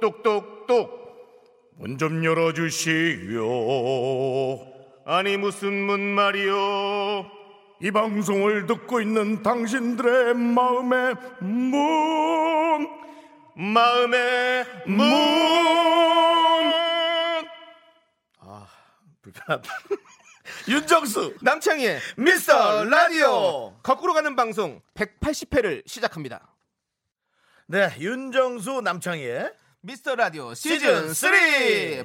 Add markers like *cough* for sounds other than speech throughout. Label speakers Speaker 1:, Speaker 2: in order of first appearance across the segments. Speaker 1: 똑똑똑똑똑 문 좀 열어주시오 아니 무슨 문 말이오 이 방송을 듣고 있는 당신들의 마음의 문 마음의 문 아, 불편하다 *laughs* 윤정수
Speaker 2: 남창희의
Speaker 1: 미스터 라디오
Speaker 2: 거꾸로 가는 방송 180회를 시작합니다.
Speaker 1: 네 윤정수 남창희의
Speaker 2: 미스터 라디오
Speaker 1: 시즌
Speaker 2: 시즌 3
Speaker 1: 쓰리!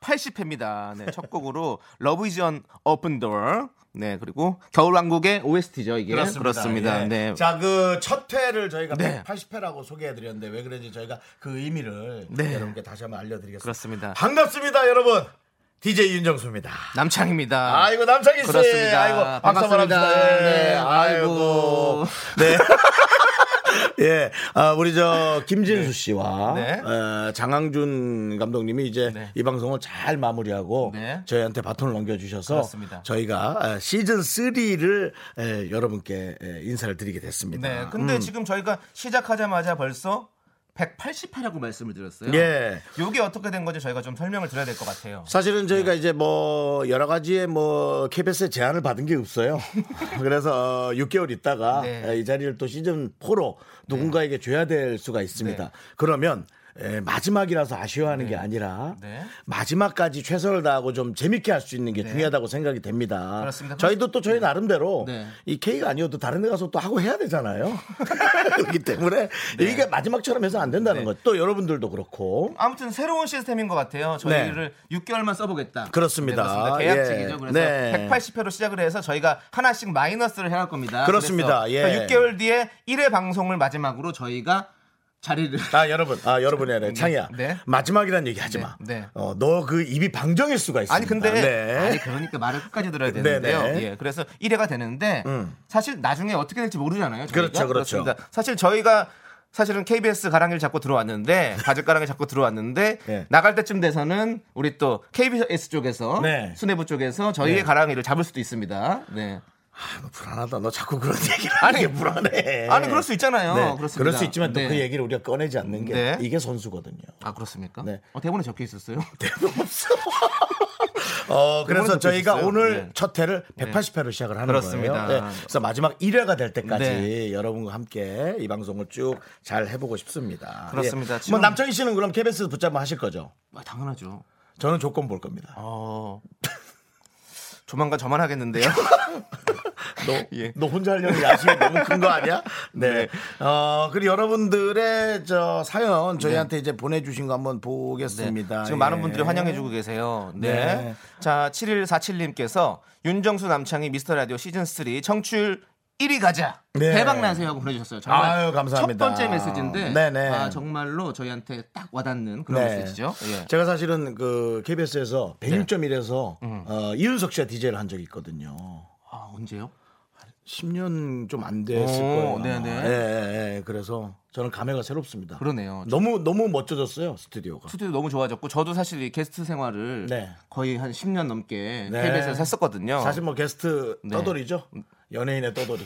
Speaker 2: 180회입니다. 네, 첫 곡으로 러브 이즈 온 오픈 도어. 네, 그리고 겨울왕국의 OST죠, 이게.
Speaker 3: 예.
Speaker 2: 네.
Speaker 3: 자, 그 첫 회를 저희가
Speaker 2: 네.
Speaker 3: 80회라고 소개해드렸는데 왜 그런지 저희가 그 의미를
Speaker 2: 네.
Speaker 3: 여러분께 다시 한번 알려드리겠습니다.
Speaker 2: 그렇습니다.
Speaker 3: 반갑습니다, 여러분. DJ 윤정수입니다.
Speaker 2: 남창입니다.
Speaker 3: 아이고 남창희 씨,
Speaker 2: 그렇습니다.
Speaker 3: 아이고 박수 한번
Speaker 2: 반갑습니다.
Speaker 3: 합시다. 예.
Speaker 2: 네,
Speaker 3: 아이고,
Speaker 2: 아이고.
Speaker 3: 네. *laughs* 예, 아, 우리 저 김진수 씨와
Speaker 2: 네.
Speaker 3: 어, 장항준 감독님이 이제
Speaker 2: 네.
Speaker 3: 이 방송을 잘 마무리하고
Speaker 2: 네.
Speaker 3: 저희한테 바톤을 넘겨주셔서
Speaker 2: 그렇습니다.
Speaker 3: 저희가 아, 시즌 3를 예, 여러분께 에, 인사를 드리게 됐습니다.
Speaker 2: 네, 근데 지금 저희가 시작하자마자 벌써 180회라고 말씀을 드렸어요.
Speaker 3: 예.
Speaker 2: 요게 어떻게 된 건지 저희가 좀 설명을 드려야 될 것 같아요. 네.
Speaker 3: 사실은 저희가 이제 뭐 여러 가지의 뭐 KBS의 제안을 받은
Speaker 2: *laughs*
Speaker 3: 게 없어요. 그래서 어, 6개월 있다가 예,
Speaker 2: 네.
Speaker 3: 이 자리를 또 시즌 4로 누군가에게 줘야 될 수가 있습니다.
Speaker 2: 네.
Speaker 3: 그러면 에, 마지막이라서 아쉬워하는 게 아니라
Speaker 2: 네.
Speaker 3: 마지막까지 최선을 다하고 좀 재밌게 할 수 있는 게 중요하다고 생각이 됩니다.
Speaker 2: 그렇습니다.
Speaker 3: 저희도 또 저희 나름대로
Speaker 2: 네.
Speaker 3: 이 K가 아니어도 다른 데 가서 또 하고
Speaker 2: *laughs*
Speaker 3: 해야 되잖아요. *laughs* 그렇기 때문에 이게 마지막처럼 해서 안 된다는
Speaker 2: 네.
Speaker 3: 거죠. 또 여러분들도 그렇고
Speaker 2: 아무튼 새로운 시스템인 것 같아요. 저희를 6개월만 써보겠다.
Speaker 3: 네. 그렇습니다.
Speaker 2: 네, 그렇습니다. 계약직이죠.
Speaker 3: 예.
Speaker 2: 그래서
Speaker 3: 네.
Speaker 2: 180회로 시작을 해서 저희가 하나씩 마이너스를 해갈 겁니다.
Speaker 3: 그렇습니다.
Speaker 2: 그래서 그러니까
Speaker 3: 예.
Speaker 2: 6개월 뒤에 1회 방송을 마지막으로 저희가 자리를
Speaker 3: 아 여러분, 아 여러분이 아니라 창이야.
Speaker 2: 네.
Speaker 3: 마지막이란 얘기 하지 마.
Speaker 2: 네, 네.
Speaker 3: 어, 너 그 입이 방정일 수가 있어.
Speaker 2: 아니 근데
Speaker 3: 네.
Speaker 2: 아니 그러니까 말을 끝까지 들어야 되는데요.
Speaker 3: 네, 네.
Speaker 2: 예, 그래서 1회가 되는데 사실 나중에 어떻게 될지 모르잖아요. 저희가.
Speaker 3: 그렇죠, 그렇죠.
Speaker 2: 그렇습니다. 사실 저희가 사실은 KBS 가랑이를 잡고
Speaker 3: *laughs*
Speaker 2: 들어왔는데 바짓가랑이 잡고 들어왔는데
Speaker 3: 네.
Speaker 2: 나갈 때쯤 돼서는 우리 또 KBS 쪽에서
Speaker 3: 네.
Speaker 2: 수뇌부 쪽에서 저희의 가랑이를 잡을 수도 있습니다. 네.
Speaker 3: 아, 너 불안하다. 너 자꾸 그런 얘기를
Speaker 2: 아니,
Speaker 3: 하는 게 불안해.
Speaker 2: 아니 그럴 수 있잖아요.
Speaker 3: 네.
Speaker 2: 그렇습니다.
Speaker 3: 그럴 수 있지만 또
Speaker 2: 네.
Speaker 3: 그 얘기를 우리가 꺼내지 않는 게
Speaker 2: 네.
Speaker 3: 이게 선수거든요.
Speaker 2: 아 그렇습니까?
Speaker 3: 네.
Speaker 2: 어, 대본에 적혀 있었어요.
Speaker 3: 없어. 어, 그래서
Speaker 2: 그건 좀
Speaker 3: 저희가
Speaker 2: 있어요.
Speaker 3: 오늘
Speaker 2: 네.
Speaker 3: 첫 회를 180회로 시작을 하는
Speaker 2: 그렇습니다.
Speaker 3: 거예요. 네. 그래서 마지막 1회가 될 때까지
Speaker 2: 네.
Speaker 3: 여러분과 함께 이 방송을 쭉 잘 해보고 싶습니다.
Speaker 2: 그렇습니다.
Speaker 3: 예. 뭐
Speaker 2: 지금-
Speaker 3: 남창희 씨는 그럼 KBS 붙잡아 하실 거죠?
Speaker 2: 아, 당연하죠.
Speaker 3: 저는 조건 볼 겁니다.
Speaker 2: 어. *laughs* 조만간 저만
Speaker 3: *laughs*
Speaker 2: 하겠는데요.
Speaker 3: 너,
Speaker 2: 예.
Speaker 3: *laughs* 너 혼자 하려는 야심이 너무 큰
Speaker 2: *laughs*
Speaker 3: 거 아니야? 네. 어, 그리고 여러분들의 저 사연 저희한테 이제 보내주신 거 한번 보겠습니다.
Speaker 2: 네. 지금
Speaker 3: 예.
Speaker 2: 많은 분들이 환영해주고 계세요. 네.
Speaker 3: 네.
Speaker 2: 자, 7147님께서 윤정수 남창희 미스터 라디오 시즌 3 청취율 1위 가자.
Speaker 3: 네.
Speaker 2: 대박 나세요 하고 보내주셨어요. 정말
Speaker 3: 아유, 감사합니다.
Speaker 2: 첫 번째 메시지인데
Speaker 3: 네네.
Speaker 2: 아, 정말로 저희한테 딱 와닿는 그런
Speaker 3: 네.
Speaker 2: 메시지죠. 예.
Speaker 3: 제가 사실은 그 KBS에서 106.1에서
Speaker 2: 네. 음.
Speaker 3: 어, 이윤석 씨가 DJ를 한 적이 있거든요.
Speaker 2: 아, 언제요?
Speaker 3: 10년 좀 안 됐을
Speaker 2: 오,
Speaker 3: 거예요.
Speaker 2: 네네. 그렇죠.
Speaker 3: 아마. 예, 예, 예. 그래서 저는 감회가 새롭습니다.
Speaker 2: 그러네요.
Speaker 3: 너무 너무 멋져졌어요 스튜디오가.
Speaker 2: 스튜디오 너무 좋아졌고 저도 사실 이 게스트 생활을
Speaker 3: 네.
Speaker 2: 거의 한 10년 넘게
Speaker 3: 네.
Speaker 2: KBS에서 했었거든요.
Speaker 3: 사실 뭐 게스트
Speaker 2: 네.
Speaker 3: 떠돌이죠. 연예인의
Speaker 2: *laughs*
Speaker 3: 떠돌이.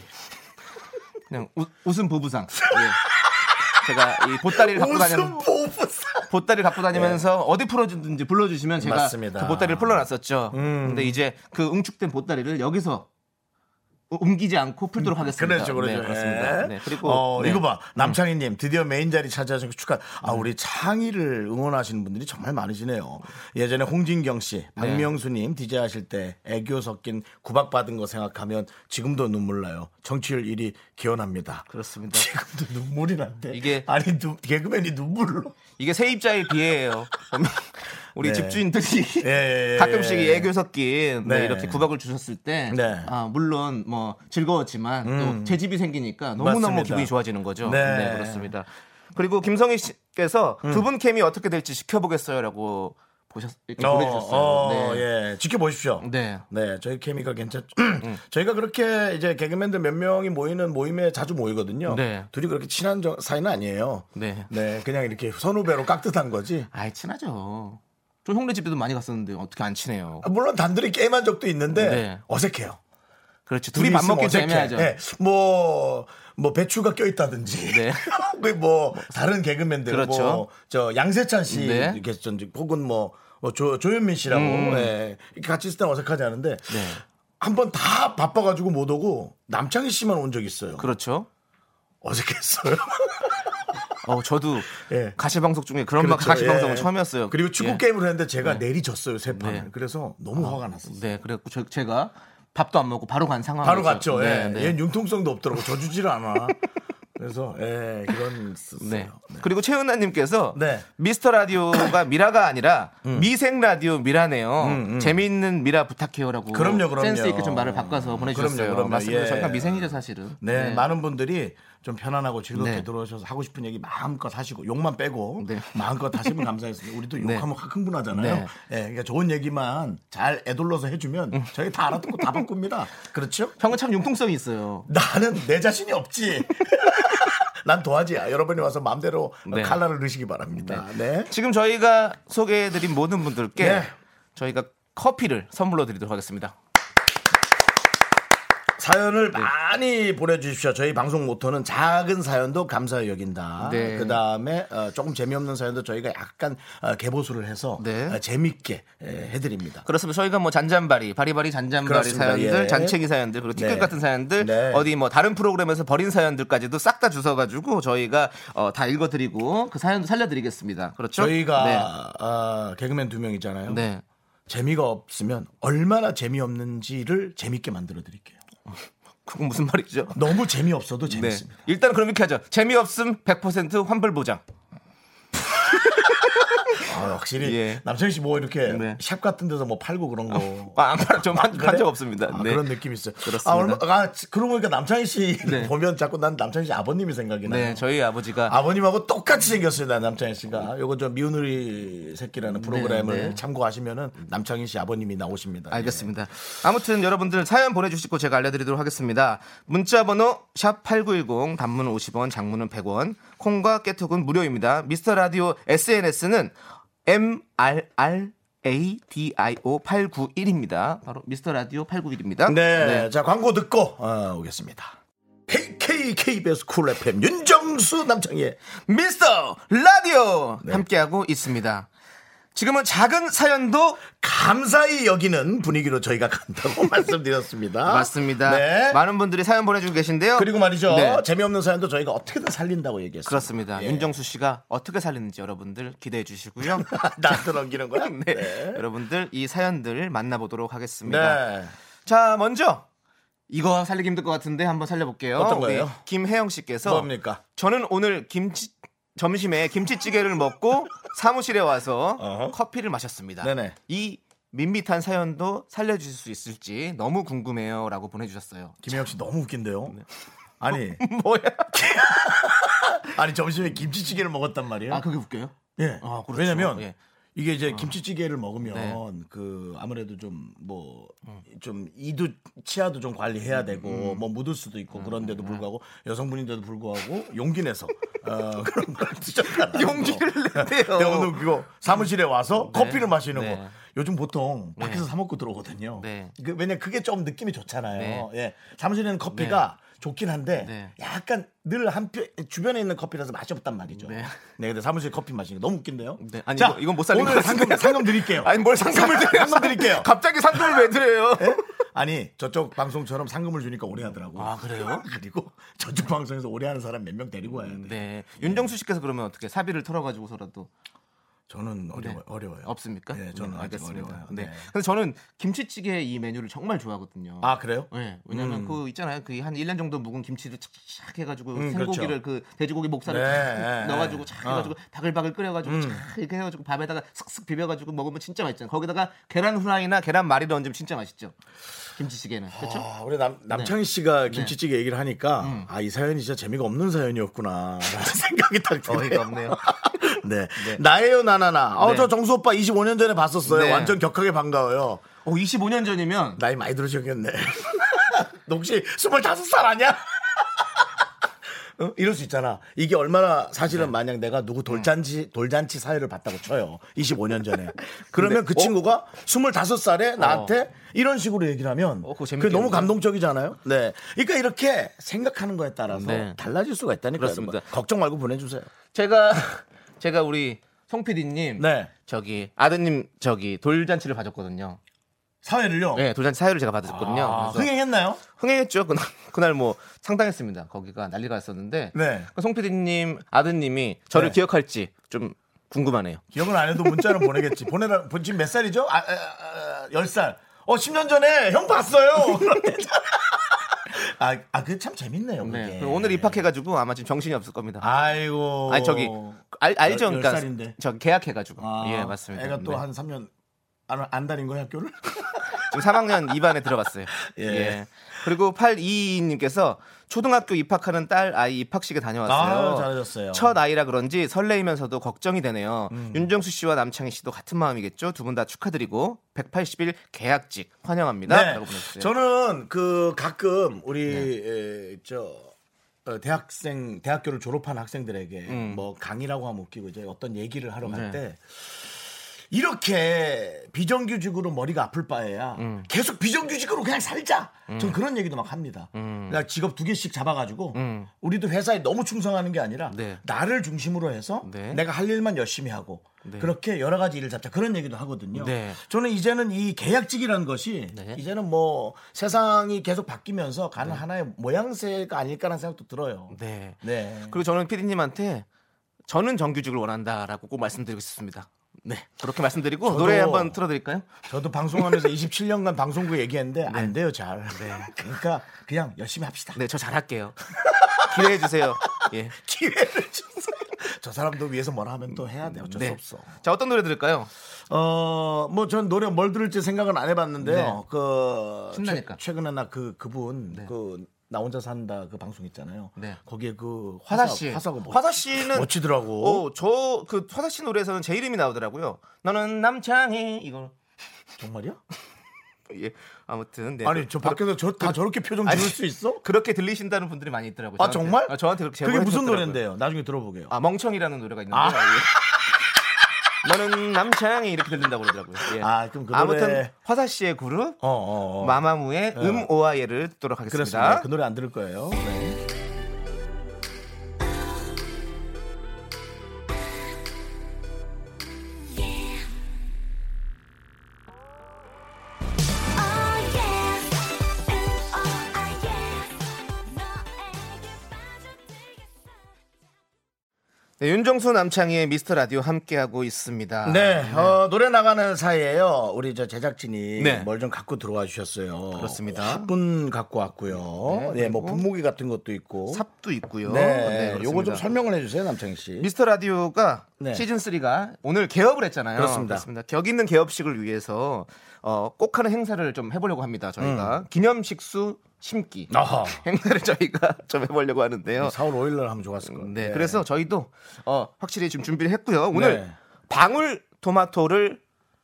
Speaker 2: 그냥 우- 웃음 부부상. 예. 제가 이 보따리를 갖고 다니는
Speaker 3: 웃음 보부상.
Speaker 2: 보따리 갖고 다니면서 어디 풀어주든지 불러주시면 제가
Speaker 3: 예. 맞습니다. 음.
Speaker 2: 그 보따리를 풀어놨었죠. 근데 이제 그 응축된 보따리를 여기서 우- 옮기지 않고 풀도록 하겠습니다.
Speaker 3: 그렇죠, 그렇죠.
Speaker 2: 네, 그렇습니다.
Speaker 3: 예.
Speaker 2: 네, 그리고
Speaker 3: 어,
Speaker 2: 네. 음.
Speaker 3: 이거 봐, 남창희님 드디어 메인 자리 차지하신 거 축하. 아, 우리 창희를 응원하시는 분들이 정말 많으시네요. 예전에 홍진경 씨,
Speaker 2: 네.
Speaker 3: 박명수님 디제 하실 때 애교 섞인 구박 받은 거 생각하면 지금도 눈물 나요. 정치율 1위 기원합니다.
Speaker 2: 그렇습니다.
Speaker 3: 지금도 눈물이 난데.
Speaker 2: 이게-
Speaker 3: 아니 누, 개그맨이 눈물로.
Speaker 2: 이게 세입자의 비애예요.
Speaker 3: *laughs*
Speaker 2: 우리
Speaker 3: 네.
Speaker 2: 집주인들이
Speaker 3: 예, 예,
Speaker 2: 가끔씩
Speaker 3: 예.
Speaker 2: 이 애교 섞인 네,
Speaker 3: 네.
Speaker 2: 이렇게 구박을 주셨을 때,
Speaker 3: 네. 음.
Speaker 2: 아, 물론 뭐 즐거웠지만 또 제 집이 생기니까 너무 너무
Speaker 3: 맞습니다.
Speaker 2: 기분이 좋아지는 거죠.
Speaker 3: 네. 음.
Speaker 2: 그렇습니다. 그리고 김성희 씨께서 두 분 케미 어떻게 될지 지켜보겠어요라고 네, 보셨 이렇게
Speaker 3: 어,
Speaker 2: 보내주셨어요.
Speaker 3: 어,
Speaker 2: 네.
Speaker 3: 예. 지켜보십시오.
Speaker 2: 네.
Speaker 3: 네, 저희 케미가 괜찮죠. *clears throat*
Speaker 2: 음.
Speaker 3: 저희가 그렇게 이제 개그맨들 몇 명이 모이는 모임에 자주 모이거든요.
Speaker 2: 네.
Speaker 3: 둘이 그렇게 친한 저- 사이는 아니에요.
Speaker 2: 네.
Speaker 3: 네, 그냥 이렇게 선후배로 깍듯한 거지.
Speaker 2: 아이 친하죠. 저 형네 집에도 많이 갔었는데 어떻게 안 친해요?
Speaker 3: 아, 물론 단둘이 게임한 적도 있는데
Speaker 2: 네.
Speaker 3: 어색해요.
Speaker 2: 그렇죠. 둘이 밥
Speaker 3: 있으면
Speaker 2: 먹기
Speaker 3: 어색해.
Speaker 2: 애매하죠.
Speaker 3: 네, 뭐, 뭐 배추가 껴있다든지. *laughs*
Speaker 2: 네.
Speaker 3: 그뭐 다른 개그맨들
Speaker 2: 그렇죠.
Speaker 3: 뭐저 양세찬 씨
Speaker 2: 네. 음.
Speaker 3: 계셨던지 혹은 뭐, 뭐 조, 조현민 씨라고 네. 이렇게 같이 있을 땐 어색하지 않은데
Speaker 2: 네.
Speaker 3: 한 번 다 바빠가지고 못 오고 남창희 씨만 온 적 있어요.
Speaker 2: 그렇죠. *laughs*
Speaker 3: 어색했어요.
Speaker 2: 어, 저도
Speaker 3: 예.
Speaker 2: 가시방송 중에 그런 막
Speaker 3: 그렇죠.
Speaker 2: 가시방송은
Speaker 3: 예.
Speaker 2: 처음이었어요.
Speaker 3: 그리고 축구
Speaker 2: 예.
Speaker 3: 게임을 했는데 제가 내리졌어요 세 판.
Speaker 2: 네.
Speaker 3: 그래서 너무 화가 났어요.
Speaker 2: 네, 그래갖고 저- 제가 밥도 안 먹고 바로 간 상황.
Speaker 3: 바로 갔죠.
Speaker 2: 네,
Speaker 3: 예. 얘는 융통성도 없더라고. 져주질 않아. 그래서 예, 그런
Speaker 2: 네.
Speaker 3: 썼어요.
Speaker 2: 그리고 최은아님께서
Speaker 3: 네. 음.
Speaker 2: 미스터
Speaker 3: *coughs*
Speaker 2: 라디오가 미라가 아니라 미생 라디오 미라네요. 재미있는 미라 부탁해요라고.
Speaker 3: 그럼요, 그럼요.
Speaker 2: 센스 있게 좀 말을 바꿔서 보내주셨어요.
Speaker 3: 그럼요, 그럼요.
Speaker 2: 맞습니다.
Speaker 3: 예.
Speaker 2: 저희가 미생이죠 사실은.
Speaker 3: 네, 많은 분들이 좀 편안하고 즐겁게
Speaker 2: 네.
Speaker 3: 들어오셔서 하고 싶은 얘기 마음껏 하시고 욕만 빼고
Speaker 2: 네.
Speaker 3: 마음껏 하시면 감사하겠습니다. 우리도
Speaker 2: 네.
Speaker 3: 욕하면 확 흥분하잖아요.
Speaker 2: 네.
Speaker 3: 예, 그러니까 좋은 얘기만 잘 애둘러서
Speaker 2: 음.
Speaker 3: 해주면 저희 다 알아듣고 다 바꿉니다. 그렇죠?
Speaker 2: 형은 참 융통성이 있어요.
Speaker 3: 나는 내 자신이 없지. *laughs* 난 도와지. 여러분이 와서 마음대로
Speaker 2: 네.
Speaker 3: 칼라를 넣으시기 바랍니다. 네.
Speaker 2: 지금 저희가 소개해드린 모든 분들께
Speaker 3: 네.
Speaker 2: 저희가 커피를 선물로 드리도록 하겠습니다.
Speaker 3: 사연을
Speaker 2: 네.
Speaker 3: 많이 보내주십시오. 저희 방송 모토는 작은 사연도 감사히 여긴다.
Speaker 2: 네.
Speaker 3: 그 다음에 어, 조금 재미없는 사연도 저희가 약간 어, 개보수를 해서
Speaker 2: 네.
Speaker 3: 어, 재밌게 예, 해드립니다.
Speaker 2: 그렇습니다. 저희가 뭐 잔잔바리, 바리바리 잔잔바리
Speaker 3: 그렇습니다.
Speaker 2: 사연들,
Speaker 3: 예.
Speaker 2: 잔챙이 사연들, 그리고 티끌
Speaker 3: 네.
Speaker 2: 같은 사연들,
Speaker 3: 네.
Speaker 2: 어디 뭐 다른 프로그램에서 버린 사연들까지도 싹 다 주워가지고 저희가 어, 다 읽어드리고 그 사연도 살려드리겠습니다. 그렇죠?
Speaker 3: 저희가 아, 개그맨 두 명 있잖아요.
Speaker 2: 네. 네.
Speaker 3: 재미가 없으면 얼마나 재미없는지를 재밌게 만들어 드릴게요.
Speaker 2: 그건 무슨 말이죠?
Speaker 3: 너무 재미없어도
Speaker 2: 네.
Speaker 3: 재밌습니다.
Speaker 2: 일단 그럼 이렇게 하죠. 재미없음 100% 환불 보장.
Speaker 3: 아, 확실히
Speaker 2: 예.
Speaker 3: 남창희 씨 뭐 이렇게
Speaker 2: 네.
Speaker 3: 샵 같은 데서 뭐 팔고 그런 거
Speaker 2: 아, 안 팔아. 좀한적
Speaker 3: 그래?
Speaker 2: 없습니다.
Speaker 3: 아,
Speaker 2: 네.
Speaker 3: 그런 느낌 이 있어요.
Speaker 2: 그렇습니다.
Speaker 3: 아, 얼마, 아, 그러고 보니까 남창희 씨
Speaker 2: 네.
Speaker 3: *laughs* 보면 자꾸 난 남창희 씨 아버님이 생각이 나요.
Speaker 2: 네, 저희 아버지가
Speaker 3: 아버님하고 똑같이 생겼어요, 나 남창희 씨가. 요거 저 미운 우리 새끼라는 프로그램을
Speaker 2: 네.
Speaker 3: 참고하시면은 남창희 씨 아버님이 나오십니다. 예.
Speaker 2: 알겠습니다. 아무튼 여러분들 사연 보내주시고 제가 알려드리도록 하겠습니다. 문자번호 샵 #8910 단문은 50원, 장문은 100원, 콩과 깨톡은 무료입니다. 미스터 라디오 SNS는 MRR ADIO 891입니다. 바로 미스터 라디오 891입니다.
Speaker 3: 네. 네. 자, 광고 듣고 어, 오겠습니다. KK KBS 쿨 FM 윤정수 남창희.
Speaker 2: 미스터 라디오
Speaker 3: 네.
Speaker 2: 함께하고 있습니다. 지금은 작은 사연도
Speaker 3: 감사히 여기는 분위기로 저희가 간다고 *laughs* 말씀드렸습니다.
Speaker 2: 맞습니다.
Speaker 3: 아. 네.
Speaker 2: 많은 분들이 사연 보내주고 계신데요.
Speaker 3: 그리고 말이죠.
Speaker 2: 네.
Speaker 3: 재미없는 사연도 저희가 어떻게든 살린다고 얘기했어요.
Speaker 2: 그렇습니다.
Speaker 3: 예.
Speaker 2: 윤정수 씨가 어떻게 살리는지 여러분들 기대해
Speaker 3: *laughs*
Speaker 2: 주시고요.
Speaker 3: *laughs* 나한테 넘기는 거야?
Speaker 2: 네. 여러분들 이 사연들 만나보도록 하겠습니다.
Speaker 3: 네.
Speaker 2: 자, 먼저 이거 살리기 힘들 것 같은데 한번 살려볼게요.
Speaker 3: 어떤
Speaker 2: 우리
Speaker 3: 거예요?
Speaker 2: 김혜영 씨께서
Speaker 3: 뭡니까?
Speaker 2: 저는 오늘 김치 점심에 김치찌개를
Speaker 3: *laughs*
Speaker 2: 먹고 사무실에 와서
Speaker 3: 어허.
Speaker 2: 커피를 마셨습니다.
Speaker 3: 네네.
Speaker 2: 이 밋밋한 사연도 살려주실 수 있을지 너무 궁금해요라고 보내주셨어요.
Speaker 3: 김혜영 씨 너무 웃긴데요.
Speaker 2: 네.
Speaker 3: 아니,
Speaker 2: 뭐야?
Speaker 3: 아니 점심에 김치찌개를 먹었단 말이에요.
Speaker 2: 아 그게 웃겨요?
Speaker 3: 예.
Speaker 2: 아, 그렇죠.
Speaker 3: 왜냐면
Speaker 2: 예.
Speaker 3: 이게 이제 김치찌개를 먹으면
Speaker 2: 네. 음.
Speaker 3: 그 아무래도 좀 뭐 좀 이도 치아도 좀 관리해야 되고 뭐 묻을 수도 있고
Speaker 2: 음,
Speaker 3: 그런데도 불구하고 여성분인데도 불구하고 용기 내서
Speaker 2: *laughs*
Speaker 3: 어, 그런 걸 드셨다.
Speaker 2: 용기를 내세요.
Speaker 3: 내가 오늘 그거 사무실에 와서 커피를 마시는
Speaker 2: 네.
Speaker 3: 거. 요즘 보통 밖에서 사 먹고 들어오거든요.
Speaker 2: 네.
Speaker 3: 그, 왜냐 그게 좀 느낌이 좋잖아요.
Speaker 2: 네.
Speaker 3: 예. 사무실에는 커피가 좋긴 한데
Speaker 2: 네.
Speaker 3: 약간 늘 한 주변에 있는 커피라서 맛이 없단 말이죠.
Speaker 2: 네.
Speaker 3: 네. 근데 사무실 커피 마시는 거 너무 웃긴데요.
Speaker 2: 네, 아니, 이거- 이건 못 살린 것
Speaker 3: 오늘
Speaker 2: 같은데.
Speaker 3: 상금 상금 드릴게요.
Speaker 2: *laughs* 아니 뭐. 뭘 상금을 드려요?
Speaker 3: 상금 드릴게요.
Speaker 2: 갑자기 상금을 왜 드려요?
Speaker 3: 예? 아니 저쪽 방송처럼 상금을 주니까 오래 하더라고.
Speaker 2: 아, 그래요?
Speaker 3: *laughs*
Speaker 2: 음,
Speaker 3: 그리고 저쪽 방송에서 오래 하는 사람 몇 명 데리고 와야 돼.
Speaker 2: 네. 윤정수 씨께서 그러면 어떻게 사비를 털어가지고서라도
Speaker 3: 저는 어려워요.
Speaker 2: 네.
Speaker 3: 어려워요.
Speaker 2: 없습니까?
Speaker 3: 네, 저는
Speaker 2: 네,
Speaker 3: 아직
Speaker 2: 알겠습니다.
Speaker 3: 어려워요.
Speaker 2: 네.
Speaker 3: 네.
Speaker 2: 근데 저는 김치찌개 이 메뉴를 정말 좋아하거든요.
Speaker 3: 아 그래요?
Speaker 2: 네, 왜냐면
Speaker 3: 음.
Speaker 2: 그 있잖아요. 그 한 1년 정도 묵은 김치를 착착 해가지고
Speaker 3: 음,
Speaker 2: 생고기를 그 돼지고기 목살을
Speaker 3: 네,
Speaker 2: 착
Speaker 3: 네,
Speaker 2: 넣어가지고
Speaker 3: 네.
Speaker 2: 착
Speaker 3: 어. 음.
Speaker 2: 해가지고 바글바글 끓여가지고 착 이렇게 해가지고 밥에다가 슥슥 비벼가지고 먹으면 진짜 맛있잖아요. 거기다가 계란 후라이나 계란 말이 넣으면 진짜 맛있죠. 김치찌개는 그렇죠? 네. 음.
Speaker 3: 아, 우리 남, 남창희 씨가 김치찌개 얘기를 하니까 아 이 사연이 진짜 재미가 없는 사연이었구나 *laughs* 라는 생각이 딱
Speaker 2: 어이가
Speaker 3: 드네요.
Speaker 2: 없네요.
Speaker 3: *laughs* 네.
Speaker 2: 네.
Speaker 3: 나예요 나나나. 아,
Speaker 2: 네.
Speaker 3: 어저 정수 오빠 25년 전에 봤었어요.
Speaker 2: 네.
Speaker 3: 완전 격하게 반가워요.
Speaker 2: 어, 25년 전이면
Speaker 3: 나이 많이 들으셨겠네. *laughs* 너 혹시 25살 아니야? *laughs* 어? 이럴 수 있잖아. 이게 얼마나 사실은
Speaker 2: 네.
Speaker 3: 만약 내가 누구
Speaker 2: 음.
Speaker 3: 돌잔치 돌잔치 사회를 봤다고 쳐요.
Speaker 2: *laughs*
Speaker 3: 25년 전에.
Speaker 2: 어?
Speaker 3: 그러면 그 친구가 25살에 나한테 이런 식으로 얘기를 하면
Speaker 2: 어, 그거
Speaker 3: 그게
Speaker 2: 재밌겠는데?
Speaker 3: 너무 감동적이잖아요. 네. 그러니까 이렇게 생각하는 거에 따라서
Speaker 2: 네.
Speaker 3: 달라질 수가 있다니까요.
Speaker 2: 그렇습니다.
Speaker 3: 여러분. 걱정 말고 보내 주세요.
Speaker 2: 제가 제가 우리 송 PD님
Speaker 3: 네.
Speaker 2: 저기 아드님 저기 돌잔치를 봐줬거든요.
Speaker 3: 사회를요.
Speaker 2: 네, 돌잔치 사회를 제가 받았거든요.
Speaker 3: 아,
Speaker 2: 그래서
Speaker 3: 흥행했나요?
Speaker 2: 흥행했죠. 그날, *laughs* 그날 뭐 상당했습니다. 거기가 난리가 났었는데 그러니까
Speaker 3: 네.
Speaker 2: 송 PD님 아드님이 저를
Speaker 3: 네.
Speaker 2: 기억할지 좀 궁금하네요.
Speaker 3: 기억은 안 해도 문자는 보내겠지. 보내라. 보- 지금 몇 살이죠? 아, 아, 아, 10살. 어, 10년 전에 형 봤어요. *laughs* 아, 아, 그게 참 재밌네요. 그게.
Speaker 2: 네. 그럼 오늘 입학해가지고 아마 지금 정신이 없을 겁니다. 아,
Speaker 3: 아이고.
Speaker 2: 니 저기 알, 알죠?
Speaker 3: 열- 열
Speaker 2: 그러니까
Speaker 3: 살인데.
Speaker 2: 저 계약해가지고
Speaker 3: 아,
Speaker 2: 예 맞습니다.
Speaker 3: 애가 또
Speaker 2: 네.
Speaker 3: 한 3년 안, 안 다닌 거야, 학교를?
Speaker 2: 지금 3학년 2반에 들어갔어요. 예.
Speaker 3: *laughs* 예.
Speaker 2: 그리고 822님께서 초등학교 입학하는 딸 아이 입학식에 다녀왔어요.
Speaker 3: 아유, 잘하셨어요. 음.
Speaker 2: 첫 아이라 그런지 설레이면서도 걱정이 되네요. 윤정수 씨와 남창희 씨도 같은 마음이겠죠. 두 분 다 축하드리고 180일 계약직 환영합니다. 라고 보내주세요.
Speaker 3: 네.
Speaker 2: 네.
Speaker 3: 저는 그 가끔 우리 에, 저 어, 대학생 대학교를 졸업한 학생들에게 뭐 강의라고 하면 웃기고 이제 어떤 얘기를 하러 갈
Speaker 2: 음. 네.
Speaker 3: 때 이렇게 비정규직으로 머리가 아플 바에야
Speaker 2: 음.
Speaker 3: 계속 비정규직으로 그냥 살자. 전 그런 얘기도 막 합니다.
Speaker 2: 음.
Speaker 3: 그냥 직업 두 개씩 잡아가지고 우리도 회사에 너무 충성하는 게 아니라
Speaker 2: 네.
Speaker 3: 나를 중심으로 해서
Speaker 2: 네.
Speaker 3: 내가 할 일만 열심히 하고 그렇게 여러 가지 일을 잡자 그런 얘기도 하거든요.
Speaker 2: 네.
Speaker 3: 저는 이제는 이 계약직이라는 것이
Speaker 2: 네.
Speaker 3: 이제는 뭐 세상이 계속 바뀌면서 가는 하나의 모양새가 아닐까라는 생각도 들어요.
Speaker 2: 네.
Speaker 3: 네.
Speaker 2: 그리고 저는 피디님한테 저는 정규직을 원한다라고 꼭 말씀드리고 싶습니다. 네. 그렇게 말씀드리고
Speaker 3: 저도-
Speaker 2: 노래 한번 틀어드릴까요?
Speaker 3: 저도 방송하면서 27년간 방송국 얘기했는데 안 돼요, 잘. *laughs* 그러니까 그냥 열심히 합시다.
Speaker 2: 네, 저
Speaker 3: *laughs*
Speaker 2: 잘할게요. 기대해 주세요. 예.
Speaker 3: 기회를 주세요. 저 사람도 위해서 뭐라 하면 또 해야 돼. 어쩔
Speaker 2: 네.
Speaker 3: 수 없어.
Speaker 2: 자, 어떤 노래 들을까요?
Speaker 3: 어, 뭐 전 노래 뭘 들을지 생각은 안 해봤는데요.
Speaker 2: 네.
Speaker 3: 그
Speaker 2: 신나니까.
Speaker 3: 최, 근에 나 그 그분 그 나 혼자 산다 그 방송 있잖아요.
Speaker 2: 네.
Speaker 3: 거기에 그 화사
Speaker 2: 화사 씨.
Speaker 3: 화사가 뭐
Speaker 2: 화사 씨는
Speaker 3: 멋지더라고.
Speaker 2: 어, 저그 화사 씨 노래에서는 제 이름이 나오더라고요. 너는 남창희 이거
Speaker 3: 정말이야?
Speaker 2: 예. 아무튼 네.
Speaker 3: 아니 저 밖에서 저 다 저렇게 표정
Speaker 2: 아니,
Speaker 3: 지을 수 있어?
Speaker 2: 그렇게 들리신다는 분들이 많이 있더라고요.
Speaker 3: 아
Speaker 2: 저한테.
Speaker 3: 정말?
Speaker 2: 아, 저한테 그렇게
Speaker 3: 그게
Speaker 2: 제보를
Speaker 3: 무슨
Speaker 2: 해주셨더라고요.
Speaker 3: 노래인데요? 나중에 들어보게요.
Speaker 2: 아, 멍청이라는 노래가 있는데.
Speaker 3: 아.
Speaker 2: 예. *laughs* 너는 남창이 이렇게 들린다고 그러더라고요. 예.
Speaker 3: 아, 그럼 그 노래-
Speaker 2: 아무튼 화사 씨의 그룹
Speaker 3: 어, 어, 어.
Speaker 2: 마마무의 음 오아예를 듣도록
Speaker 3: 그렇습니다.
Speaker 2: 하겠습니다.
Speaker 3: 그 노래 안 들을 거예요. 네.
Speaker 2: 네, 윤정수 남창희의 미스터 라디오 함께하고 있습니다.
Speaker 3: 네, 어, 노래 나가는 사이에요. 우리 저 제작진이
Speaker 2: 네.
Speaker 3: 뭘 좀 갖고 들어와 주셨어요.
Speaker 2: 그렇습니다.
Speaker 3: 화분 갖고 왔고요.
Speaker 2: 네,
Speaker 3: 네, 뭐
Speaker 2: 그리고
Speaker 3: 분무기 같은 것도 있고.
Speaker 2: 삽도 있고요.
Speaker 3: 네,
Speaker 2: 그렇습니다.
Speaker 3: 요거 좀 설명을 해주세요, 남창희 씨.
Speaker 2: 미스터 라디오가
Speaker 3: 네.
Speaker 2: 시즌 3가 오늘 개업을 했잖아요.
Speaker 3: 그렇습니다.
Speaker 2: 격 있는 개업식을 위해서 어, 꼭 하는 행사를 좀 해보려고 합니다. 저희가 기념식수 심기
Speaker 3: 음. 아하.
Speaker 2: 행사를 *laughs* 저희가 좀 해보려고 하는데요.
Speaker 3: 4월 5일 날 하면 좋았을 거예요.
Speaker 2: 네, 그래서 저희도 어, 확실히 지금 준비를 했고요. 오늘
Speaker 3: 네.
Speaker 2: 방울 토마토를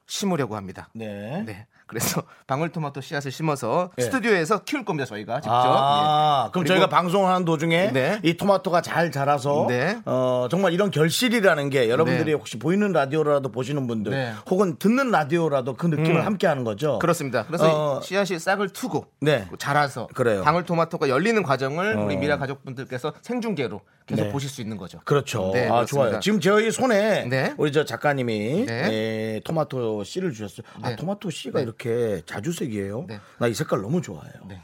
Speaker 2: 심으려고 합니다.
Speaker 3: 네.
Speaker 2: 네. 그래서 *laughs* 방울토마토 씨앗을 심어서
Speaker 3: 네.
Speaker 2: 스튜디오에서 키울 겁니다 저희가 직접.
Speaker 3: 아,
Speaker 2: 예.
Speaker 3: 그럼
Speaker 2: 그리고
Speaker 3: 저희가 방송하는 도중에
Speaker 2: 네.
Speaker 3: 이 토마토가 잘 자라서
Speaker 2: 네.
Speaker 3: 어, 정말 이런 결실이라는 게 여러분들이
Speaker 2: 네.
Speaker 3: 혹시 보이는 라디오라도 보시는 분들
Speaker 2: 네. 음.
Speaker 3: 혹은 듣는 라디오라도 그 느낌을 함께 하는 거죠.
Speaker 2: 그렇습니다. 그래서
Speaker 3: 어.
Speaker 2: 씨앗이 싹을 투고
Speaker 3: 네.
Speaker 2: 자라서
Speaker 3: 그래요. 어.
Speaker 2: 방울토마토가 열리는 과정을 우리 미라 가족분들께서 생중계로 계속
Speaker 3: 네.
Speaker 2: 보실 수 있는 거죠.
Speaker 3: 그렇죠.
Speaker 2: 네,
Speaker 3: 아,
Speaker 2: 그렇습니다.
Speaker 3: 좋아요. 지금 저희 손에
Speaker 2: 네.
Speaker 3: 우리 저 작가님이
Speaker 2: 네.
Speaker 3: 예, 토마토 씨를 주셨어요. 아,
Speaker 2: 네.
Speaker 3: 토마토 씨가
Speaker 2: 네.
Speaker 3: 이렇게 자주색이에요.
Speaker 2: 네. 음.
Speaker 3: 나 이 색깔 너무 좋아해요. 예.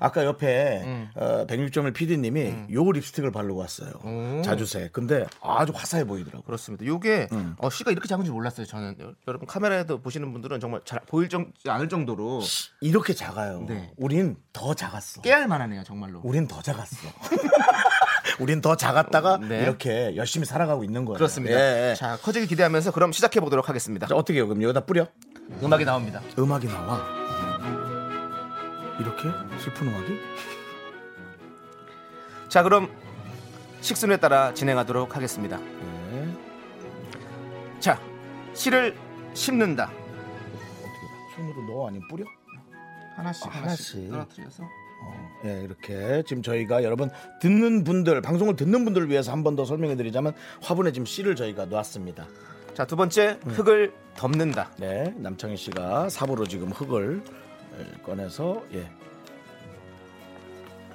Speaker 3: 아까 옆에 어, 106점을 PD님이 요 립스틱을 바르고 왔어요. 자주색. 근데 아주 화사해 보이더라고요.
Speaker 2: 그렇습니다. 요게
Speaker 3: 음.
Speaker 2: 어, 씨가 이렇게 작은 줄 몰랐어요. 저는 여- 여러분 카메라에도 보시는 분들은 정말 잘 보일 정 않을 정도로
Speaker 3: 이렇게 작아요.
Speaker 2: 네.
Speaker 3: 우린 더 작았어.
Speaker 2: 깨알 만하네요, 정말로.
Speaker 3: 우린 더 작았어. *laughs* 우린 더 작았다가
Speaker 2: 네.
Speaker 3: 이렇게 열심히 살아가고 있는 거예요.
Speaker 2: 그렇습니다.
Speaker 3: 예, 예.
Speaker 2: 자, 커지기 기대하면서 그럼 시작해 보도록 하겠습니다.
Speaker 3: 자, 어떻게 해요? 그럼 여기다 뿌려?
Speaker 2: 음악이 나옵니다.
Speaker 3: 음악이 나와. 이렇게 슬픈 음악이?
Speaker 2: 자, 그럼 식순에 따라 진행하도록 하겠습니다.
Speaker 3: 네.
Speaker 2: 자, 씨를 심는다.
Speaker 3: 어떻게 손으로 넣어 아니면 뿌려?
Speaker 2: 아, 하나씩
Speaker 3: 하나씩.
Speaker 2: 떨어뜨려서
Speaker 3: 예, 이렇게 지금 저희가 여러분 듣는 분들 방송을 듣는 분들을 위해서 한 번 더 설명해 드리자면 화분에 지금 씨를 저희가 놓았습니다.
Speaker 2: 자, 두 번째 흙을 덮는다.
Speaker 3: 네, 남창희 씨가 삽으로 지금 흙을 꺼내서 예.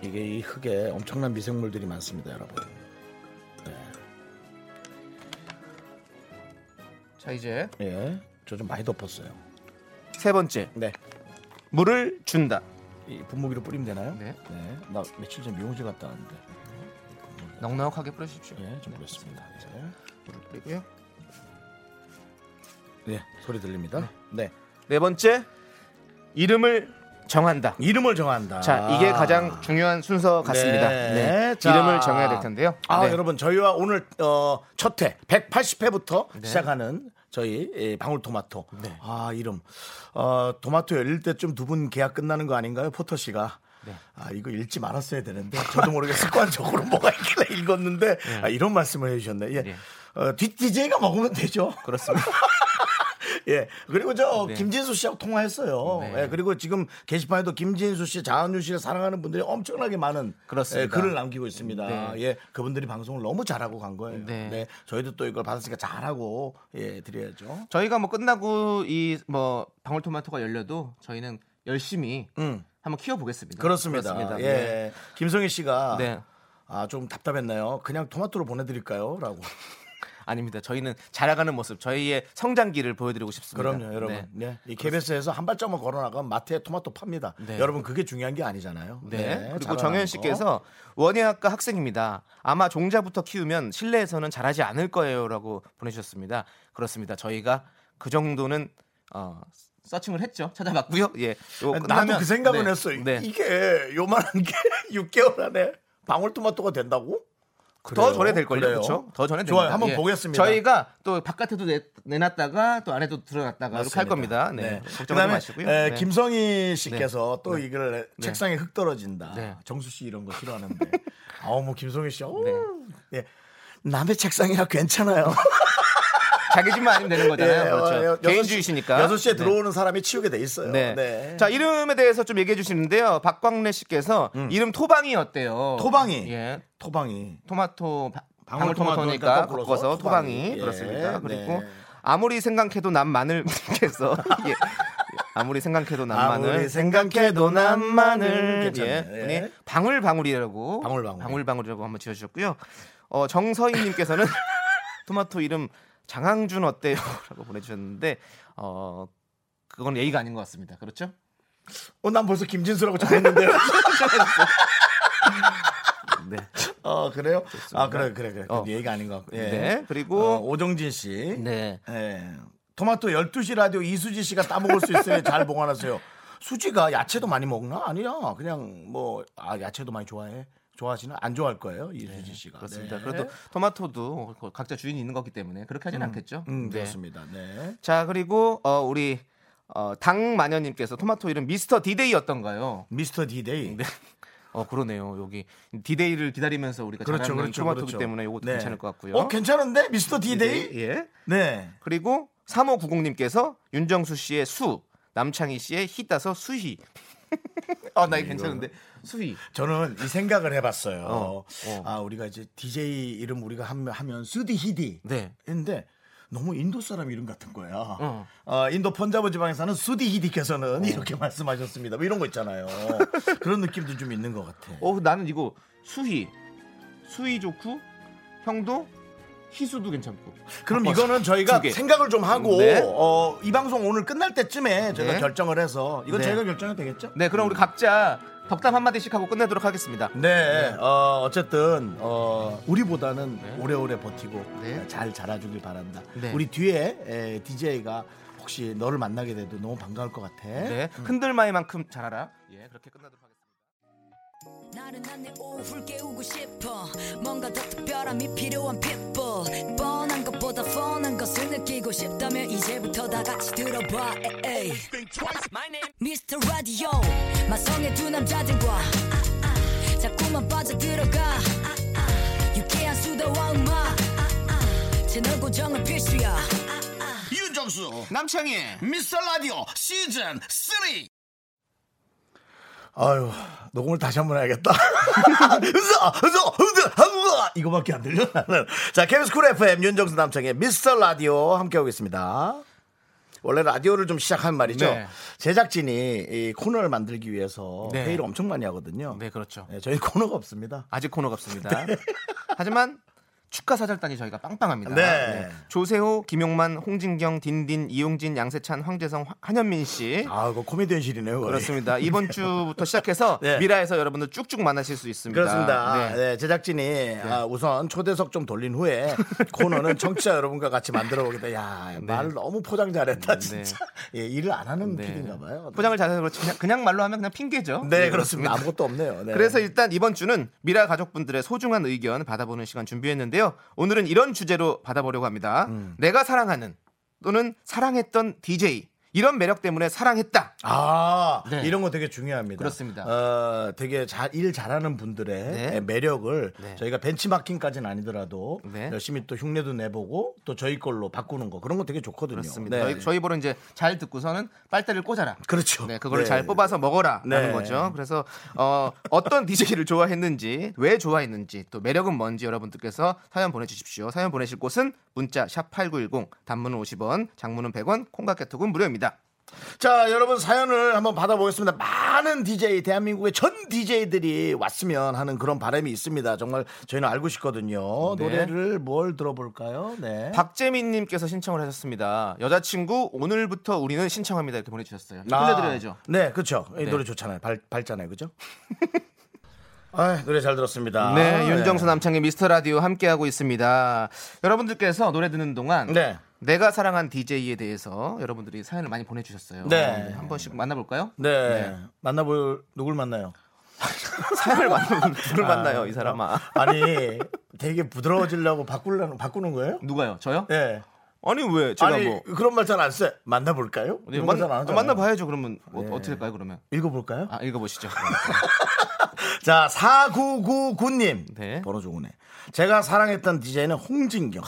Speaker 3: 이게 이 흙에 엄청난 미생물들이 많습니다, 여러분.
Speaker 2: 자, 이제
Speaker 3: 예. 저 좀 많이 덮었어요.
Speaker 2: 세 번째
Speaker 3: 네.
Speaker 2: 물을 준다.
Speaker 3: 이 분무기로 뿌리면 되나요?
Speaker 2: 네.
Speaker 3: 나 며칠 전에 미용실 갔다 왔는데.
Speaker 2: 넉넉하게 뿌려주십시오.
Speaker 3: 예, 좀 뿌렸습니다. 예.
Speaker 2: 물을 뿌리고요.
Speaker 3: 예, 소리 들립니다. 네.
Speaker 2: 네 번째 이름을 정한다.
Speaker 3: 이름을 정한다.
Speaker 2: 자, 이게 가장 중요한 순서 같습니다.
Speaker 3: 네.
Speaker 2: 아. 네.
Speaker 3: 자.
Speaker 2: 이름을 정해야 될 텐데요.
Speaker 3: 아,
Speaker 2: 네.
Speaker 3: 여러분, 저희와 오늘 어, 첫 회, 180회부터
Speaker 2: 네.
Speaker 3: 시작하는 저희 예, 방울토마토. 아, 이름. 어, 토마토 열릴 때쯤 두 분 계약 끝나는 거 아닌가요? 포터 씨가.
Speaker 2: 네.
Speaker 3: 아, 이거 읽지 말았어야 되는데. 저도 모르게 습관적으로 *laughs* 뭐가 있길래 읽었는데.
Speaker 2: 네.
Speaker 3: 아, 이런 말씀을 해주셨네. 예. 어, 뒷 DJ가 먹으면 되죠.
Speaker 2: 그렇습니다.
Speaker 3: *laughs* 예. 그리고 저
Speaker 2: 네.
Speaker 3: 김진수 씨하고 통화했어요.
Speaker 2: 네.
Speaker 3: 예. 그리고 지금 게시판에도 김진수 씨, 자한유 씨를 사랑하는 분들이 엄청나게 많은
Speaker 2: 그렇습니다.
Speaker 3: 예, 글을 남기고 있습니다.
Speaker 2: 네.
Speaker 3: 예. 그분들이 방송을 너무 잘하고 간 거예요.
Speaker 2: 네.
Speaker 3: 네. 저희도 또 이걸 받았으니까 잘하고 예, 드려야죠.
Speaker 2: 저희가 뭐 끝나고 이 뭐 방울토마토가 열려도 저희는 열심히 한번 키워보겠습니다.
Speaker 3: 그렇습니다.
Speaker 2: 음. 그렇습니다.
Speaker 3: 예.
Speaker 2: 네.
Speaker 3: 김성희 씨가
Speaker 2: 네.
Speaker 3: 아, 좀 답답했나요? 그냥 토마토로 보내 드릴까요? 라고. *laughs*
Speaker 2: 네. 아닙니다. 저희는 자라가는 모습, 저희의 성장기를 보여드리고 싶습니다.
Speaker 3: 그럼요, 여러분.
Speaker 2: 네.
Speaker 3: 네. 이 KBS에서 한 발짝만 걸어 나가면 마트에 토마토 팝니다.
Speaker 2: 네.
Speaker 3: 여러분 그게 중요한 게 아니잖아요.
Speaker 2: 네. 그리고
Speaker 3: 잘하는
Speaker 2: 정현
Speaker 3: 거.
Speaker 2: 씨께서 원예학과 학생입니다. 아마 종자부터 키우면 실내에서는 잘하지 않을 거예요라고 보내주셨습니다. 그렇습니다. 저희가 그 정도는 어, 서칭을 했죠. 찾아봤고요. 예. 요거
Speaker 3: 나도
Speaker 2: 끝나면-
Speaker 3: 그 생각은
Speaker 2: 네.
Speaker 3: 했어. 요
Speaker 2: 네.
Speaker 3: 이게 요만한 게 *laughs* 6개월 안에 방울토마토가 된다고?
Speaker 2: 더
Speaker 3: 그래요?
Speaker 2: 전에 될 걸요.
Speaker 3: 그래요?
Speaker 2: 그렇죠? 더 전에
Speaker 3: 좋아요.
Speaker 2: 됩니다.
Speaker 3: 한번
Speaker 2: 예.
Speaker 3: 보겠습니다.
Speaker 2: 저희가 또 바깥에도 내, 내놨다가 또 안에도 들어놨다가 이렇게 할 겁니다. 네. 걱정하지
Speaker 3: 그다음에
Speaker 2: 마시고요.
Speaker 3: 에,
Speaker 2: 네.
Speaker 3: 김성희 씨께서 또 이걸 책상에 흙 떨어진다.
Speaker 2: 네.
Speaker 3: 정수 씨 이런 거 싫어하는데.
Speaker 2: *laughs*
Speaker 3: 아우 뭐 김성희 씨. 어우.
Speaker 2: 네.
Speaker 3: 예. 남의 책상이라
Speaker 2: *laughs*
Speaker 3: 괜찮아요.
Speaker 2: 자기 집만 아니면 되는 거잖아요.
Speaker 3: 예,
Speaker 2: 그렇죠.
Speaker 3: 어, 여섯 시-
Speaker 2: 개인주의시니까.
Speaker 3: 여섯 시에
Speaker 2: 네.
Speaker 3: 들어오는 사람이 치우게 돼 있어요.
Speaker 2: 네.
Speaker 3: 네.
Speaker 2: 자 이름에 대해서 좀 얘기해 주시는데요. 박광래 씨께서 이름 토방이 어때요?
Speaker 3: 음. 토방이.
Speaker 2: 예.
Speaker 3: 토방이.
Speaker 2: 토마토 바-
Speaker 3: 방울토마토
Speaker 2: 방울토마토니까
Speaker 3: 깎아서
Speaker 2: 꺾어서 토방이,
Speaker 3: 토방이. 예,
Speaker 2: 그렇습니다. 그리고
Speaker 3: 네.
Speaker 2: 아무리 생각해도 난 마늘께서 *laughs* 예. 아무리 생각해도 난 마늘.
Speaker 3: 아무리 생각해도 난 마늘.
Speaker 2: 예.
Speaker 3: 괜찮네.
Speaker 2: 분이
Speaker 3: 예.
Speaker 2: 방울방울이라고
Speaker 3: 방울방울.
Speaker 2: 이라고 한번 지어주셨고요. 어, 정서희님께서는 *laughs* 토마토 이름 장항준 어때요?라고 *laughs* 보내주셨는데 어 그건 예의가 아닌 것 같습니다. 그렇죠?
Speaker 3: 어, 난 벌써
Speaker 2: *laughs*
Speaker 3: 김진수라고 정했는데요.
Speaker 2: 네.
Speaker 3: 어 그래요? 아 그래 그래 그래.
Speaker 2: 어.
Speaker 3: 그 얘기가 아닌 것 같고. 예.
Speaker 2: 네.
Speaker 3: 어,
Speaker 2: 그리고
Speaker 3: 오정진 씨.
Speaker 2: 네.
Speaker 3: 예. 토마토 12시 라디오 이수지 씨가 따먹을 수
Speaker 2: *laughs*
Speaker 3: 있으니 잘 보관하세요. 수지가 야채도 많이 먹나? 아니야. 그냥 뭐, 아, 야채도 많이 좋아해. 좋아하시나? 안 좋아할 거예요. 이수지 씨가.
Speaker 2: 네, 그렇습니다.
Speaker 3: 네.
Speaker 2: 그래도 토마토도 각자 주인이 있는 거기 때문에 그렇게 하진 않겠죠.
Speaker 3: 음,
Speaker 2: 네.
Speaker 3: 그렇습니다. 네.
Speaker 2: 자 그리고 어, 우리 어, 당마녀님께서 토마토 이름 미스터 디데이 어떤가요?
Speaker 3: 미스터 디데이.
Speaker 2: 어 그러네요. 여기 디데이를 기다리면서 우리가
Speaker 3: 그렇죠.
Speaker 2: 잘하는
Speaker 3: 그렇죠.
Speaker 2: 토마토기
Speaker 3: 그렇죠.
Speaker 2: 때문에 이것도
Speaker 3: 네.
Speaker 2: 괜찮을 것 같고요.
Speaker 3: 어, 괜찮은데? 미스터 디데이?
Speaker 2: 예.
Speaker 3: 네.
Speaker 2: 그리고 3590님께서 윤정수 씨의 수, 남창희 씨의 히 따서 수희. *laughs* 아,
Speaker 3: 음,
Speaker 2: 나 이거 괜찮은데. 수희.
Speaker 3: 저는 이 생각을 해봤어요.
Speaker 2: 어, 어.
Speaker 3: 아, 우리가 이제 DJ 이름 우리가 하면, 하면 수디히디.
Speaker 2: 네.
Speaker 3: 했는데 너무 인도 사람 이름 같은 거야.
Speaker 2: 어.
Speaker 3: 어. 인도 펀자브 지방에 사는 수디히디께서는 이렇게 말씀하셨습니다. 뭐 이런 거 있잖아요. 그런 느낌도 좀 있는 것 같아.
Speaker 2: 어, 나는 이거 수희. 수희 좋고 형도 희수도 괜찮고.
Speaker 3: 그럼
Speaker 2: 바꿔서
Speaker 3: 이거는
Speaker 2: 두
Speaker 3: 저희가
Speaker 2: 개.
Speaker 3: 생각을 좀 하고
Speaker 2: 네.
Speaker 3: 어, 이 방송 오늘 끝날 때쯤에 저희가
Speaker 2: 네.
Speaker 3: 결정을 해서 이건
Speaker 2: 네.
Speaker 3: 저희가 결정이 되겠죠?
Speaker 2: 네, 그럼 네, 우리 각자 덕담 한마디씩 하고 끝내도록 하겠습니다.
Speaker 3: 네, 어, 어쨌든 어, 우리보다는 오래오래 버티고
Speaker 2: 네.
Speaker 3: 잘 자라주길 바란다.
Speaker 2: 네.
Speaker 3: 우리 뒤에 에, DJ가 혹시 너를 만나게 돼도 너무 반가울 것 같아.
Speaker 2: 네. 흔들마이만큼 잘하라. 예, 그렇게 끝나도록 하겠습니다.
Speaker 4: 나른한 내 오후를 깨우고 싶어 뭔가 더 특별함이 필요한 people 뻔한 것보다 뻔한 것을 느끼고 싶다면 이제부터 다 같이 들어봐 에이. Mr. Radio 마성의 두 남자들과 아, 아, 자꾸만 빠져들어가 아, 아, 유쾌한 수다와 음악 아, 아, 아, 채널 고정은 필수야
Speaker 2: 남창희.
Speaker 3: 미스터 라디오 시즌 3. 아유, 녹음을 다시 한 번 해야겠다. *laughs* 으쌰, 으쌰, 으쌰, 으쌰. 이거밖에 안 들려. 나는. 자, KBS 쿨 FM 윤정수 남창의 미스터 라디오 함께하고 있습니다. 원래 라디오를 좀 시작한 말이죠.
Speaker 2: 네.
Speaker 3: 제작진이 이 코너를 만들기 위해서
Speaker 2: 네.
Speaker 3: 회의를 엄청 많이 하거든요.
Speaker 2: 네, 그렇죠.
Speaker 3: 네, 저희 코너가 없습니다.
Speaker 2: 아직 코너가 없습니다. *laughs* 하지만 축하 사절단이 저희가 빵빵합니다.
Speaker 3: 네.
Speaker 2: 조세호, 김용만, 홍진경, 딘딘, 이용진, 양세찬, 황재성, 화- 한현민 씨.
Speaker 3: 아, 이거 코미디언실이네요. 거의.
Speaker 2: 그렇습니다. 이번 주부터 시작해서
Speaker 3: *laughs* 네.
Speaker 2: 미라에서 여러분들 쭉쭉 만나실 수 있습니다.
Speaker 3: 그렇습니다.
Speaker 2: 네.
Speaker 3: 네, 제작진이 아, 우선 초대석 좀 돌린
Speaker 2: *laughs*
Speaker 3: 후에 코너는 청취자 여러분과 같이 만들어 보겠다. 야, 말을 너무 포장 잘했다, 진짜. 예, 일을 안 하는
Speaker 2: 네.
Speaker 3: PD인가 봐요.
Speaker 2: 포장을 잘해서 그렇지 그냥, 그냥 말로 하면 그냥 핑계죠.
Speaker 3: 네, 그렇습니다. 아무것도 없네요. 네.
Speaker 2: 그래서 일단 이번 주는 미라 가족분들의 소중한 의견 받아보는 시간 준비했는데요. 오늘은 이런 주제로 받아보려고 합니다. 내가 사랑하는 또는 사랑했던 DJ 이런 매력 때문에 사랑했다.
Speaker 3: 아,
Speaker 2: 네.
Speaker 3: 이런 거 되게 중요합니다.
Speaker 2: 그렇습니다.
Speaker 3: 어, 되게 잘, 일 잘하는 분들의
Speaker 2: 네.
Speaker 3: 매력을
Speaker 2: 네.
Speaker 3: 저희가 벤치마킹까지는 아니더라도
Speaker 2: 네.
Speaker 3: 열심히 또 흉내도 내보고 또 저희 걸로 바꾸는 거 그런 거 되게 좋거든요.
Speaker 2: 그렇습니다.
Speaker 3: 네.
Speaker 2: 저희, 저희 보러 이제 잘 듣고서는 빨대를 꽂아라.
Speaker 3: 그렇죠.
Speaker 2: 네, 그거를
Speaker 3: 네.
Speaker 2: 잘 뽑아서 먹어라라는
Speaker 3: 네.
Speaker 2: 거죠. 그래서 어, 어떤 DJ를 좋아했는지, 왜 좋아했는지, 또 매력은 뭔지 여러분들께서 사연 보내주십시오. 사연 보내실 곳은 문자 샵 #8910, 단문은 50원, 장문은 100원, 콩깍개톡은 무료입니다.
Speaker 3: 자, 여러분 사연을 한번 받아보겠습니다. 많은 DJ, 대한민국의 전 DJ들이 왔으면 하는 그런 바람이 있습니다. 정말 저희는 알고 싶거든요.
Speaker 2: 네.
Speaker 3: 노래를 뭘 들어볼까요? 네.
Speaker 2: 박재민님께서 신청을 하셨습니다. 여자친구 오늘부터 우리는 신청합니다 이렇게 보내주셨어요.
Speaker 3: 아,
Speaker 2: 들려드려야죠.
Speaker 3: 네, 그렇죠. 이 노래 좋잖아요. 발, 밝잖아요. 그죠? *laughs* 아, 노래 잘 들었습니다.
Speaker 2: 네, 윤정수 남창의 미스터 라디오 함께하고 있습니다. 여러분들께서 노래 듣는 동안
Speaker 3: 네.
Speaker 2: 내가 사랑한 DJ에 대해서 여러분들이 사연을 많이 보내주셨어요.
Speaker 3: 네.
Speaker 2: 한 번씩 만나볼까요?
Speaker 3: 네. 만나볼 누굴 만나요?
Speaker 2: 사연을 만나면 누굴 만나요, 이 *laughs* 사람아?
Speaker 3: 아니, 되게 부드러워지려고 바꾸려는 바꾸는 거예요?
Speaker 2: 누가요? 저요?
Speaker 3: 네.
Speaker 2: 아니 왜? 제가
Speaker 3: 아니,
Speaker 2: 뭐
Speaker 3: 그런 말 잘 안 써. 만나볼까요?
Speaker 2: 네,
Speaker 3: 이런
Speaker 2: 만,
Speaker 3: 말잘안 하잖아요.
Speaker 2: 나봐야죠 그러면 어, 어떻게 될까요? 그러면
Speaker 3: 읽어볼까요?
Speaker 2: 아 읽어보시죠. *laughs*
Speaker 3: 자, 4999님.
Speaker 2: 네.
Speaker 3: 번호 좋으네. 제가 사랑했던 DJ는 홍진경.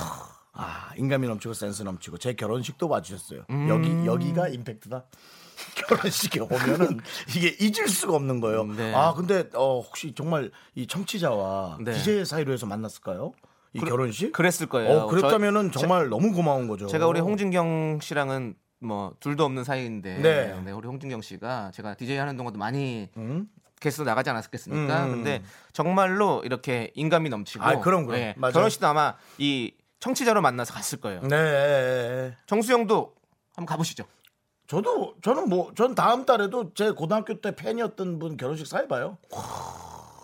Speaker 3: 아, 인감이 넘치고 센스 넘치고 제 결혼식도 와주셨어요.
Speaker 2: 음.
Speaker 3: 여기, 여기가 임팩트다. *laughs* 결혼식에 오면은 이게 잊을 수가 없는 거예요.
Speaker 2: 네.
Speaker 3: 아, 근데 어, 혹시 정말 이 청취자와
Speaker 2: 네.
Speaker 3: DJ 사이로 해서 만났을까요? 이 결혼식?
Speaker 2: 그랬을 거예요.
Speaker 3: 어, 그랬다면은 정말 너무 고마운 거죠.
Speaker 2: 제가 우리 홍진경 씨랑은 뭐 둘도 없는 사이인데
Speaker 3: 네.
Speaker 2: 네, 우리 홍진경 씨가 제가 DJ 하는 동안도 많이
Speaker 3: 음?
Speaker 2: 게스트 나가지 않았겠습니까? 근데 정말로 이렇게 인감이 넘치고
Speaker 3: 아, 그럼, 그럼.
Speaker 2: 예,
Speaker 3: 맞아요. 음.
Speaker 2: 결혼식도 아마 이 청취자로 만나서 갔을 거예요.
Speaker 3: 네.
Speaker 2: 정수영도 한번 가보시죠.
Speaker 3: 저도 저는 뭐 전 다음 달에도 제 고등학교 때 팬이었던 분 결혼식 사회봐요.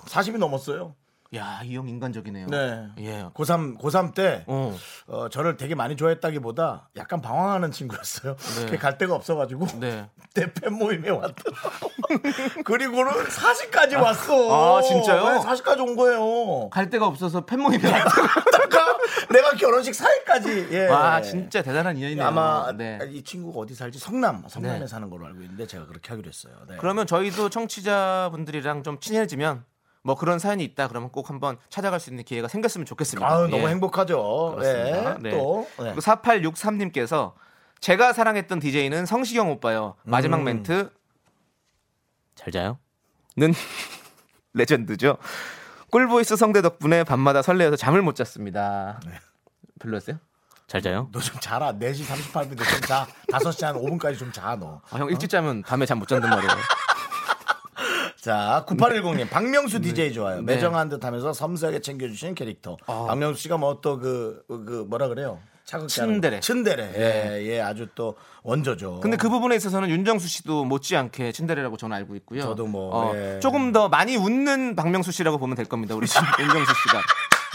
Speaker 3: 40이 넘었어요.
Speaker 2: 야, 이 형 인간적이네요.
Speaker 3: 네.
Speaker 2: 예.
Speaker 3: 고3 고3 때
Speaker 2: 어.
Speaker 3: 어, 저를 되게 많이 좋아했다기보다 약간 방황하는 친구였어요. 그게 갈 데가 없어가지고
Speaker 2: 네.
Speaker 3: 대팬 모임에 왔더라고. *laughs* 그리고는 40까지 왔어.
Speaker 2: 아, 진짜요?
Speaker 3: 40까지 온 거예요.
Speaker 2: 갈 데가 없어서 팬
Speaker 3: *laughs* 네.
Speaker 2: 모임에 왔다고.
Speaker 3: 그러니까 내가 결혼식 사회까지. 예.
Speaker 2: 와, 아, 진짜 대단한 인연이네요.
Speaker 3: 아마
Speaker 2: 네.
Speaker 3: 이 친구가 어디 살지 성남 성남에
Speaker 2: 네.
Speaker 3: 사는 걸로 알고 있는데 제가 그렇게 하기로 했어요. 네.
Speaker 2: 그러면 저희도 청취자분들이랑 좀 친해지면 뭐 그런 사연이 있다 그러면 꼭 한번 찾아갈 수 있는 기회가 생겼으면 좋겠습니다.
Speaker 3: 아유,
Speaker 2: 예.
Speaker 3: 너무 행복하죠.
Speaker 2: 그렇습니다.
Speaker 3: 예,
Speaker 2: 네.
Speaker 3: 또 네.
Speaker 2: 그리고 4863님께서 제가 사랑했던 DJ는 성시경 오빠요. 마지막
Speaker 3: 음.
Speaker 2: 멘트 잘 자요. 는 *laughs* 레전드죠. 꿀보이스 성대 덕분에 밤마다 설레어서 잠을 못 잤습니다.
Speaker 3: 네.
Speaker 2: 별로였어요? 잘 자요.
Speaker 3: 너 좀 자라. 4시 38분에 좀 자. 5시 한 5분까지 좀 자, 너.
Speaker 2: 아, 형 일찍 자면 밤에 잠 못 잔단 말이에요.
Speaker 3: 자, 9810님. 박명수 DJ 좋아요.
Speaker 2: 네. 아.
Speaker 3: 매정한 듯 하면서 섬세하게 챙겨주시는 캐릭터. 박명수 씨가 뭐 또 그, 그 뭐라 그래요? 차갑게 하는
Speaker 2: 친데레. 네.
Speaker 3: 거. 친데레. 예, 예, 아주 또 원조죠.
Speaker 2: 근데 그 부분에 있어서는 윤정수 씨도 못지않게 친데레라고 저는 알고 있고요. 어,
Speaker 3: 저도 뭐, 예.
Speaker 2: 조금 더 많이 웃는 박명수 씨라고 보면 될 겁니다. 우리
Speaker 3: *laughs*
Speaker 2: 지금 윤정수 씨가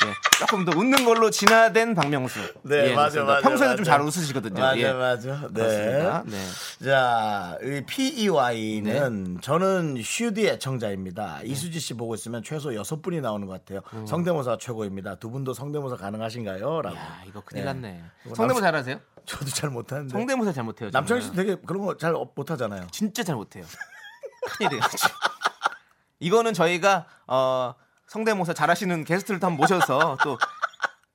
Speaker 2: 예, 조금 더 웃는 걸로 진화된 박명수.
Speaker 3: 네,
Speaker 2: 예,
Speaker 3: 맞아,
Speaker 2: 그렇습니다.
Speaker 3: 맞아.
Speaker 2: 평소에도 좀 잘
Speaker 3: 맞아.
Speaker 2: 웃으시거든요.
Speaker 3: 맞아,
Speaker 2: 예.
Speaker 3: 맞아. 네.
Speaker 2: 그렇습니다. 네.
Speaker 3: 자, 이 PEY는 저는 슈디 애청자입니다.
Speaker 2: 네.
Speaker 3: 이수지 씨 보고 있으면 최소 여섯 분이 나오는 것 같아요.
Speaker 2: 음.
Speaker 3: 성대모사 최고입니다. 두 분도 성대모사 가능하신가요? 라고.
Speaker 2: 야, 이거 큰일
Speaker 3: 네.
Speaker 2: 났네.
Speaker 3: 이거
Speaker 2: 성대모사
Speaker 3: 남-
Speaker 2: 잘하세요?
Speaker 3: 저도 잘 못하는데.
Speaker 2: 성대모사 네. 잘 못해요. 저는.
Speaker 3: 남창희 씨 되게 그런 거 잘 못하잖아요.
Speaker 2: 진짜 잘 못해요. 큰일이에요. 지금. 이거는 저희가 어, 성대모사 잘하시는 게스트를 또 한번 모셔서 또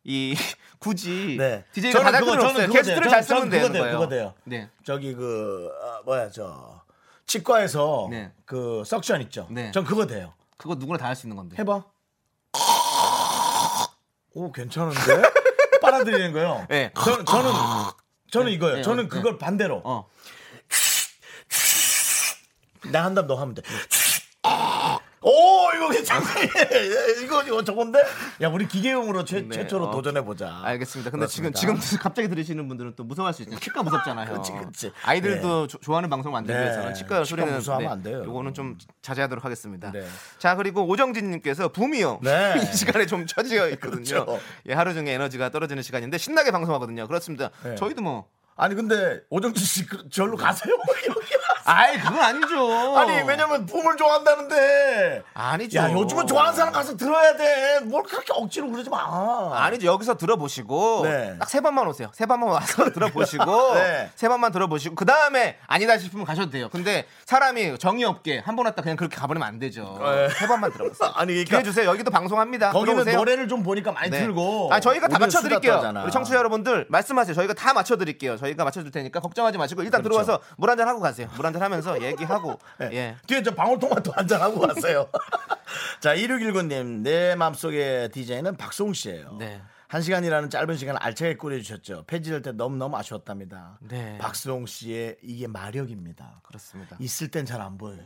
Speaker 2: 이 굳이
Speaker 3: 네.
Speaker 2: DJ가
Speaker 3: 저는
Speaker 2: 다
Speaker 3: 그거-
Speaker 2: 필요
Speaker 3: 저는
Speaker 2: 없어요.
Speaker 3: 그거
Speaker 2: 게스트를
Speaker 3: 돼요.
Speaker 2: 잘
Speaker 3: 저는-
Speaker 2: 쓰면
Speaker 3: 저는
Speaker 2: 되는
Speaker 3: 그거 돼요,
Speaker 2: 거예요.
Speaker 3: 그거 돼요.
Speaker 2: 네.
Speaker 3: 저기 그 아, 뭐야 저 치과에서
Speaker 2: 네.
Speaker 3: 그 석션 있죠.
Speaker 2: 네.
Speaker 3: 전 그거 돼요.
Speaker 2: 그거 누구나 다 할 수 있는 건데.
Speaker 3: 해봐. *laughs* 오 괜찮은데? 빨아들이는 거요.
Speaker 2: 네.
Speaker 3: 저, 저는 저는 이거요.
Speaker 2: 네,
Speaker 3: 저는
Speaker 2: 네.
Speaker 3: 그걸 반대로
Speaker 2: 어.
Speaker 3: 나 한담 너 하면 돼. 오 이거 괜찮네. *laughs* 이거 이거 저건데? 야 우리 기계음으로 최,
Speaker 2: 네,
Speaker 3: 최초로
Speaker 2: 어.
Speaker 3: 도전해 보자.
Speaker 2: 알겠습니다. 근데
Speaker 3: 그렇습니다.
Speaker 2: 지금 지금 *laughs* 갑자기 들으시는 분들은 또 무서워할 수 있어요. 치과 무섭잖아요.
Speaker 3: 그치, 그치.
Speaker 2: 아이들도 조- 좋아하는 방송 만들기
Speaker 3: 네.
Speaker 2: 위해서는 치과
Speaker 3: 치과
Speaker 2: 소리는
Speaker 3: 무서워하면 안 돼요.
Speaker 2: 이거는 좀 자제하도록 하겠습니다.
Speaker 3: 네.
Speaker 2: 자 그리고 오정진님께서 붐이요.
Speaker 3: 네.
Speaker 2: *laughs* 이 시간에 좀 처지어 있거든요.
Speaker 3: 그렇죠.
Speaker 2: 예, 하루 중에 에너지가 떨어지는 시간인데 신나게 방송하거든요. 그렇습니다.
Speaker 3: 네.
Speaker 2: 저희도 뭐
Speaker 3: 아니 근데 오정진 씨 그- 절로 가세요. *laughs* 여기 와서.
Speaker 2: 아이 그건 네. *laughs* 아니죠. 어.
Speaker 3: 아니 왜냐면 붐을 좋아한다는데.
Speaker 2: 아니죠.
Speaker 3: 야 요즘은 좋아하는 사람 가서 들어야 돼. 뭘 그렇게 억지로 그러지 마.
Speaker 2: 아니죠 여기서 들어보시고
Speaker 3: 네.
Speaker 2: 딱 세 번만 오세요 세 번만 와서 들어보시고
Speaker 3: *laughs* 네.
Speaker 2: 세 번만 들어보시고 그 다음에 아니다 싶으면 가셔도 돼요 근데 사람이 정이 없게 한 번 왔다 그냥 그렇게 가버리면 안 되죠 세 번만 들어보세요
Speaker 3: 네. *laughs* 아니, 그러니까-
Speaker 2: 기회 주세요 여기도 방송합니다
Speaker 3: 거기는
Speaker 2: 들어오세요.
Speaker 3: 노래를 좀 보니까 많이
Speaker 2: 네.
Speaker 3: 틀고.
Speaker 2: 아 저희가 다
Speaker 3: 우리는
Speaker 2: 맞춰
Speaker 3: 수다
Speaker 2: 드릴게요
Speaker 3: 떠잖아.
Speaker 2: 우리 청취자 여러분들 말씀하세요 저희가 다 맞춰 드릴게요 저희가 맞춰 줄 테니까 걱정하지 마시고 일단
Speaker 3: 그렇죠.
Speaker 2: 들어와서 물 한 잔 하고 가세요 물 한 잔
Speaker 3: *laughs*
Speaker 2: 하면서 얘기하고
Speaker 3: 네.
Speaker 2: 예
Speaker 3: 뒤에 저 방울토마토 *laughs* 한 잔 하고 왔어요. 자, 1619님, 내 맘속의 DJ는 박송 씨예요.
Speaker 2: 네.
Speaker 3: 한 시간이라는 짧은 시간 알차게 꾸려주셨죠. 폐지될 때 너무너무 아쉬웠답니다.
Speaker 2: 네.
Speaker 3: 박수홍 씨의 이게 마력입니다.
Speaker 2: 그렇습니다
Speaker 3: 있을 땐 잘 안 보여요.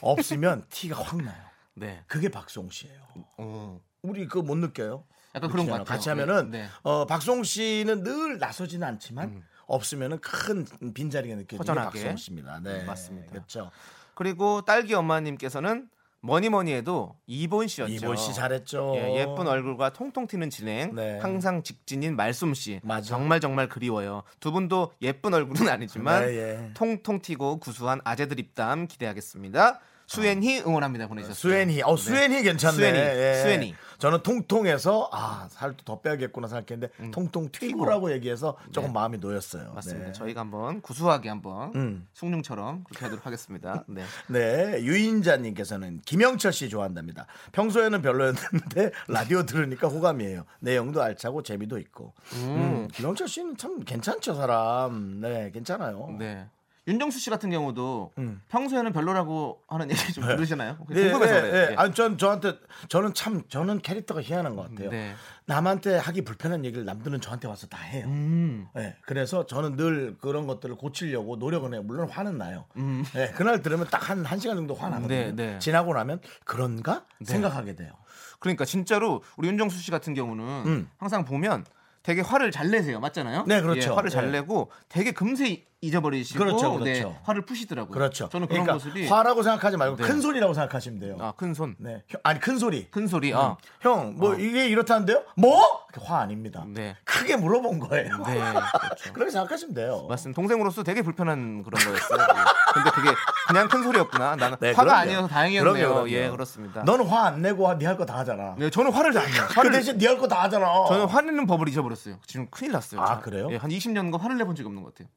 Speaker 3: 없으면 *laughs* 티가 확 나요.
Speaker 2: 네 어.
Speaker 3: 그게 박수홍 씨예요.
Speaker 2: 오.
Speaker 3: 우리 그거 못 느껴요?
Speaker 2: 약간 그런 것
Speaker 3: 느끼잖아요.
Speaker 2: 같아요.
Speaker 3: 같이
Speaker 2: 네,
Speaker 3: 하면은
Speaker 2: 네.
Speaker 3: 어, 박수홍 씨는 늘 나서지는 않지만 없으면은 큰 빈자리가 느껴지는 게
Speaker 2: 음. 허전하게.
Speaker 3: 박수홍 씨입니다. 네.
Speaker 2: 음, 맞습니다.
Speaker 3: 그렇죠.
Speaker 2: 그리고 딸기 엄마님께서는 뭐니 뭐니 해도 이본 씨였죠.
Speaker 3: 이본 씨 잘했죠.
Speaker 2: 그렇죠. 예, 쁜 얼굴과 통통 튀는 진행,
Speaker 3: 어. 네.
Speaker 2: 항상 직진인 말솜씨.
Speaker 3: 맞아.
Speaker 2: 정말 정말 그리워요. 두 분도 예쁜 얼굴은 아니지만
Speaker 3: 네, 예.
Speaker 2: 통통 튀고 구수한 아재들 입담 기대하겠습니다. 수엔희 응원합니다 보내주셨어요.
Speaker 3: 수엔이, 어 수엔이 괜찮네.
Speaker 2: 수엔이,
Speaker 3: 예.
Speaker 2: 수엔이.
Speaker 3: 저는 통통해서 아 살도 더 빼야겠구나 생각했는데 통통 튀고라고 얘기해서 조금 마음이 놓였어요.
Speaker 2: 음. 네. 맞습니다.
Speaker 3: 네. 음.
Speaker 2: 저희가 한번 구수하게 한번 숭늉처럼 그렇게 하도록
Speaker 3: *laughs*
Speaker 2: 하겠습니다. 네.
Speaker 3: 네, 유인자님께서는 김영철 씨 좋아한답니다. 평소에는 별로였는데 *laughs* 라디오 들으니까 호감이에요. 내용도 알차고 재미도 있고. 음, 김영철 씨는 참 괜찮죠 사람. 네, 괜찮아요.
Speaker 2: 네. 윤정수 씨 같은 경우도 평소에는 별로라고 하는 얘기 좀 들으시나요?
Speaker 3: 음. 네,
Speaker 2: 궁금해서
Speaker 3: 네,
Speaker 2: 그래요.
Speaker 3: 네.
Speaker 2: 예.
Speaker 3: 아니 전 저한테 저는 참 저는 캐릭터가 희한한 것 같아요.
Speaker 2: 네.
Speaker 3: 남한테 하기 불편한 얘기를 남들은 저한테 와서 다 해요.
Speaker 2: 음.
Speaker 3: 네, 그래서 저는 늘 그런 것들을 고치려고 노력은 해요. 물론 화는 나요. 네, 그날 들으면 딱 한 한 시간 정도 화나거든요.
Speaker 2: 음. 네, 네.
Speaker 3: 지나고 나면 그런가 생각하게 돼요.
Speaker 2: 그러니까 진짜로 우리 윤정수 씨 같은 경우는 항상 보면 되게 화를 잘 내세요, 맞잖아요?
Speaker 3: 음. 네, 그렇죠.
Speaker 2: 화를 잘
Speaker 3: 예.
Speaker 2: 내고 되게 금세 잊어버리시고
Speaker 3: 그렇죠, 그렇죠.
Speaker 2: 네, 화를 푸시더라고요.
Speaker 3: 그렇죠.
Speaker 2: 저는 그런
Speaker 3: 그러니까
Speaker 2: 모습이
Speaker 3: 화라고 생각하지 말고
Speaker 2: 네.
Speaker 3: 큰 소리라고 생각하시면 돼요.
Speaker 2: 아, 큰 손,
Speaker 3: 네, 형- 아니 큰 소리.
Speaker 2: 큰 소리. 아,
Speaker 3: 형 뭐 이게 이렇다는데요? 뭐? 그화 아닙니다.
Speaker 2: 네.
Speaker 3: 크게 물어본 거예요. *laughs*
Speaker 2: 네, *laughs* 그렇죠.
Speaker 3: 그렇게 생각하시면 돼요.
Speaker 2: 맞습니다. 동생으로서 되게 불편한 그런 거였어요. 예. 근데 그게 그냥 큰 소리였구나. 나는
Speaker 3: 네,
Speaker 2: 화가
Speaker 3: 그럼요.
Speaker 2: 아니어서 다행이었네요.
Speaker 3: 그럼요, 그럼요.
Speaker 2: 예, 그렇습니다.
Speaker 3: 너는 화 안 내고 네 할 거 다 하잖아.
Speaker 2: 네, 저는 화를 잘 안 내요.
Speaker 3: 그
Speaker 2: 화를
Speaker 3: 대신 네 할 거 다 하잖아.
Speaker 2: 저는 화내는 법을 잊어버렸어요. 지금 큰일 났어요.
Speaker 3: 아,
Speaker 2: 제가.
Speaker 3: 그래요?
Speaker 2: 예, 한 20년간 화를 내본 적이 없는 것 같아요.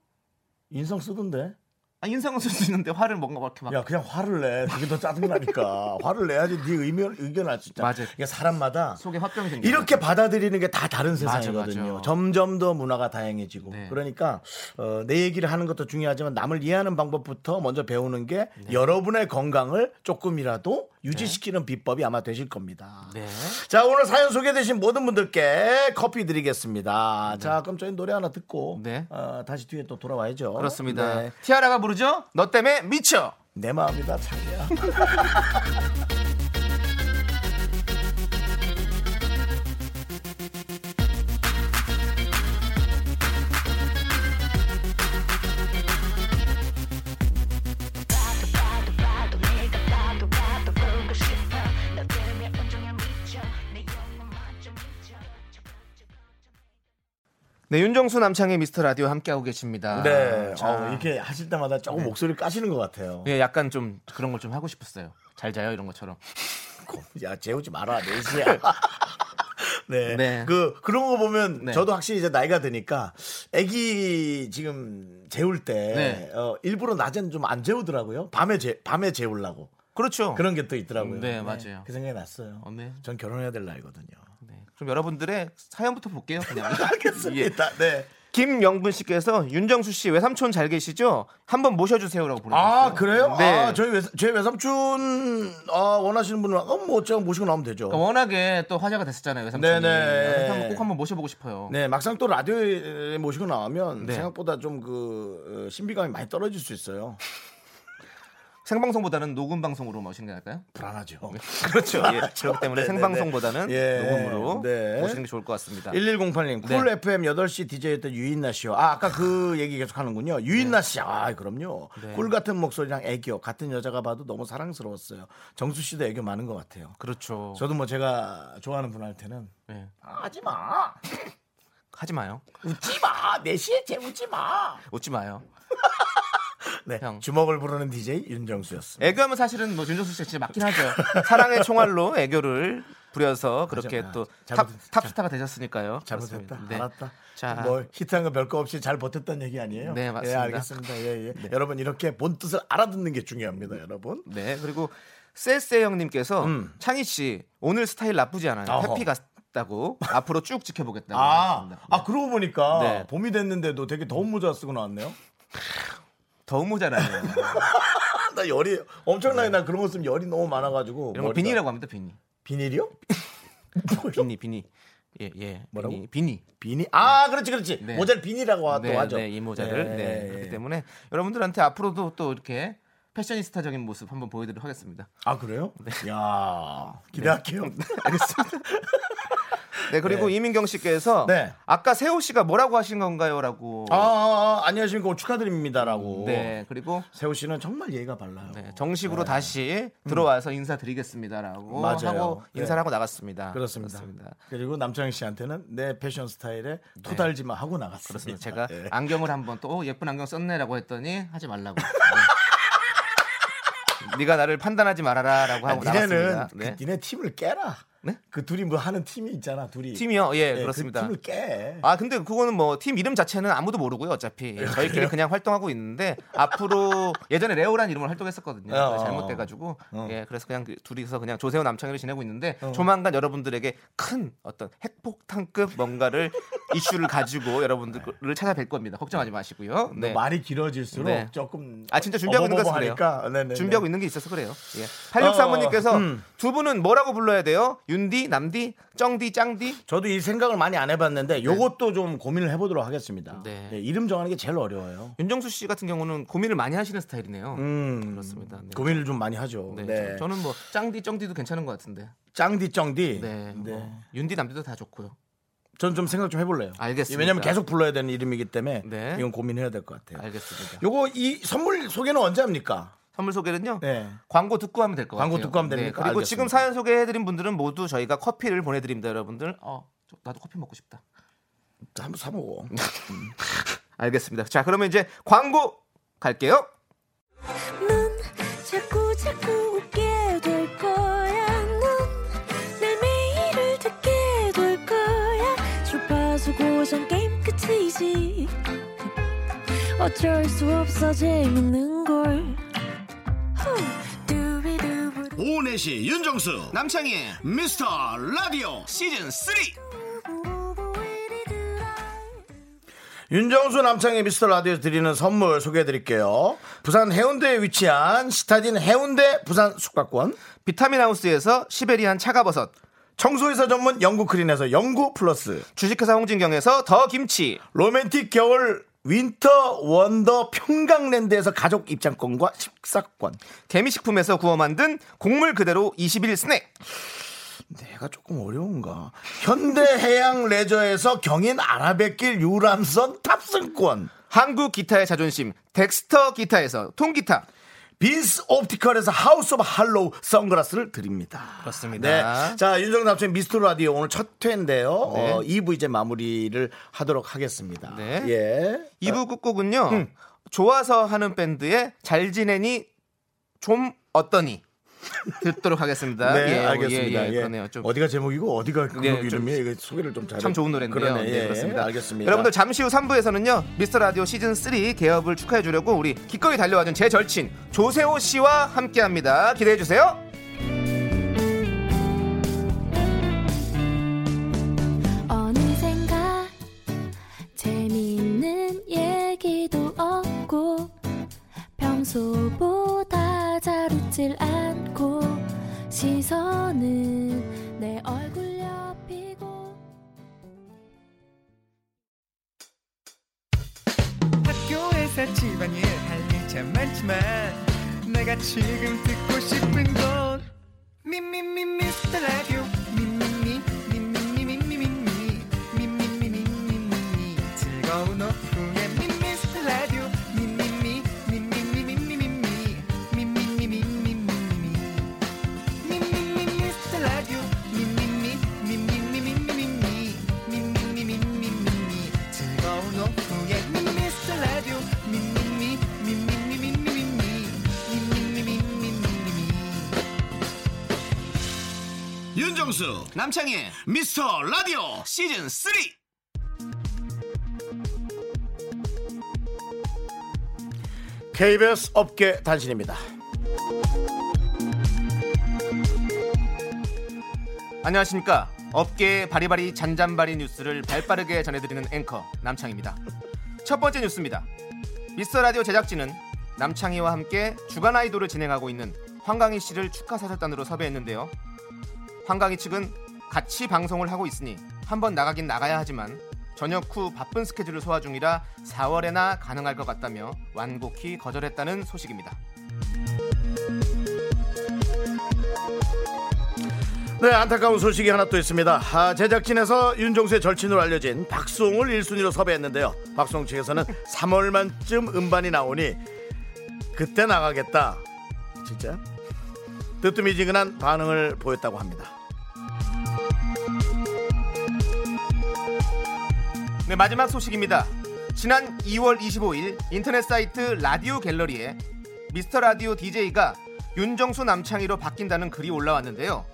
Speaker 3: 인성 쓰던데.
Speaker 2: 아, 인상은 쓸 수 있는데 화를 뭔가 막 이렇게 막
Speaker 3: 야 그냥 화를 내. 그게
Speaker 2: *laughs*
Speaker 3: 더 짜증나니까. 화를 내야지 네 의견 의견 알수 있잖아.
Speaker 2: 맞아.
Speaker 3: 이게 사람마다
Speaker 2: 속에 화병이 생겨.
Speaker 3: 이렇게 받아들이는 게 다 다른
Speaker 2: 맞아,
Speaker 3: 세상이거든요.
Speaker 2: 맞아.
Speaker 3: 점점 더 문화가 다양해지고
Speaker 2: 네.
Speaker 3: 그러니까 어, 내 얘기를 하는
Speaker 2: 네.
Speaker 3: 것도 중요하지만 남을 이해하는 방법부터 먼저 배우는 게 여러분의 건강을 조금이라도 유지시키는 비법이 아마 되실 겁니다.
Speaker 2: 네. 어?
Speaker 3: 자, 오늘 사연 소개되신 모든 분들께 커피 드리겠습니다. 자, 그럼 저희 노래 하나 듣고
Speaker 2: 네.
Speaker 3: 어, 다시 뒤에 또 돌아와야죠.
Speaker 2: 그렇습니다.
Speaker 3: 네.
Speaker 2: 티아라가 부르죠? 너 때문에 미쳐.
Speaker 3: 내 마음이다,
Speaker 2: *laughs*
Speaker 3: 자기야.
Speaker 2: 네, 윤정수 남창의 미스터 라디오 함께하고 계십니다.
Speaker 3: 네.
Speaker 2: 자,
Speaker 3: 어, 이렇게 하실 때마다
Speaker 2: 네.
Speaker 3: 조금 목소리를 까시는 것 같아요.
Speaker 2: 예, 약간 좀 그런 걸 좀 하고 싶었어요. 잘 자요 이런 것처럼.
Speaker 3: 야 재우지 마라
Speaker 2: *laughs*
Speaker 3: 내시야. 네.
Speaker 2: 네.
Speaker 3: 그 그런 거 보면
Speaker 2: 네.
Speaker 3: 저도 확실히 이제 나이가 드니까 아기 지금 재울 때
Speaker 2: 네.
Speaker 3: 어, 일부러 낮에는 좀 안 재우더라고요. 밤에 재 밤에 재우려고
Speaker 2: 그렇죠.
Speaker 3: 그런 게 또 있더라고요.
Speaker 2: 음, 네, 맞아요.
Speaker 3: 그 생각이 났어요.
Speaker 2: 어, 네.
Speaker 3: 전 결혼해야 될 나이거든요. *laughs*
Speaker 2: 네. 그럼 여러분들의 사연부터 볼게요. 그냥. 예.
Speaker 3: 알겠습니다. 네.
Speaker 2: *laughs* 김영분 씨께서 윤정수 씨 외삼촌 잘 계시죠? 한번 모셔주세요라고 보내주셨어요.
Speaker 3: 아 그래요?
Speaker 2: 네.
Speaker 3: 아 저희 외, 제 외삼촌 아, 원하시는 분은 어뭐 제가 모시고 나오면 되죠.
Speaker 2: 그러니까 워낙에 또 화제가 됐었잖아요 외삼촌이.
Speaker 3: 네네.
Speaker 2: 그래서 한번 꼭 한번 모셔보고 싶어요.
Speaker 3: 네, 막상 또 라디오에 모시고 나오면
Speaker 2: 네.
Speaker 3: 생각보다 좀 그 신비감이 많이 떨어질 수 있어요.
Speaker 2: 생방송보다는 녹음 방송으로 모시는 게 나을까요?
Speaker 3: 불안하죠. *laughs*
Speaker 2: 그렇죠. 예. 그렇기 때문에
Speaker 3: 아, 네네네.
Speaker 2: 생방송보다는
Speaker 3: 예.
Speaker 2: 녹음으로
Speaker 3: 네.
Speaker 2: 모시는 게 좋을 것 같습니다.
Speaker 3: 1108님, 쿨
Speaker 2: 네.
Speaker 3: FM 8시 DJ였던 유인나 씨요. 아, 아까 그 *laughs* 얘기 계속 하는군요. 유인나 씨. 아, 그럼요.
Speaker 2: 네.
Speaker 3: 꿀 같은 목소리랑 애교. 같은 여자가 봐도 너무 사랑스러웠어요. 정수 씨도 애교 많은 것 같아요.
Speaker 2: 그렇죠.
Speaker 3: 저도 뭐 제가 좋아하는 분한테는
Speaker 2: 예.
Speaker 3: 아, 하지 마.
Speaker 2: 하지 마요.
Speaker 3: 웃지 마. 4시에 재우지 마.
Speaker 2: 웃지 마요.
Speaker 3: 음. 네.
Speaker 2: 형.
Speaker 3: 주먹을 부르는 DJ 윤정수였습니다.
Speaker 2: 애교하면 사실은 뭐 윤정수 씨가 진짜 맞긴 하죠. *laughs* 사랑의 총알로 애교를 부려서 그렇게
Speaker 3: 그렇죠. 맞아.
Speaker 2: 또
Speaker 3: 잘
Speaker 2: 탑,
Speaker 3: 버텼-
Speaker 2: 탑스타가 되셨으니까요.
Speaker 3: 잘못했다.
Speaker 2: 그렇습니다. 네.
Speaker 3: 알았다.
Speaker 2: 자.
Speaker 3: 뭐 히트한 거 별거 없이 잘 버텼다는 얘기 아니에요?
Speaker 2: 네, 맞습니다.
Speaker 3: 예, 알겠습니다. 예, 예. 여러분 이렇게 본 뜻을 알아듣는 게 중요합니다, 여러분.
Speaker 2: 네 그리고 쎄쎄 형님께서 창희 씨 오늘 스타일 나쁘지 않아요.
Speaker 3: 음. 어허.
Speaker 2: 해피
Speaker 3: *laughs*
Speaker 2: 같다고 앞으로 쭉 지켜보겠다고
Speaker 3: 아,
Speaker 2: 하셨습니다.
Speaker 3: 아 그러고 보니까
Speaker 2: 네.
Speaker 3: 봄이 됐는데도 되게 더운 모자 쓰고 나왔네요.
Speaker 2: 더운
Speaker 3: *laughs*
Speaker 2: 모자라요.
Speaker 3: 아, 나 열이 엄청나게 나 그런 거 쓰면 열이 너무 많아가지고
Speaker 2: 네. 이런 거
Speaker 3: 머리가-
Speaker 2: 비니라고 합니다. 비니
Speaker 3: 비닐이요?
Speaker 2: 비니 비니 예예 예,
Speaker 3: 뭐라고?
Speaker 2: 비니, 비니.
Speaker 3: 비니? 아, 그렇지, 그렇지.
Speaker 2: 네.
Speaker 3: 모자를 비니라고 하- 또
Speaker 2: 네,
Speaker 3: 하죠.
Speaker 2: 네, 이 모자를 네,
Speaker 3: 네.
Speaker 2: 그렇기 때문에 여러분들한테 앞으로도 또 이렇게 패셔니스타적인 모습 한번 보여드리도록 하겠습니다.
Speaker 3: 아 그래요? 야
Speaker 2: *laughs*
Speaker 3: 기대할게요. 알겠습니다.
Speaker 2: 네 그리고 이민경 씨께서
Speaker 3: 네.
Speaker 2: 아까 세호 씨가 뭐라고 하신 건가요라고
Speaker 3: 아, 아, 아, 안녕하십니까 축하드립니다라고.
Speaker 2: 네 그리고
Speaker 3: 세호 씨는 정말 예의가 발라요.
Speaker 2: 네, 음. 정식으로 다시 들어와서 인사드리겠습니다라고
Speaker 3: 맞아요.
Speaker 2: 하고
Speaker 3: 네.
Speaker 2: 인사를 하고 나갔습니다. 네.
Speaker 3: 그렇습니다. 그리고 남창희 씨한테는 내 패션 스타일에 토달지마 하고 나갔습니다.
Speaker 2: 그렇습니다. 제가
Speaker 3: 예.
Speaker 2: 안경을 한번 또 어, 예쁜 안경 썼네라고 했더니 하지 *laughs* 말라고. 네. 가 나를 판단하지 말아라라고
Speaker 3: 아,
Speaker 2: 하고
Speaker 3: 니네는
Speaker 2: 나갔습니다.
Speaker 3: 그
Speaker 2: 네.
Speaker 3: 니네 팀을 깨라.
Speaker 2: 네?
Speaker 3: 그 둘이 뭐 하는 팀이 있잖아. 둘이
Speaker 2: 팀이요? 예,
Speaker 3: 그
Speaker 2: 그렇습니다.
Speaker 3: 팀을 깨.
Speaker 2: *laughs* 아 근데 그거는 뭐 팀 이름 자체는 아무도 모르고요 어차피 예,
Speaker 3: 예.
Speaker 2: 저희끼리 그냥 활동하고 있는데 앞으로 예전에 레오란 이름으로 활동했었거든요
Speaker 3: 어, 어. 어.
Speaker 2: 잘못돼가지고 예 그래서 그냥 그 둘이서 그냥 조세호 남창희를 지내고 있는데 조만간 여러분들에게 큰 어떤 핵폭탄급
Speaker 3: *laughs*
Speaker 2: 뭔가를 이슈를 가지고 여러분들을 찾아뵐 겁니다 걱정하지 마시고요 네.
Speaker 3: 말이 길어질수록
Speaker 2: 네.
Speaker 3: 조금
Speaker 2: 아 진짜 준비하고 있는 것
Speaker 3: 어버버버하니까.
Speaker 2: 같아요.
Speaker 3: 네네네. 음.
Speaker 2: 준비하고 있는 게 있어서 그래요. 예. 8635님께서 두 분은 뭐라고 불러야 돼요? 윤디, 남디, 쩡디, 짱디?
Speaker 3: 저도 이 생각을 많이 안 해봤는데 요것도 좀 고민을 해보도록 하겠습니다.
Speaker 2: 네.
Speaker 3: 네, 이름 정하는 게 제일 어려워요.
Speaker 2: 윤정수 씨 같은 경우는 고민을 많이 하시는 스타일이네요.
Speaker 3: 음,
Speaker 2: 그렇습니다. 네.
Speaker 3: 고민을 좀 많이 하죠.
Speaker 2: 네,
Speaker 3: 네.
Speaker 2: 저- 저는
Speaker 3: *laughs*
Speaker 2: 뭐 짱디, 쩡디도 괜찮은 것 같은데.
Speaker 3: 짱디 쩡디.
Speaker 2: 네. 뭐 윤디, 남디도 다 좋고요.
Speaker 3: 전 좀 생각 좀 해볼래요.
Speaker 2: 알겠습니다.
Speaker 3: 왜냐면 계속 불러야 되는 이름이기 때문에
Speaker 2: 네.
Speaker 3: 이건 고민해야 될 것 같아요.
Speaker 2: 알겠습니다.
Speaker 3: 네. 요거 이 선물 소개는 언제 합니까?
Speaker 2: 선물 소개는요.
Speaker 3: 네.
Speaker 2: 광고 듣고 하면 될 것 같아요. 네,
Speaker 3: 광고 듣고 하면 됩니까?
Speaker 2: 그리고
Speaker 3: 알겠습니다.
Speaker 2: 지금 사연 소개해드린 분들은 모두 저희가 커피를 보내드립니다, 여러분들. 어, 저- 나도 커피 먹고 싶다.
Speaker 3: 한번 사먹어.
Speaker 2: 알겠습니다. 자, 그러면 이제 광고 갈게요.
Speaker 5: 넌 자꾸 자꾸 웃게 될 거야. 넌내 매일을 듣게 될 거야. 주파수 고정 게임 끝이지. 어쩔 수 없어 재밌는 걸. 후. 두비두부두.
Speaker 3: *laughs* 오내시 윤정수
Speaker 2: 남창희의
Speaker 3: 미스터 라디오
Speaker 2: 시즌 3!
Speaker 5: 우부부리리드라.
Speaker 3: 윤정수 남창의 미스터 라디오에서 드리는 선물 소개해드릴게요. 부산 해운대에 위치한 시타딘 해운대 부산 숙박권,
Speaker 2: 비타민 하우스에서 시베리안 차가버섯,
Speaker 3: 청소회사 전문 영구크린에서 영구 플러스,
Speaker 2: 주식회사 홍진경에서 더 김치,
Speaker 3: 로맨틱 겨울 윈터 원더 평강랜드에서 가족 입장권과 식사권.
Speaker 2: 개미식품에서 구워 만든 곡물 그대로 21 스낵,
Speaker 3: 내가 네, 조금 어려운가? 현대해양 레저에서 경인 아라뱃길 유람선 탑승권.
Speaker 2: 한국 기타의 자존심, 덱스터 기타에서 통기타.
Speaker 3: 빈스 옵티컬에서 하우스 오브 할로우 선글라스를 드립니다.
Speaker 2: 그렇습니다.
Speaker 3: 네. 자, 윤정 남친 미스터 라디오 오늘 첫 회인데요.
Speaker 2: 네.
Speaker 3: 어, 2부 이제 마무리를 하도록 하겠습니다.
Speaker 2: 네.
Speaker 3: 예.
Speaker 2: 2부 끝곡은요.
Speaker 3: 음.
Speaker 2: 좋아서 하는 밴드의 잘 지내니 좀
Speaker 3: *laughs*
Speaker 2: 어떠니 듣도록 하겠습니다.
Speaker 3: 네,
Speaker 2: 예,
Speaker 3: 알겠습니다.
Speaker 2: 예, 예,
Speaker 3: 예.
Speaker 2: 그러네요. 좀
Speaker 3: 어디가 제목이고 어디가 그
Speaker 2: 예,
Speaker 3: 곡
Speaker 2: 좀
Speaker 3: 이름이에요? 이거 소개를 좀 잘.
Speaker 2: 참 좋은 노래인데요.
Speaker 3: 그러네.
Speaker 2: 네,
Speaker 3: 예,
Speaker 2: 그렇습니다.
Speaker 3: 알겠습니다.
Speaker 2: 여러분들 잠시 후 3부에서는요. 미스터 라디오 시즌 3 개업을 축하해 주려고 우리 기꺼이 달려와준 제 절친 조세호 씨와 함께 합니다. 기대해 주세요.
Speaker 5: 어느샌가 재미있는 얘기도 없고 평소보다 잘 웃질 않고 시선은 내 얼굴 옆이고
Speaker 6: 학교에서 집안일 할 일 참 많지만 내가 지금 듣고 싶은 건 미미미 미스터 라디오 미미미 미미미 미미미 미미미 미미미 즐거운 오후에 미스터 라디오 미미미 미미미 미미미 미미미 미미미
Speaker 3: 윤정수 남창희 미스터 라디오 시즌 3 KBS 업계 단신입니다.
Speaker 2: 안녕하십니까. 업계의 바리바리 잔잔바리 뉴스를 발빠르게 전해드리는 앵커 남창입니다. 첫 번째 뉴스입니다. 미스터 라디오 제작진은 남창희와 함께 주간 아이돌을 진행하고 있는 황강희 씨를 축하 사절단으로 섭외했는데요. 황강희 측은 같이 방송을 하고 있으니 한번 나가긴 나가야 하지만 저녁 후 바쁜 스케줄을 소화 중이라 4월에나 가능할 것 같다며 완곡히 거절했다는 소식입니다.
Speaker 3: 네, 안타까운 소식이 하나 또 있습니다. 아, 제작진에서 윤종수의 절친으로 알려진 박수홍을 1순위로 섭외했는데요. 박수홍 측에서는 3월만쯤 음반이 나오니 그때 나가겠다. 진짜? 뜨뜻미지근한 반응을 보였다고 합니다.
Speaker 2: 네, 마지막 소식입니다. 지난 2월 25일 인터넷 사이트 라디오 갤러리에 미스터 라디오 DJ가 윤정수 남창희로 바뀐다는 글이 올라왔는데요.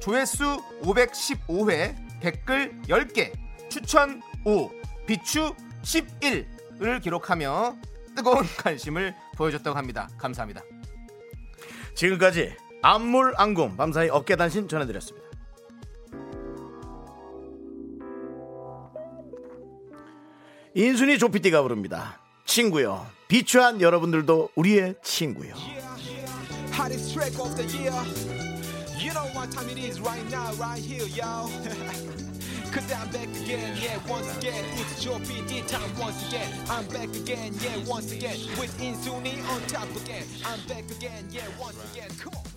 Speaker 2: 조회수 515회, 댓글 10개, 추천 5, 비추 11을 기록하며 뜨거운 관심을 보여줬다고 합니다. 감사합니다.
Speaker 3: 지금까지 안물안궁 밤사이 어깨단신 전해드렸습니다. 인순이 조피디가 부릅니다. 친구요. 비추한 여러분들도 우리의 친구요.
Speaker 7: hottest track of the year. You know what time it is right now, right here, y'all. *laughs* Cause I'm back again, yeah, once again. It's your PD time once again. I'm back again, yeah, once again. With Insuni on top again. I'm back again, yeah, once again. Come on.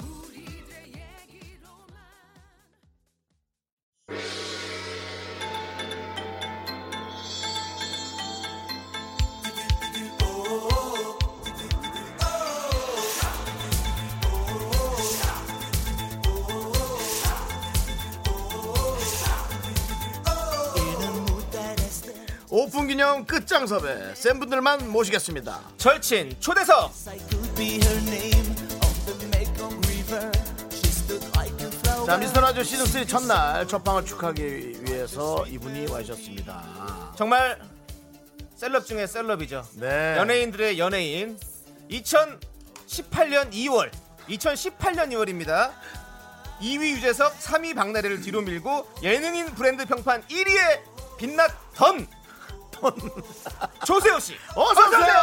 Speaker 3: 오픈 기념 끝장 섭외 센 분들만 모시겠습니다.
Speaker 2: 절친 초대석!
Speaker 3: 자 미스터 라디오 시즌 3 첫날 첫 방을 축하하기 위해서 이분이 와주셨습니다.
Speaker 2: 정말 셀럽 중에 셀럽이죠.
Speaker 3: 네.
Speaker 2: 연예인들의 연예인 2018년 2월 2018년 2월입니다 2위 유재석 3위 박나래를 뒤로 밀고 예능인 브랜드 평판 1위에 빛났던
Speaker 3: 스톤
Speaker 2: *laughs* 조세호 씨.
Speaker 3: 어서 오세요.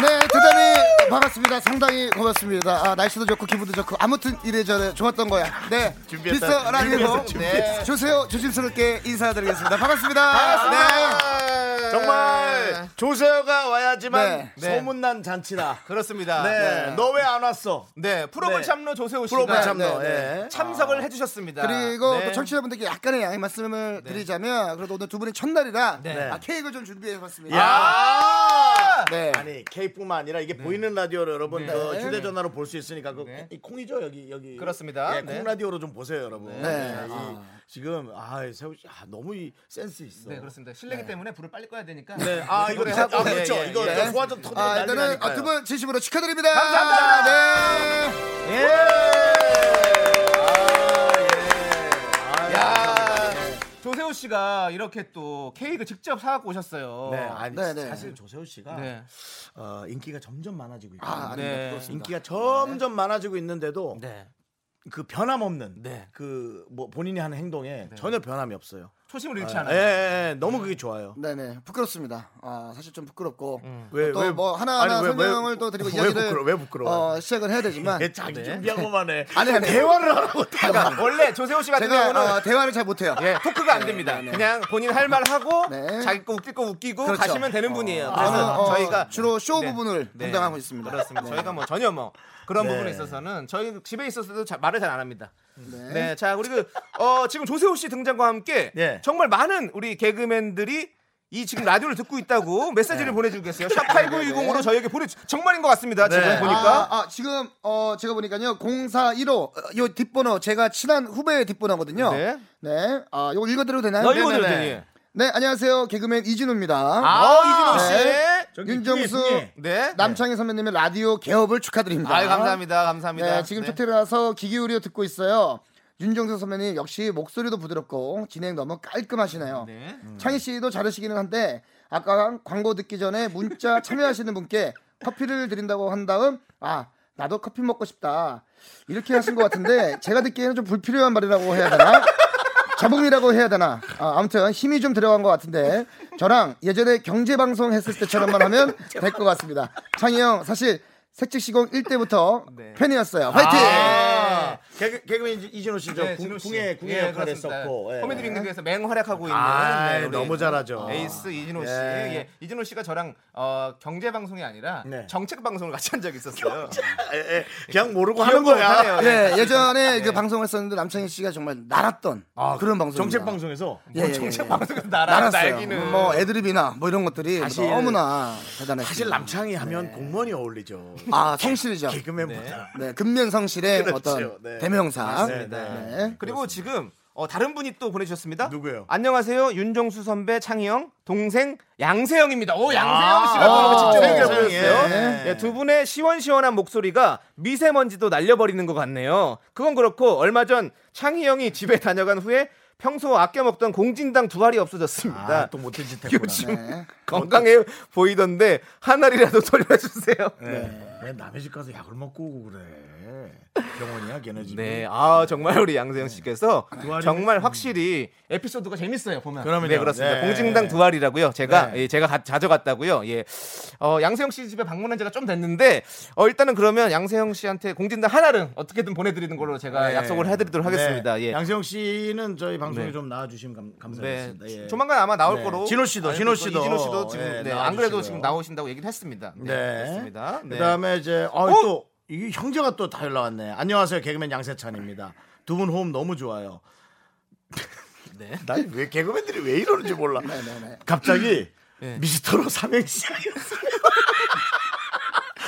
Speaker 6: 네, 대단히 반갑습니다. 상당히 고맙습니다. 아, 날씨도 좋고 기분도 좋고 아무튼 이래저래 좋았던 거야. 네,
Speaker 3: 준비했다.
Speaker 6: 미스터 라디오
Speaker 3: 준비했어, 준비했어.
Speaker 6: 네, 조세요 조심스럽게 인사드리겠습니다. 반갑습니다.
Speaker 2: 네.
Speaker 6: 반갑습니다.
Speaker 3: 네. 정말 조세호가 와야지만
Speaker 6: 네.
Speaker 3: 소문난 잔치다.
Speaker 2: 그렇습니다.
Speaker 3: 네,
Speaker 2: 네.
Speaker 3: 너 왜 안 왔어?
Speaker 2: 네, 프로볼
Speaker 3: 네.
Speaker 2: 참로 조세호 씨가
Speaker 3: 프로볼 참로.
Speaker 6: 네,
Speaker 3: 예.
Speaker 2: 참석을 해주셨습니다.
Speaker 6: 그리고
Speaker 3: 네.
Speaker 6: 또 청취자분들께 약간의 양해 말씀을 드리자면 그래도 오늘 두 분이 첫날이라 아, 케이크를 좀 준비해봤습니다.
Speaker 3: 아. 야!
Speaker 6: 네.
Speaker 3: 아니 K뿐만 아니라
Speaker 2: 네.
Speaker 3: 이게 보이는 라디오를 여러분 그 휴대전화로 볼 수 있으니까 그 이 콩이죠 여기 여기
Speaker 2: 그렇습니다.
Speaker 3: 예, 콩
Speaker 2: 네. 아.
Speaker 3: 라디오로 좀 보세요 여러분. 예,
Speaker 6: 네.
Speaker 3: 이 지금 아 세우 씨 아, 너무 이 센스 있어.
Speaker 2: 네, 그렇습니다. 실내기 때문에 불을 빨리 꺼야 되니까.
Speaker 3: 네, 아 이거 아,
Speaker 2: 하고,
Speaker 3: 그렇죠.
Speaker 2: 예, 예,
Speaker 3: 이거
Speaker 2: 예. 네,
Speaker 3: 저 소화전 터지고
Speaker 6: 아,
Speaker 3: 난리
Speaker 6: 일단은
Speaker 3: 나니까요.
Speaker 6: 아, 두분 진심으로 축하드립니다.
Speaker 2: 감사합니다.
Speaker 6: 네.
Speaker 2: 예. 아, 예. 야. 조세호 씨가 이렇게 또 케이크 직접 사갖고 오셨어요.
Speaker 3: 네, 아니
Speaker 6: 네, 네.
Speaker 3: 사실 조세호 씨가
Speaker 2: 네.
Speaker 3: 어, 인기가 점점 많아지고 있고
Speaker 6: 아, 아닙니다.
Speaker 2: 네.
Speaker 6: 그렇습니다.
Speaker 3: 인기가 점점 많아지고 있는데도
Speaker 2: 네.
Speaker 3: 그 변함없는
Speaker 2: 네.
Speaker 3: 그 뭐 본인이 하는 행동에 전혀 변함이 없어요.
Speaker 2: 초심을 잃지
Speaker 3: 예,
Speaker 6: 네.
Speaker 2: 않아요.
Speaker 3: 예, 예, 너무 그게 좋아요.
Speaker 6: 네네 부끄럽습니다. 아 사실 좀 부끄럽고
Speaker 2: 음.
Speaker 3: 왜, 왜,
Speaker 6: 또 뭐 하나하나
Speaker 3: 음. 아니, 왜, 왜,
Speaker 6: 설명을 또 드리고
Speaker 3: 왜
Speaker 6: 이야기를
Speaker 3: 부끄러워, 왜 부끄러워요?
Speaker 6: 어, 시작을
Speaker 3: *laughs*
Speaker 6: 해야 되지만
Speaker 3: 얘 자기 준비한 것만 해.
Speaker 6: 아니, 아니.
Speaker 3: 대화를 하라고 다가.
Speaker 2: 네. *laughs* 원래 조세호 씨 같은
Speaker 6: 그러니까 제가
Speaker 2: 경우는
Speaker 6: 어, 대화를 잘 못해요.
Speaker 2: 예, 토크가 안 됩니다. 그냥 본인 할 말 하고
Speaker 6: 네.
Speaker 2: 자기 거 웃길 거 웃기고
Speaker 6: 그렇죠.
Speaker 2: 가시면 되는 분이에요.
Speaker 6: 저는
Speaker 2: 그래서
Speaker 6: 어,
Speaker 2: 예. 아, 저희가
Speaker 6: 주로 쇼
Speaker 2: 네.
Speaker 6: 부분을
Speaker 2: 네.
Speaker 6: 담당하고 있습니다.
Speaker 2: 그렇습니다.
Speaker 6: 네.
Speaker 2: 저희가 뭐 전혀 뭐 그런
Speaker 3: 네.
Speaker 2: 부분에 있어서는 저희 집에 있어서도 자- 말을 잘 안 합니다. 네. 자 우리 그 어, 지금 조세호 씨 등장과 함께
Speaker 3: 네.
Speaker 2: 정말 많은 우리 개그맨들이 이 지금 라디오를 듣고 있다고 메시지를 보내주겠어요. 샵 8910으로 저희에게 보내 정말인 것 같습니다. 지금
Speaker 3: 네.
Speaker 2: 보니까
Speaker 6: 아, 아, 지금 어 제가 보니까요 0415 요 뒷번호 제가 친한 후배의 뒷번호거든요.
Speaker 2: 네.
Speaker 6: 네. 아 이거 읽어드려도 되나요?
Speaker 2: 너 이거
Speaker 6: 네네네.
Speaker 2: 들더니
Speaker 6: 네 안녕하세요 개그맨 이진우입니다.
Speaker 2: 아 이진호 씨.
Speaker 6: 네.
Speaker 3: 저기
Speaker 6: 윤정수
Speaker 3: 뒤에, 뒤에.
Speaker 2: 네.
Speaker 6: 남창희 선배님의 라디오 개업을 축하드립니다.
Speaker 2: 아유 감사합니다. 감사합니다.
Speaker 6: 네, 지금
Speaker 2: 네.
Speaker 6: 초텔이라서 기기 우려 듣고 있어요. 윤정수 선배님 역시 목소리도 부드럽고 진행 너무 깔끔하시네요.
Speaker 2: 네.
Speaker 6: 창희 씨도 잘하시기는 한데 아까 광고 듣기 전에 문자 참여하시는 분께 커피를 드린다고 한 다음 아 나도 커피 먹고 싶다 이렇게 하신 것 같은데 제가 듣기에는 좀 불필요한 말이라고 해야 되나? 자봉이라고 해야 되나? 아, 무튼 힘이 좀 들어간 것 같은데 저랑 예전에 경제 방송 했을 때처럼만 하면 될 것 같습니다. 창희 형 사실 색즉 시공 1때부터
Speaker 2: 네.
Speaker 6: 팬이었어요. 화이팅!
Speaker 3: 아, 개그, 개그맨 이진- 이진호 씨저
Speaker 2: 네,
Speaker 3: 궁
Speaker 2: 진호 씨.
Speaker 3: 궁예 궁예
Speaker 2: 예,
Speaker 3: 역할을
Speaker 2: 그렇습니다.
Speaker 3: 했었고. 예.
Speaker 2: 코미디 빅리그에서 맹활약하고 있는
Speaker 3: 아,
Speaker 2: 네, 우리
Speaker 3: 너무 잘하죠.
Speaker 2: 에이스 이진호 씨.
Speaker 3: 예.
Speaker 2: 예. 이진호 씨가 저랑 어, 경제 방송이 아니라
Speaker 3: 네.
Speaker 2: 정책 방송을 같이 한 적이 있었어요.
Speaker 3: 예, 예. 그냥 모르고 하는 거야.
Speaker 2: 하네요.
Speaker 6: 예, 예전에 그 방송했었는데 남창희 씨가 정말 날았던 아, 그런
Speaker 3: 아, 뭐
Speaker 6: 방송
Speaker 3: 정책 방송에서
Speaker 6: 예, 예, 예.
Speaker 2: 방송에서 나랑
Speaker 6: 날았어요.
Speaker 2: 날기는
Speaker 6: 뭐 애드립이나 뭐 이런 것들이
Speaker 3: 사실-
Speaker 6: 너무나 대단해.
Speaker 3: 사실 남창이 하면 공무원이 어울리죠.
Speaker 6: 아 성실이죠.
Speaker 3: 개그맨보다.
Speaker 6: 네, 근면 성실의
Speaker 3: 그렇죠.
Speaker 6: 어떤
Speaker 3: 네.
Speaker 6: 대명사.
Speaker 3: 맞습니다.
Speaker 6: 네.
Speaker 2: 그리고 지금 어, 다른 분이 또 보내주셨습니다.
Speaker 3: 누구예요?
Speaker 2: 안녕하세요, 윤정수 선배 창희형 동생 양세형입니다. 오 양세형 씨가
Speaker 6: 아,
Speaker 2: 또
Speaker 3: 네,
Speaker 2: 직접 연결
Speaker 6: 양세형,
Speaker 2: 보냈어요.
Speaker 3: 예.
Speaker 2: 예, 두 분의 시원시원한 목소리가 미세먼지도 날려버리는 것 같네요. 그건 그렇고 얼마 전 창희형이 집에 다녀간 후에 평소 아껴 먹던 공진당 두 알이 없어졌습니다.
Speaker 3: 아, 또 못된 짓 했구나.
Speaker 2: *laughs* 요즘 건강해 보이던데 한 알이라도 *laughs* 돌려주세요.
Speaker 3: 네. 왜 남의 집 가서 약을 먹고 오고 그래. 병원이야 걔네 집.
Speaker 2: 네, 아 정말 우리 양세형 씨께서
Speaker 3: 알이면- 음.
Speaker 2: 정말 확실히 에피소드가 재밌어요 보면.
Speaker 3: 그럼요.
Speaker 2: 네 그렇습니다.
Speaker 3: 네.
Speaker 2: 공진당 두알이라고요. 제가
Speaker 3: 네.
Speaker 2: 예, 제가 가, 자주 갔다고요. 예, 어, 양세형 씨 집에 방문한 지가 좀 됐는데 어, 일단은 그러면 양세형 씨한테 공진당 하나를 어떻게든 보내드리는 걸로 제가
Speaker 3: 네.
Speaker 2: 약속을 해드리도록 하겠습니다.
Speaker 3: 네.
Speaker 2: 예.
Speaker 3: 양세형 씨는 저희 방송에
Speaker 2: 네.
Speaker 3: 좀 나와주시면 감,
Speaker 2: 네,
Speaker 3: 감사하겠습니다. 예.
Speaker 2: 조만간 아마 나올
Speaker 3: 네.
Speaker 2: 거로.
Speaker 3: 진호 씨도,
Speaker 2: 알고
Speaker 3: 진호
Speaker 2: 있고
Speaker 3: 씨도.
Speaker 2: 이진호 씨도 지금
Speaker 3: 예,
Speaker 2: 네, 안 그래도
Speaker 3: 나와주시고요.
Speaker 2: 지금 나오신다고 얘기를 했습니다. 네,
Speaker 3: 네.
Speaker 2: 그렇습니다. 네.
Speaker 3: 그다음에 이제 어,
Speaker 2: 어?
Speaker 3: 또 이게 형제가 또 다 연락 왔네. 안녕하세요. 개그맨 양세찬입니다. 두 분 호흡 너무 좋아요.
Speaker 2: 네.
Speaker 3: *laughs* 난왜 개그맨들이 왜 이러는지 몰라.
Speaker 2: *clears throat*
Speaker 3: 갑자기
Speaker 2: 네.
Speaker 3: 미스터로 삼행시 하겠어요. *laughs*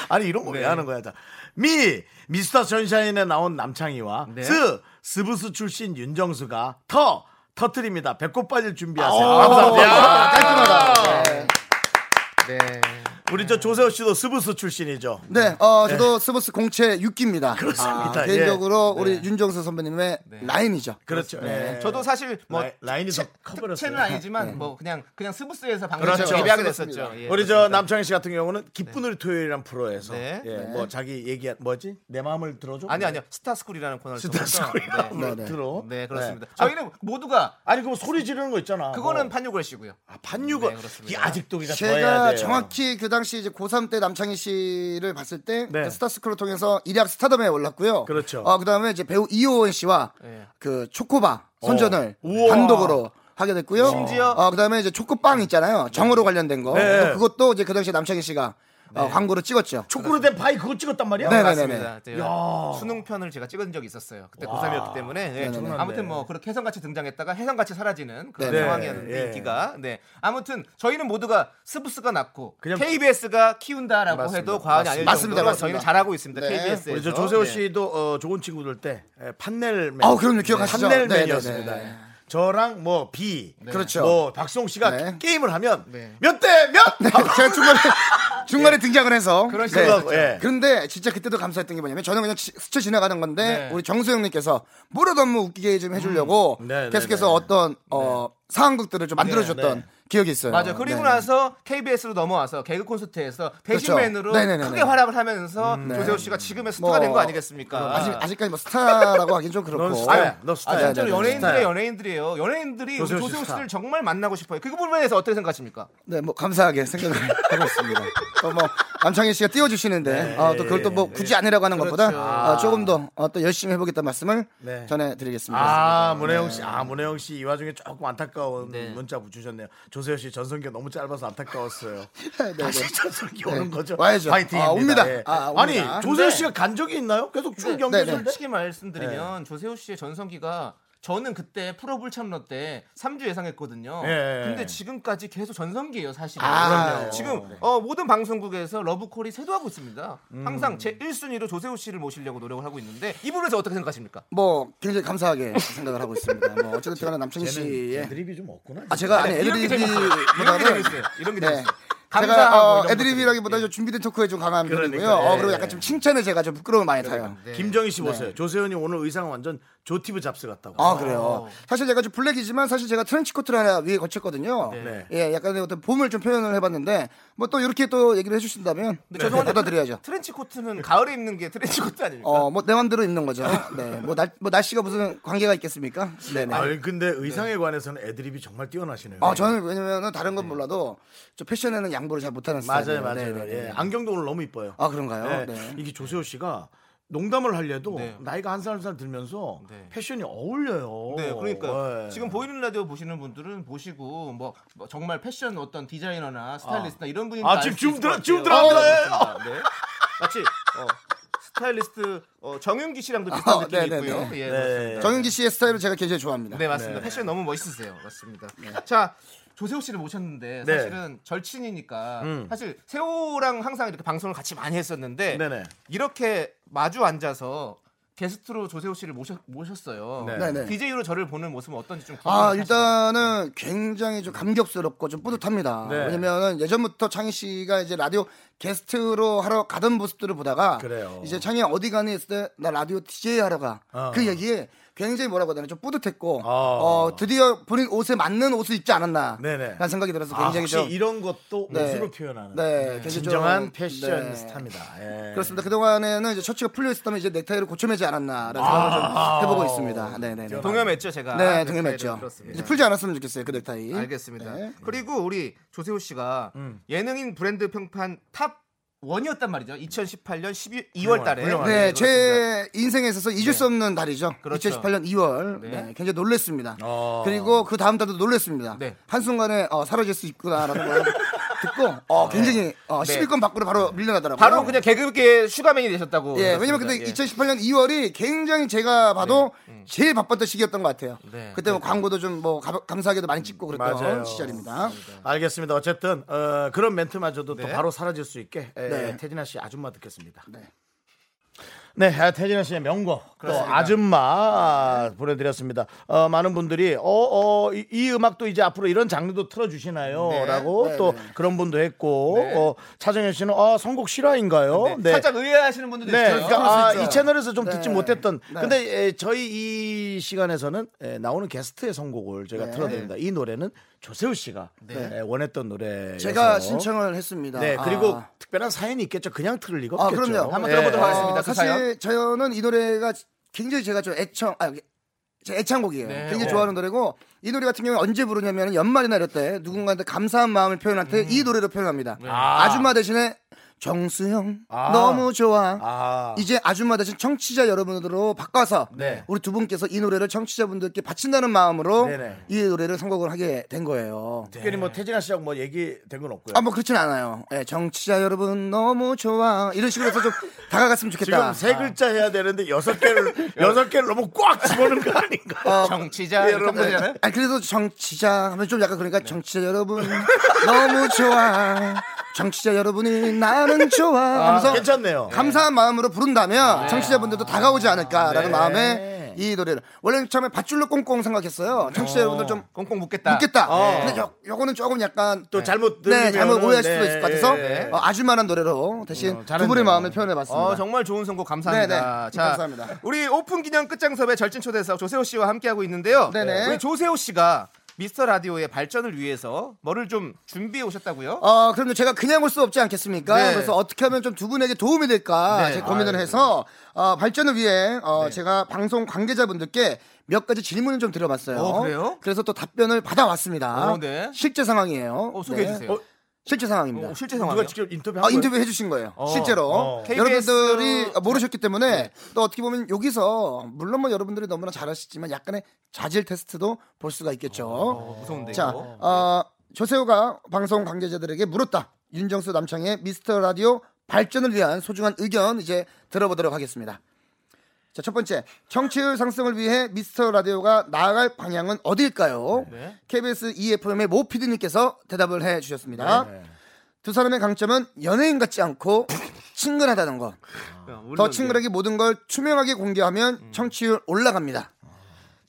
Speaker 3: 아니 이런 거
Speaker 2: 네.
Speaker 3: 왜 하는 거야? 자, 미 미스터 선샤인에 나온 남창희와
Speaker 2: 네.
Speaker 3: 스 스브스 출신 윤정수가 터 터트립니다.
Speaker 2: 아,
Speaker 3: 아, 배꼽 빠질 준비하세요.
Speaker 2: 오,
Speaker 3: 감사합니다.
Speaker 2: 야,
Speaker 3: 깔끔하다.
Speaker 2: 네.
Speaker 3: 우리 저 조세호 씨도 스브스 출신이죠.
Speaker 6: 네, 어, 저도 스브스 공채 6기입니다. 아,
Speaker 3: 그렇습니다.
Speaker 6: 개인적으로
Speaker 3: 예.
Speaker 6: 우리
Speaker 3: 네.
Speaker 6: 윤정수 선배님의 라인이죠.
Speaker 3: 그렇죠. 네.
Speaker 2: 저도 사실 뭐
Speaker 3: 라인- 라인이 더
Speaker 2: 채-
Speaker 3: 커버렸어요. 네.
Speaker 2: 채는 아니지만 뭐 그냥 그냥 스브스에서 방송
Speaker 3: 그렇죠.
Speaker 2: 을 데뷔하게
Speaker 6: 그렇습니다.
Speaker 2: 됐었죠. 예,
Speaker 3: 우리
Speaker 2: 그렇습니다.
Speaker 3: 저 남창희 씨 같은 경우는 기쁜 우리 토요일이란 프로에서
Speaker 2: 네.
Speaker 3: 예, 뭐 자기 얘기한 뭐지 내 마음을 들어줘. 네.
Speaker 2: 아니 아니요 스타스쿨이라는 코너를
Speaker 3: 스타스쿨이라는 *laughs*
Speaker 2: 통해서
Speaker 3: 걸 들어.
Speaker 2: 네, 네 그렇습니다.
Speaker 3: 네.
Speaker 2: 저희는 모두가
Speaker 3: 아니 그럼 소리 지르는 거
Speaker 6: 어.
Speaker 3: 있잖아.
Speaker 2: 그거는
Speaker 3: 뭐.
Speaker 2: 판유걸 씨고요.
Speaker 3: 아, 판유가
Speaker 2: 네, 그렇습니다.
Speaker 3: 이 아직도 우리가 더 해야
Speaker 6: 제가
Speaker 3: 돼요.
Speaker 6: 정확히 그 당시 이제 고3 때 남창희 씨를 봤을 때그
Speaker 3: 네.
Speaker 6: 스타스쿨을 통해서 일약 스타덤에 올랐고요.
Speaker 3: 그렇죠.
Speaker 6: 어, 그다음에 이제 배우 이호원 씨와
Speaker 2: 예.
Speaker 6: 그 초코바 선전을
Speaker 3: 어. 우와.
Speaker 6: 단독으로 하게 됐고요.
Speaker 2: 심지어?
Speaker 6: 어, 그다음에 이제 초코빵 있잖아요. 정으로 관련된 거.
Speaker 3: 네.
Speaker 6: 그것도 이제 그 당시 에 남창희 씨가 어, 광고로 찍었죠.
Speaker 3: 초코로 된 파이 그거 찍었단 말이야.
Speaker 6: 네, 네, 네.
Speaker 2: 맞습니다. 제가 수능편을 제가 찍은 적이 있었어요. 그때 고3이었기 때문에
Speaker 6: 네,
Speaker 2: 예, 아무튼 뭐 그렇게 혜성같이 등장했다가 혜성같이 사라지는 그런
Speaker 6: 네,
Speaker 2: 상황이었는데
Speaker 3: 예.
Speaker 2: 인기가 네 아무튼 저희는 모두가 스브스가 낳고
Speaker 3: 그냥-
Speaker 2: KBS가 키운다라고 해도 과언이 아닐
Speaker 6: 맞습니다.
Speaker 2: 정도로
Speaker 6: 맞습니다.
Speaker 2: 저희는 잘하고 있습니다.
Speaker 6: 네.
Speaker 2: KBS에서
Speaker 3: 우리 저 조세호
Speaker 2: 네.
Speaker 3: 씨도 어, 좋은 친구들 때 예, 판넬맨.
Speaker 6: 아, 그럼요. 기억하시죠?
Speaker 3: 판넬맨이었습니다. 예.
Speaker 6: 네, 네, 네.
Speaker 3: 저랑 뭐 비,
Speaker 6: 그렇죠.
Speaker 3: 뭐 박송 씨가
Speaker 6: 네.
Speaker 3: 게임을 하면
Speaker 2: 네.
Speaker 3: 몇 대 몇.
Speaker 6: 아, 제가 중간에
Speaker 2: *laughs*
Speaker 6: 중간에 등장을 해서
Speaker 2: 그런
Speaker 6: 네.
Speaker 2: 식으로
Speaker 3: 하죠. 예.
Speaker 6: 그런데 진짜 그때도 감사했던 게 뭐냐면 저는 그냥 지- 스쳐 지나가는 건데
Speaker 2: 네. 음.
Speaker 6: 우리 정수영님께서 뭐라도 한번 웃기게 좀 해주려고
Speaker 3: 네, 네,
Speaker 6: 계속해서
Speaker 3: 네.
Speaker 6: 어떤 어, 상황극들을 좀 만들어줬던
Speaker 3: 네, 네.
Speaker 6: 기억이 있어요.
Speaker 2: 맞아. 그리고
Speaker 6: 네. 그렇죠.
Speaker 2: 나서 KBS로 넘어와서 개그 콘서트에서 배신맨으로
Speaker 6: 네네네네.
Speaker 2: 크게 활약을 하면서
Speaker 6: 네.
Speaker 2: 조세호 씨가 지금의 스타가
Speaker 6: 뭐,
Speaker 2: 된 거 아니겠습니까?
Speaker 6: 아직 아직까지 뭐 스타라고 하긴 좀 그렇고.
Speaker 3: 넌 스타야. 너
Speaker 2: 아,
Speaker 3: 스타야.
Speaker 2: 진짜로
Speaker 6: 네, 네, 네.
Speaker 2: 연예인들의
Speaker 3: 스타야.
Speaker 2: 연예인들이에요. 연예인들이 우리
Speaker 3: 조세호 씨
Speaker 2: 조세호
Speaker 3: 스타.
Speaker 2: 씨를 정말 만나고 싶어요. 그 부분에서 어떻게 생각하십니까?
Speaker 6: 네, 뭐
Speaker 2: *laughs*
Speaker 6: 감사하게 생각을 하고 있습니다. 또 뭐 남창희 씨가 띄워주시는데
Speaker 2: 네.
Speaker 6: 어, 또 그걸 또 뭐 굳이 아니라고 하는
Speaker 2: 그렇죠.
Speaker 6: 것보다 어, 조금 더 어, 또 열심히 해보겠다는 말씀을
Speaker 3: 네.
Speaker 6: 전해드리겠습니다. 네.
Speaker 3: 아 문혜영 씨, 아 문혜영 씨 이 와중에 조금 안타까운 문자 붙이셨네요. 조세호 씨 전성기 너무 짧아서 안타까웠어요.
Speaker 6: *laughs* 네,
Speaker 2: 아,
Speaker 6: 네.
Speaker 3: 다시 전성기 오는 거죠.
Speaker 6: 와야죠.
Speaker 3: 파이팅입니다.
Speaker 6: 아, 옵니다.
Speaker 3: 예.
Speaker 6: 아,
Speaker 3: 아니
Speaker 6: 옵니다.
Speaker 3: 조세호
Speaker 2: 근데-
Speaker 3: 씨가 간 적이 있나요? 계속 쭉
Speaker 6: 네, 네.
Speaker 3: 연결했는데.
Speaker 2: 솔직히 말씀드리면 조세호 씨의 전성기가 저는 그때 프로불 참러 때 3주 예상했거든요.
Speaker 3: 예.
Speaker 2: 근데 지금까지 계속 전성기예요, 사실은.
Speaker 6: 아, 그럼요.
Speaker 2: 지금 어, 모든 방송국에서 러브콜이 세도하고 있습니다. 항상 제 1순위로 조세호 씨를 모시려고 노력을 하고 있는데 이 부분에서 어떻게 생각하십니까?
Speaker 6: 뭐 굉장히 감사하게 생각을 하고 있습니다. 뭐 어쨌든 간에 남창희 씨의
Speaker 3: 예. 드립이 좀 없구나.
Speaker 6: 네. 아 제가 아니
Speaker 2: 이런 게 재밌어요. 이런 게
Speaker 6: 애드립보다는
Speaker 2: 재밌어요. 이런 게
Speaker 6: 네.
Speaker 2: 재밌어요.
Speaker 6: 제가
Speaker 2: 감사하고
Speaker 6: 어,
Speaker 2: 이런 네.
Speaker 6: 애드립이라기보다 는 준비된 토크에 좀 강한 편이고요.
Speaker 3: 그러니까요.
Speaker 6: 어, 그리고 약간 좀 칭찬에 제가 좀 부끄러움을 많이 타요.
Speaker 2: 네.
Speaker 3: 김정희 씨 보세요. 조세현이 오늘 의상 완전 조티브 잡스 같다고.
Speaker 6: 네. 아
Speaker 2: 어.
Speaker 6: 그래요. 사실 제가 좀 블랙이지만 사실 제가 트렌치 코트를 하나 위에 걸쳤거든요.
Speaker 3: 네.
Speaker 6: 예, 약간의 어떤 봄을 좀 표현을 해봤는데 뭐 또 이렇게 또 얘기를 해주신다면
Speaker 2: 근데
Speaker 6: 네.
Speaker 2: 죄송한데
Speaker 6: 받아들여야죠.
Speaker 2: 트렌치 코트는 가을에 입는 게 트렌치 코트 아닙니까?
Speaker 6: 어, 뭐 내 맘대로 입는 거죠. 네, 뭐 날 뭐 날씨가 무슨 관계가 있겠습니까? 네네.
Speaker 3: 아 근데 의상에 관해서는 애드립이 정말 뛰어나시네요. 네.
Speaker 6: 아 저는 왜냐면은 다른 건 몰라도 저 패션에는 양보를 잘 못하는
Speaker 3: 맞아요,
Speaker 6: 스타일이에요.
Speaker 3: 맞아요.
Speaker 6: 네, 네,
Speaker 3: 예.
Speaker 6: 네.
Speaker 3: 안경도 오늘 너무 이뻐요.
Speaker 6: 아 그런가요?
Speaker 3: 네.
Speaker 6: 네.
Speaker 3: 이게 조세호 씨가 농담을 하려도
Speaker 2: 네.
Speaker 3: 나이가 한 살 한 살 들면서
Speaker 2: 네.
Speaker 3: 패션이 어울려요.
Speaker 2: 네, 그러니까
Speaker 3: 예.
Speaker 2: 지금 보이는 라디오 보시는 분들은 보시고 뭐, 뭐 정말 패션 어떤 디자이너나 스타일리스트나 이런 분인
Speaker 3: 아,
Speaker 2: 줄
Speaker 3: 지금
Speaker 2: 알수 있을
Speaker 3: 지금 들어-
Speaker 2: 것
Speaker 3: 지금
Speaker 2: 같아요.
Speaker 3: 들어갑니다.
Speaker 2: 네, 그렇습니다. 네. 마치 어, 스타일리스트 어, 정윤기 씨랑도 비슷한
Speaker 6: 어,
Speaker 3: 아,
Speaker 2: 느낌이
Speaker 6: 네네네.
Speaker 2: 있고요. 예, 맞습니다.
Speaker 6: 정윤기 씨의 스타일을 제가 굉장히 좋아합니다.
Speaker 2: 네, 맞습니다. 패션 너무 멋있으세요. 맞습니다. 자. 조세호 씨를 모셨는데
Speaker 3: 네. 음.
Speaker 2: 사실은 절친이니까 사실 세호랑 항상 이렇게 방송을 같이 많이 했었는데
Speaker 3: 네네.
Speaker 2: 이렇게 마주 앉아서 게스트로 조세호 씨를 모셨, 모셨어요.
Speaker 3: 네.
Speaker 6: 네네.
Speaker 2: DJ로 저를 보는 모습은 어떤지 좀
Speaker 6: 아
Speaker 2: 궁금해요.
Speaker 6: 일단은 굉장히 좀 감격스럽고 좀 뿌듯합니다.
Speaker 3: 네.
Speaker 6: 왜냐면은 예전부터 창희 씨가 이제 라디오 게스트로 하러 가던 모습들을 보다가
Speaker 3: 그래요.
Speaker 6: 이제 창희 어디 가니 했을 때 나 라디오 DJ 하러 가.
Speaker 3: 어.
Speaker 6: 그 얘기에 굉장히 뭐라고 해야 되나 좀 뿌듯했고
Speaker 3: 어.
Speaker 6: 어, 드디어 본인 옷에 맞는 옷을 입지 않았나
Speaker 3: 네네.
Speaker 6: 라는 생각이 들어서
Speaker 3: 아,
Speaker 6: 굉장히
Speaker 3: 혹시
Speaker 6: 좀
Speaker 3: 이런 것도
Speaker 6: 네.
Speaker 3: 옷으로 표현하는
Speaker 6: 네,
Speaker 3: 네.
Speaker 6: 굉장히
Speaker 3: 진정한
Speaker 6: 좀-
Speaker 3: 패션
Speaker 6: 네.
Speaker 3: 스타입니다. 예.
Speaker 6: 그렇습니다. 그동안에는 이제 처치가 풀려 있었다면 이제 넥타이를 고쳐매지 않았나라는 생각을 좀 해보고 있습니다. 네네. 네.
Speaker 2: 아. 동염했죠 제가.
Speaker 3: 아,
Speaker 6: 네,
Speaker 2: 네,
Speaker 6: 동염했죠.
Speaker 2: 그렇습니다.
Speaker 6: 이제 풀지 않았으면 좋겠어요, 그 넥타이.
Speaker 2: 알겠습니다.
Speaker 6: 네.
Speaker 2: 그리고 우리 조세호 씨가
Speaker 3: 음.
Speaker 2: 예능인 브랜드 평판 탑 원이었단 말이죠. 2018년 12, 2월 달에.
Speaker 3: 훌륭하네요.
Speaker 6: 네, 제 인생에 있어서 잊을 수 없는 달이죠.
Speaker 2: 네. 그렇죠.
Speaker 6: 2018년 2월.
Speaker 2: 네. 아.
Speaker 6: 네, 굉장히 놀랬습니다.
Speaker 3: 어.
Speaker 6: 그리고 그 다음 달도 놀랬습니다.
Speaker 2: 네.
Speaker 6: 한순간에 어, 사라질 수 있구나라는 걸 듣고 어, 굉장히 어, 10위권 밖으로 바로 밀려나더라고요.
Speaker 2: 아, 네. 바로 그냥 개그계 슈가맨이 되셨다고.
Speaker 6: 예,
Speaker 2: 들었습니다.
Speaker 6: 왜냐면 그때
Speaker 2: 예.
Speaker 6: 2018년 2월이 굉장히 제가 봐도 제일 바빴던 시기였던 것 같아요.
Speaker 2: 네.
Speaker 6: 그때 뭐 광고도 좀 뭐 감사하게도 많이 찍고 그랬던
Speaker 3: 맞아요. 네,
Speaker 6: 시절입니다.
Speaker 3: 알겠습니다. 어쨌든 어, 그런 멘트마저도 또
Speaker 2: 네.
Speaker 3: 바로 사라질 수 있게 예,
Speaker 6: 네.
Speaker 3: 태진아 씨 아줌마 듣겠습니다. 네, 아, 태진아 씨의 명곡 또 아줌마 아, 보내드렸습니다. 어, 많은 분들이 어, 어, 이, 이 음악도 이제 앞으로 이런
Speaker 8: 네,
Speaker 3: 장르도 틀어주시나요?라고
Speaker 8: 네,
Speaker 3: 또
Speaker 8: 네.
Speaker 3: 그런 분도 했고 어, 차정현 씨는 아, 선곡 실화인가요? 네.
Speaker 2: 살짝 의아해하시는 분들도
Speaker 3: 네,
Speaker 2: 있어요.
Speaker 3: 그러니까 아,
Speaker 8: 있죠.
Speaker 3: 이 채널에서 좀
Speaker 6: 네.
Speaker 3: 듣지 못했던.
Speaker 6: 네.
Speaker 3: 근데 에, 저희 이 시간에서는 에, 나오는 게스트의 선곡을 저희가
Speaker 6: 네.
Speaker 3: 틀어드립니다. 이 노래는 조세호 씨가 에, 원했던 노래.
Speaker 6: 제가 신청을 했습니다.
Speaker 3: 네, 그리고
Speaker 6: 아.
Speaker 3: 특별한 사연이 있겠죠. 그냥 틀을 리가
Speaker 6: 아,
Speaker 3: 없겠죠.
Speaker 6: 그럼요.
Speaker 2: 한번
Speaker 3: 예.
Speaker 2: 들어보도록
Speaker 6: 어,
Speaker 2: 하겠습니다. 그 사연.
Speaker 6: 사실 저는 이 노래가 굉장히 제가 좀 애청 아, 제 애창곡이에요.
Speaker 2: 네,
Speaker 6: 굉장히
Speaker 2: 어.
Speaker 6: 좋아하는 노래고 이 노래 같은 경우는 언제 부르냐면 연말이나 이럴 때 누군가한테 감사한 마음을 표현할 때 이 노래로 표현합니다. 아. 줌마 대신에 정수형 너무 좋아.
Speaker 3: 아.
Speaker 6: 이제 아줌마 대신 청취자 여러분으로 바꿔서
Speaker 3: 네.
Speaker 6: 우리 두 분께서 이 노래를 청취자분들께 바친다는 마음으로
Speaker 3: 네네.
Speaker 6: 이 노래를 선곡을 하게 된 거예요.
Speaker 3: 특별히 뭐 태진아 씨하고 뭐 얘기된 건 없고요.
Speaker 6: 네. 아 뭐 그렇진 않아요. 예, 정치자 여러분 너무 좋아 이런 식으로 해서 좀 다가갔으면
Speaker 3: 지금
Speaker 6: 좋겠다.
Speaker 3: 세 글자 해야 되는데 여섯
Speaker 6: *laughs*
Speaker 3: 개를 여섯 개를 너무 꽉 집어넣은 거 아닌가?
Speaker 2: 정치자
Speaker 3: 네,
Speaker 2: 이런
Speaker 3: 여러분.
Speaker 2: 분들이잖아요.
Speaker 6: 아 그래도 정치자 하면 좀 약간 그러니까
Speaker 3: 네.
Speaker 6: 정치자 여러분 너무 좋아. 정치자 여러분이 나는 좋아. 하면서
Speaker 3: 괜찮네요. 네.
Speaker 6: 감사한 마음으로 부른다면 정치자분들도 다가오지 않을까라는 마음에 이 노래를 원래 처음에 밧줄로 꽁꽁 생각했어요. 정치자 여러분들 좀
Speaker 2: 꽁꽁 묶겠다.
Speaker 6: 웃겠다. 네.
Speaker 3: 어.
Speaker 6: 근데 요, 요거는 조금 약간
Speaker 3: 또 잘못
Speaker 6: 네,
Speaker 3: 들으면은,
Speaker 6: 잘못 오해할 수도
Speaker 3: 네,
Speaker 6: 있을 것 같아서
Speaker 3: 네. 어,
Speaker 6: 어, 아줌마란 노래로 대신 두
Speaker 3: 잘했네요.
Speaker 6: 분의 마음을 표현해봤습니다.
Speaker 2: 어, 정말 좋은 선곡 감사합니다.
Speaker 6: 네네, 감사합니다.
Speaker 2: 우리 오픈 기념 끝장섭의 절친 초대석 조세호 씨와 함께하고 있는데요.
Speaker 6: 네네.
Speaker 2: 우리 조세호 씨가 미스터 라디오의 발전을 위해서 뭐를 좀 준비해 오셨다고요?
Speaker 6: 어, 그럼요. 제가 그냥 올 수 없지 않겠습니까?
Speaker 2: 네.
Speaker 6: 그래서 어떻게 하면 좀 두 분에게 도움이 될까
Speaker 2: 네.
Speaker 6: 제가 고민을 해서 어, 발전을 위해 어, 제가 방송 관계자분들께 몇 가지 질문을 좀 드려봤어요.
Speaker 2: 어, 그래요?
Speaker 6: 서또 답변을 받아왔습니다.
Speaker 2: 어, 네.
Speaker 6: 실제 상황이에요.
Speaker 2: 어, 소개해
Speaker 6: 네.
Speaker 2: 주세요.
Speaker 6: 어, 실제 상황입니다.
Speaker 2: 어, 실제
Speaker 3: 누가
Speaker 2: 상황이요.
Speaker 3: 직접 인터뷰
Speaker 6: 아,
Speaker 3: 한
Speaker 6: 인터뷰 해주신 거예요. 실제로.
Speaker 3: 어.
Speaker 6: 여러분들이 모르셨기 때문에
Speaker 2: 네.
Speaker 6: 또 어떻게 보면 여기서 물론 뭐 여러분들이 너무나 잘하시지만 약간의 자질 테스트도 볼 수가 있겠죠.
Speaker 2: 어, 무서운데
Speaker 6: 자,
Speaker 2: 이거.
Speaker 6: 어, 조세호가 방송 관계자들에게 물었다. 윤정수 남창의 미스터 라디오 발전을 위한 소중한 의견 이제 들어보도록 하겠습니다. 자, 첫 번째. 청취율 상승을 위해 미스터 라디오가 나아갈 방향은 어딜까요? KBS EFM의 모 PD님께서 대답을 해 주셨습니다. 두 사람의 강점은 연예인 같지 않고 친근하다는 것. 더 친근하게 모든 걸 투명하게 공개하면 청취율 올라갑니다.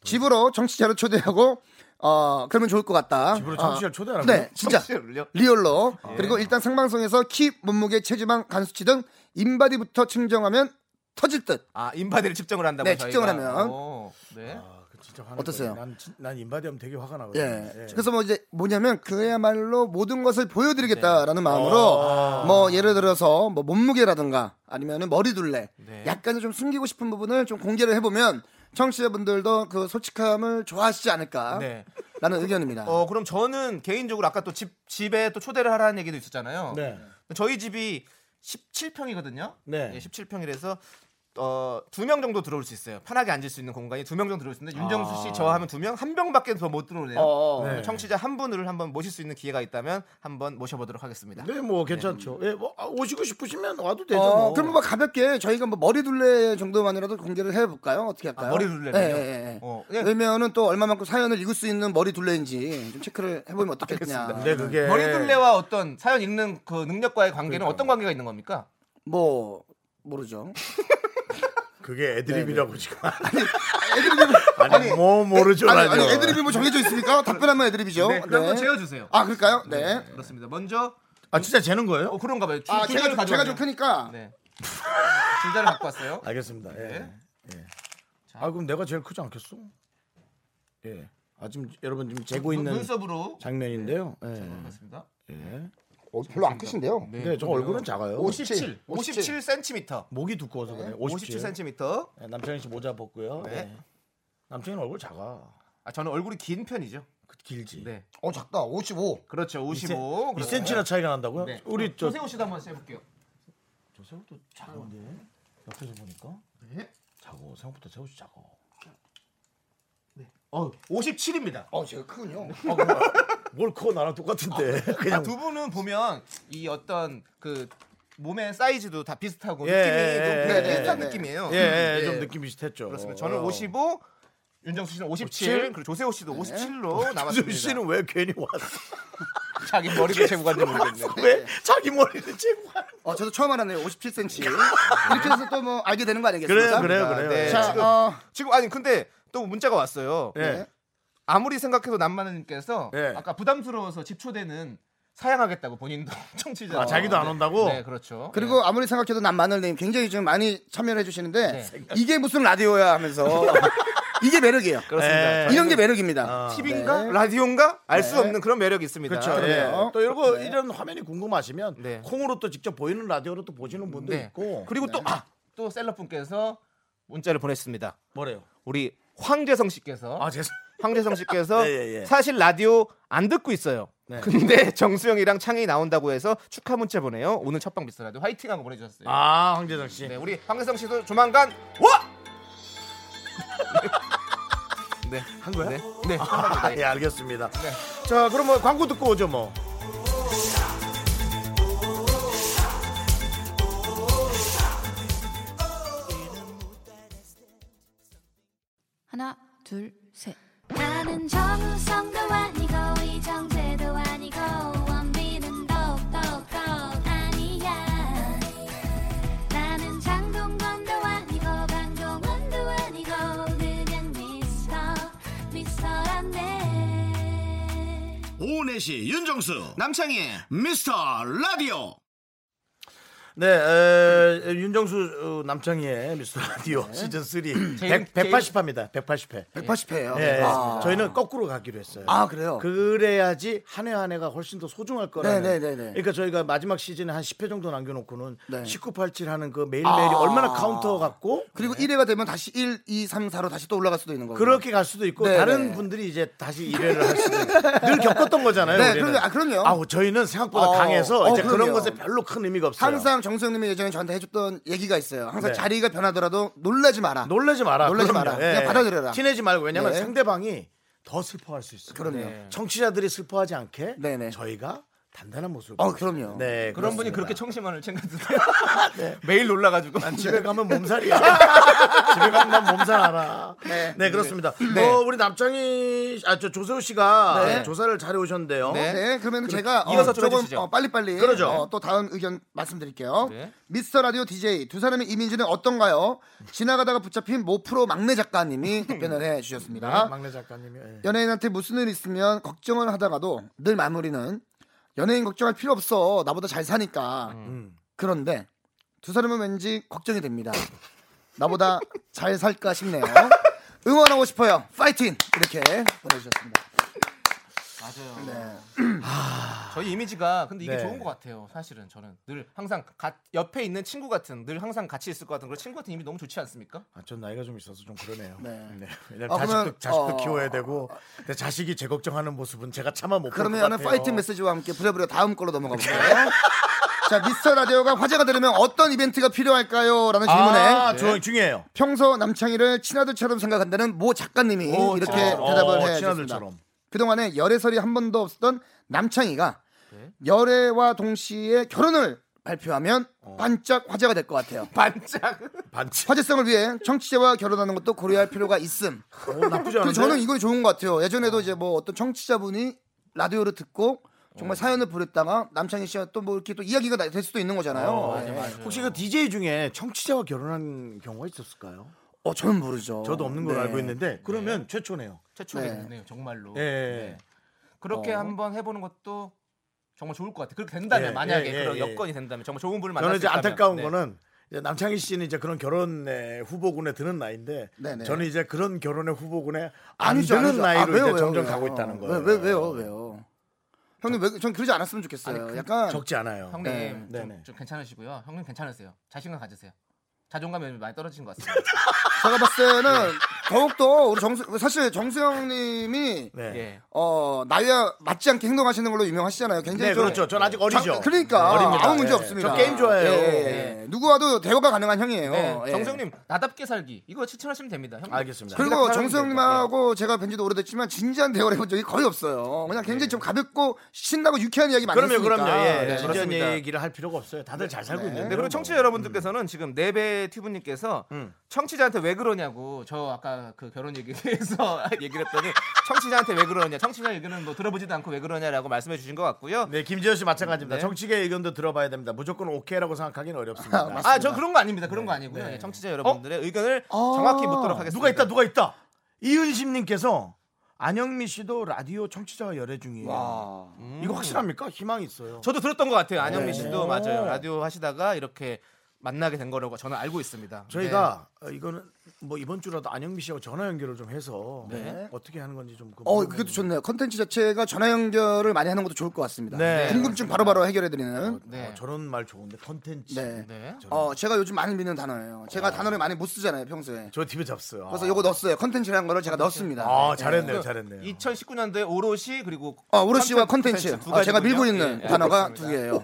Speaker 6: 집으로 정치자로 초대하고 어 그러면 좋을 것 같다.
Speaker 3: 집으로
Speaker 6: 자
Speaker 3: 정치자를 초대하라고요? 예.
Speaker 6: 네,
Speaker 2: *laughs*
Speaker 6: 진짜
Speaker 2: 청취자를요?
Speaker 6: 리얼로. 그리고 일단 생방송에서 키, 몸무게, 체지방, 간수치 등 인바디부터 측정하면 터질 듯.
Speaker 2: 아 인바디를 측정을 한다고
Speaker 6: 네,
Speaker 2: 저희가.
Speaker 6: 측정을 하면.
Speaker 2: 오, 네.
Speaker 3: 아, 그 진짜 화나.
Speaker 6: 어떠세요?
Speaker 3: 난, 진- 난 인바디하면 되게 화가 나거든요.
Speaker 6: 예.
Speaker 3: 예.
Speaker 6: 그래서 뭐 이제 뭐냐면 그야말로 모든 것을
Speaker 2: 네.
Speaker 6: 보여드리겠다라는 마음으로
Speaker 2: 아.
Speaker 6: 뭐 예를 들어서 뭐 몸무게라든가 아니면은 머리둘레
Speaker 2: 네.
Speaker 6: 약간은 좀 숨기고 싶은 부분을 좀 공개를 해보면 청취자분들도 그 솔직함을 좋아하시지 않을까라는
Speaker 2: 네.
Speaker 6: 의견입니다.
Speaker 2: 어 그럼 저는 개인적으로 아까 또 집 집에 또 초대를 하라는 얘기도 있었잖아요.
Speaker 3: 네.
Speaker 2: 저희 집이 17평이거든요.
Speaker 3: 네.
Speaker 2: 17평이라서 어, 두 명 정도 들어올 수 있어요. 편하게 앉을 수 있는 공간이 두 명 정도 들어올 수 있는데 윤정수 씨 저 하면 두 명, 한 명밖에 더 못 들어오네요.
Speaker 3: 네.
Speaker 2: 청취자 한 분을 한번 모실 수 있는 기회가 있다면 한번 모셔보도록 하겠습니다.
Speaker 3: 네, 뭐 괜찮죠. 예, 뭐 아, 오시고 싶으시면 와도 되죠.
Speaker 6: 어,
Speaker 3: 뭐.
Speaker 6: 그럼 뭐 가볍게 저희가 뭐 머리둘레 정도만이라도 공개를 해볼까요? 어떻게 할까요?
Speaker 2: 아, 머리둘레는요?
Speaker 6: 예, 예, 예.
Speaker 2: 어, 예.
Speaker 6: 그러면은 또 얼마만큼 사연을 읽을 수 있는 머리둘레인지 좀 체크를 해보면 어떻겠냐.
Speaker 2: 네,
Speaker 3: 근데 네, 그게
Speaker 2: 머리둘레와 어떤 사연 읽는 그 능력과의 관계는 어떤 관계가 있는 겁니까?
Speaker 6: 뭐 모르죠.
Speaker 3: 그게 애드립이라고 지금. 아니, 아니, 뭐 모르죠.
Speaker 6: 아니,
Speaker 3: 라디오.
Speaker 6: 아니 애드립이 뭐 정해져 있습니까? 답변하면 애드립이죠.
Speaker 2: 네, 그럼 한번 재워주세요.
Speaker 6: 아 그럴까요? 네.
Speaker 2: 그렇습니다. 먼저
Speaker 3: 아, 진짜 재는 거예요?
Speaker 2: 어 그런가 봐요. 주,
Speaker 6: 아
Speaker 2: 줄자를
Speaker 6: 제가 좀- 제가
Speaker 2: 가져왔네요.
Speaker 6: 좀 크니까.
Speaker 2: 네. 줄자를 갖고 왔어요.
Speaker 3: 알겠습니다. 예. 예. 아 그럼 내가 제일 크지 않겠어? 예. 아 지금 여러분 지금 재고 있는
Speaker 2: 눈썹으로 네.
Speaker 3: 장면인데요. 예.
Speaker 2: 맞습니다.
Speaker 6: 어, 별로 안 크신데요.
Speaker 3: 네, 저 얼굴은 작아요.
Speaker 2: 네,
Speaker 6: 57.
Speaker 2: 57cm.
Speaker 3: 목이 두꺼워서 그래. 57.
Speaker 2: 57cm.
Speaker 3: 예, 남창희 씨 모자 벗고요. 예. 남창희 는 얼굴 작아.
Speaker 2: 아, 저는 얼굴이 긴 편이죠.
Speaker 3: 그- 길지.
Speaker 2: 네.
Speaker 6: 어 작다. 55.
Speaker 2: 그렇죠. 55.
Speaker 3: 2cm나 차이가 난다고요?
Speaker 2: 네.
Speaker 3: 우리 저
Speaker 2: 조세호 씨도 한번 해볼게요.
Speaker 3: 조세호도 작은데 옆에서 보니까
Speaker 2: 네.
Speaker 3: 작어. 생각보다 세호 씨 작어.
Speaker 2: 어, 57입니다.
Speaker 6: 어 제가 크군요.
Speaker 3: 뭘 커? 나랑 똑같은데. *laughs* 그냥
Speaker 2: 아, 두 분은 보면 이 어떤 그 몸의 사이즈도 다 비슷하고
Speaker 3: 예,
Speaker 2: 느낌이
Speaker 3: 예,
Speaker 2: 좀
Speaker 3: 예,
Speaker 2: 그냥 비슷한
Speaker 6: 예, 예.
Speaker 2: 느낌이에요.
Speaker 3: 예, 예, 좀 느낌 어. 비슷했죠.
Speaker 2: 네. 그렇습니다. 저는
Speaker 3: *laughs*
Speaker 2: 55, 윤정수 씨는 57,
Speaker 3: 57,
Speaker 6: 네.
Speaker 2: 그리고 조세호 씨도 57로 남았습니다. *laughs*
Speaker 3: 조세호 씨는 왜 괜히 왔어?
Speaker 2: 자기 머리가 제보가는지 모르겠네.
Speaker 9: 왜 자기 머리를 제보하는
Speaker 6: 어, 저도 처음 알았네요. 57cm. 이렇게 해서 또 뭐 알게 되는 거 아니겠습니까?
Speaker 3: 그래요, 그래요, 그래요.
Speaker 2: 네.
Speaker 3: 자,
Speaker 6: 자,
Speaker 2: 지금-
Speaker 6: 어,
Speaker 2: 지금 아니 근데 또 문자가 왔어요.
Speaker 3: 예.
Speaker 6: 네.
Speaker 2: 아무리 생각해도 남마늘님께서
Speaker 3: 예.
Speaker 2: 아까 부담스러워서 집초대는 사양하겠다고 본인도 *laughs* 청취자.
Speaker 3: 아, 자기도 안 온다고?
Speaker 2: 네, 그렇죠.
Speaker 6: 그리고 아무리 생각해도 난 마늘님 굉장히 좀 많이 참여를 해주시는데
Speaker 2: 네.
Speaker 6: 이게 무슨 라디오야 하면서 *laughs* 이게 매력이에요. 네.
Speaker 2: 그렇습니다. 아, 네.
Speaker 6: 이런 게 매력입니다.
Speaker 2: TV인가 라디오인가 알 수 없는 그런 매력이 있습니다.
Speaker 3: 그렇죠.
Speaker 6: 그래요.
Speaker 3: 예. 또 이거 이런 화면이 궁금하시면
Speaker 2: 어. 네.
Speaker 3: 콩으로 또 직접 보이는 라디오로 또 보시는 분도
Speaker 2: 네.
Speaker 3: 있고.
Speaker 2: 그리고 또 아, 또 셀럽분께서 문자를 보냈습니다.
Speaker 3: 뭐래요?
Speaker 2: 우리 황재성 씨께서
Speaker 3: 아, 죄송.
Speaker 2: 황재성 씨께서
Speaker 3: *laughs* 예, 예, 네. 예.
Speaker 2: 사실 라디오 안 듣고 있어요. 근데 정수영이랑 창이 나온다고 해서 축하 문자 보내요. 오늘 첫방 미스터라도 화이팅하고 보내주셨어요.
Speaker 3: 아, 황재정 씨.
Speaker 2: 네, 우리 황재성 씨도 조만간
Speaker 3: *laughs*
Speaker 2: 와. 네, 한 거야? 네, 네.
Speaker 3: 아, 예, 알겠습니다. 자, 그럼 뭐 광고 듣고 오죠, 뭐.
Speaker 4: 하나, 둘, 셋.
Speaker 5: 나는 정우성도 아니고 이정재도 아니고 원빈은 더욱더 아니야 나는 장동건도 아니고 강동원도 아니고 그냥 미스터 미스터란데
Speaker 3: 오후 4시 윤정수
Speaker 2: 남창희.
Speaker 3: 미스터 라디오. 네, 에, 윤정수 어, 남창희의 미스터 라디오 시즌 3
Speaker 2: 네. 제일- 네.
Speaker 3: 100, 180회입니다. 180회.
Speaker 6: 180회예요.
Speaker 3: 예, 예.
Speaker 6: 아.
Speaker 3: 저희는 거꾸로 가기로 했어요.
Speaker 6: 아, 그래요?
Speaker 3: 그래야지 한 해 한 해가 훨씬 더 소중할 거라는.
Speaker 6: 네, 네, 네, 네.
Speaker 3: 그러니까 저희가 마지막 시즌에 한 10회 정도 남겨놓고는
Speaker 6: 네.
Speaker 3: 1987 하는 그 매일매일이
Speaker 6: 아.
Speaker 3: 얼마나 카운터 같고
Speaker 6: 그리고 1회가 되면 다시 1, 2, 3, 4로 다시 또 올라갈 수도 있는 거고.
Speaker 3: 그렇게 갈 수도 있고
Speaker 6: 네,
Speaker 3: 다른
Speaker 6: 네.
Speaker 3: 분들이 이제 다시 일회를 할 수도 있고 늘 겪었던 거잖아요.
Speaker 6: 네,
Speaker 3: 우리는.
Speaker 6: 그럼요. 아, 그럼요.
Speaker 3: 아, 저희는 생각보다
Speaker 6: 어,
Speaker 3: 강해서
Speaker 6: 어,
Speaker 3: 이제 그런
Speaker 6: 그럼요.
Speaker 3: 것에 별로 큰 의미가 없어요.
Speaker 6: 항상 정수영님이 예전에 저한테 해줬던 얘기가 있어요. 항상
Speaker 3: 네.
Speaker 6: 자리가 변하더라도 놀라지 마라.
Speaker 3: 놀라지 마라.
Speaker 6: 놀라지
Speaker 3: 그럼요.
Speaker 6: 마라. 그냥 받아들여라.
Speaker 3: 티내지 말고 왜냐면
Speaker 6: 네.
Speaker 3: 상대방이 더 슬퍼할 수 있어요. 네.
Speaker 6: 그럼요.
Speaker 3: 청취자들이 슬퍼하지 않게
Speaker 6: 네네.
Speaker 3: 저희가 단단한 모습.
Speaker 6: 어, 그럼요.
Speaker 3: 네,
Speaker 2: 그런 분이
Speaker 3: 그렇습니다. 네.
Speaker 2: 그렇게 청심환을
Speaker 3: *laughs*
Speaker 2: 챙겨드세요. *laughs* 매일 놀라가지고.
Speaker 3: 집에 가면 몸살이야. *laughs* 집에 가면 난 몸살 알아. 네,
Speaker 6: 네.
Speaker 3: 그렇습니다.
Speaker 6: 네.
Speaker 3: 어, 우리 남창희, 아, 저 조세호 씨가
Speaker 6: 네.
Speaker 3: 조사를 잘 해오셨는데요.
Speaker 6: 네, 그러면 제가 어,
Speaker 2: 이어서 좀
Speaker 6: 조금
Speaker 2: 해주시죠.
Speaker 6: 어, 빨리빨리
Speaker 3: 그러죠.
Speaker 6: 어, 또 다음 의견 말씀드릴게요.
Speaker 2: 네.
Speaker 6: 미스터 라디오 DJ 두 사람의 이미지는 어떤가요? 지나가다가 붙잡힌 모프로 막내 작가님이 답변을 해 주셨습니다.
Speaker 3: 막내 작가님이. 예.
Speaker 6: 네, 연예인한테 무슨 일 있으면 걱정을 하다가도 늘 마무리는 연예인 걱정할 필요 없어 나보다 잘 사니까
Speaker 3: 음.
Speaker 6: 그런데 두 사람은 왠지 걱정이 됩니다 나보다 잘 살까 싶네요 응원하고 싶어요 파이팅 이렇게 보내주셨습니다
Speaker 2: 맞아요. 아. 저희 이미지가 근데 이게
Speaker 3: 네.
Speaker 2: 좋은 것 같아요. 사실은 저는 늘 항상 가- 옆에 있는 친구 같은 늘 항상 같이 있을 것 같은 그런 친구 같은 이미 너무 좋지
Speaker 3: *laughs*
Speaker 2: 않습니까?
Speaker 3: 아, 전 나이가 좀 있어서 좀 그러네요.
Speaker 6: 네.
Speaker 3: 왜냐면
Speaker 6: 아,
Speaker 3: 자식도,
Speaker 6: 그러면,
Speaker 3: 자식도
Speaker 6: 어.
Speaker 3: 키워야 되고, 근데 자식이 제 걱정하는 모습은 제가 참아 못 볼 것 같아요.
Speaker 6: 그러면 파이팅 메시지와 함께 부랴부랴 다음 걸로 넘어가 볼게요 자 미스터 라디오가 화제가 되려면 어떤 이벤트가 필요할까요? 라는 질문에 네.
Speaker 3: 아, 중- 중요해요.
Speaker 6: 평소 남창희를 친아들처럼 생각한다는 모 작가님이
Speaker 3: 오,
Speaker 6: 이렇게
Speaker 3: 진짜.
Speaker 6: 대답을
Speaker 3: 어,
Speaker 6: 해 주셨습니다.
Speaker 3: 친아들처럼.
Speaker 6: 그동안에 열애설이 한 번도 없었던 남창희가
Speaker 3: 네.
Speaker 6: 열애와 동시에 결혼을 발표하면
Speaker 3: 어.
Speaker 6: 반짝 화제가 될 것 같아요.
Speaker 2: 반짝.
Speaker 3: 반칙.
Speaker 6: 화제성을 위해 청취자와 결혼하는 것도 고려할 필요가 있음.
Speaker 3: 어, 나쁘지
Speaker 6: 그리고
Speaker 3: 않은데.
Speaker 6: 저는 이거 좋은 것 같아요. 예전에도 이제 뭐 어떤 청취자분이 라디오를 듣고
Speaker 3: 어.
Speaker 6: 정말 사연을 보냈다가 남창희 씨와 또 뭐 이렇게 또 이야기가 나- 될 수도 있는 거잖아요. 네.
Speaker 3: 어, 혹시 그 DJ 중에 청취자와 결혼한 경우가 있었을까요?
Speaker 6: 어, 저는 모르죠.
Speaker 3: 저도 없는 걸로
Speaker 6: 네.
Speaker 3: 알고 있는데 그러면 최초네요.
Speaker 2: 최초로
Speaker 6: 네.
Speaker 2: 됐네요. 정말로.
Speaker 3: 예. 예.
Speaker 2: 그렇게
Speaker 6: 어.
Speaker 2: 한번 해보는 것도 정말 좋을 것 같아요. 그렇게 된다면
Speaker 3: 예,
Speaker 2: 만약에
Speaker 3: 예, 예,
Speaker 2: 그런
Speaker 3: 예.
Speaker 2: 여건이 된다면 정말 좋은 분을 만날
Speaker 3: 저는
Speaker 2: 수
Speaker 3: 이제
Speaker 2: 있다면.
Speaker 3: 안타까운
Speaker 2: 네.
Speaker 3: 거는 이제 남창희 씨는 이제 그런 결혼의 후보군에 드는 나이인데
Speaker 6: 네네.
Speaker 3: 저는 이제 그런 결혼의 후보군에 안
Speaker 6: 아니죠,
Speaker 3: 드는
Speaker 6: 아니죠.
Speaker 3: 나이로
Speaker 6: 아, 왜요,
Speaker 3: 이제
Speaker 6: 왜요,
Speaker 3: 점점
Speaker 6: 왜요?
Speaker 3: 가고 있다는 거예요.
Speaker 6: 왜, 왜, 왜요, 왜요? 형님, 왜, 전 그러지 않았으면 좋겠어요. 약간
Speaker 3: 적지 않아요.
Speaker 2: 형님
Speaker 6: 네,
Speaker 2: 좀,
Speaker 3: 네네.
Speaker 2: 좀 괜찮으시고요. 형님 괜찮으세요. 자신감 가지세요. 자존감이 많이 떨어진 것 같습니다.
Speaker 6: 제가 봤을
Speaker 3: 네.
Speaker 6: 때는 더욱더 우리 정수 사실
Speaker 3: *laughs*
Speaker 6: 정수영님이
Speaker 3: 네.
Speaker 2: 예.
Speaker 6: 어 나이와 맞지 않게 행동하시는 걸로 유명하시잖아요. 굉장히
Speaker 3: 네,
Speaker 6: 좀
Speaker 3: 그렇죠. 전 아직 어리죠.
Speaker 6: 자, 그러니까
Speaker 3: 어립니다.
Speaker 6: 아무 문제
Speaker 3: 예.
Speaker 6: 없습니다.
Speaker 3: 저 게임 좋아해요. 네.
Speaker 6: 예, 예, 예. 누구와도 대화가 가능한 형이에요.
Speaker 2: 네,
Speaker 6: 예.
Speaker 2: 정성님 나답게 살기 이거 실천하시면 됩니다. 형님.
Speaker 3: 어, 알겠습니다.
Speaker 6: 그리고 정수영님하고 제가 뵌 지도 오래됐지만 진지한 대화를 해본 적이 거의 없어요. 그냥 굉장히 좀 가볍고 신나고 유쾌한 이야기 많이
Speaker 3: 네. 그럼요,
Speaker 6: 했으니까.
Speaker 3: 그럼요. 예.
Speaker 2: 네,
Speaker 3: 진지한
Speaker 2: 그렇습니다.
Speaker 3: 얘기를 할 필요가 없어요. 다들 잘 살고 있는데. 음.
Speaker 2: 네, 그리고 청취자 여러분들께서는 지금 네배 튜브님께서 청취자한테 왜 그러냐고 저 아까 아까 그 결혼 얘기에 대해서 *laughs* 얘기를 했더니 청취자한테 왜 그러냐 청취자 의견은 뭐 들어보지도 않고 왜 그러냐라고 말씀해 주신 것 같고요
Speaker 3: 네, 김지현 씨 마찬가지입니다.
Speaker 2: 네.
Speaker 3: 정치계 의견도 들어봐야 됩니다. 무조건 오케이라고 생각하기는 어렵습니다. 네, 어?
Speaker 2: 아 저 그런 거 아닙니다 그런 거 아니고요 예, 청취자 여러분들의 의견을 정확히 묻도록 하겠습니다
Speaker 3: 아, 누가 있다, 누가 있다. 이은심님께서 안영미 씨도 라디오 청취자가 열애 중이에요. 음. 이거 확실합니까? 희망이 있어요.
Speaker 2: 저도 들었던 것 같아요
Speaker 3: 네.
Speaker 2: 안영미 씨도 맞아요 라디오 하시다가 이렇게 만나게 된 거라고 저는 알고 있습니다
Speaker 3: 저희가 어, 이거는 뭐 이번 주라도 안영미 씨하고 전화 연결을 좀 해서
Speaker 2: 네.
Speaker 3: 어떻게 하는 건지 좀. 그거
Speaker 6: 어,
Speaker 3: 물어보는
Speaker 6: 그것도 좋네요. 컨텐츠 자체가 전화 연결을 많이 하는 것도 좋을 것 같습니다.
Speaker 3: 네.
Speaker 6: 궁금증 바로바로 해결해드리는.
Speaker 2: 네.
Speaker 3: 어, 저런 말 좋은데 컨텐츠.
Speaker 6: 네.
Speaker 2: 네.
Speaker 6: 어, 제가 요즘 많이 믿는 단어예요. 제가 단어를 많이 못 쓰잖아요, 평소에.
Speaker 3: 저 TV 잡스요.
Speaker 6: 그래서 요거 넣었어요. 컨텐츠라는 거를 제가 넣었습니다.
Speaker 3: 아 잘했네요, 잘했네요.
Speaker 2: 2019년도에 오롯이 그리고
Speaker 6: 어, 오롯이와
Speaker 2: 컨텐츠,
Speaker 6: 컨텐츠.
Speaker 2: 두
Speaker 6: 어, 제가 밀고
Speaker 2: 가지군요.
Speaker 6: 있는
Speaker 2: 예,
Speaker 6: 단어가
Speaker 2: 알겠습니다.
Speaker 6: 두 개예요.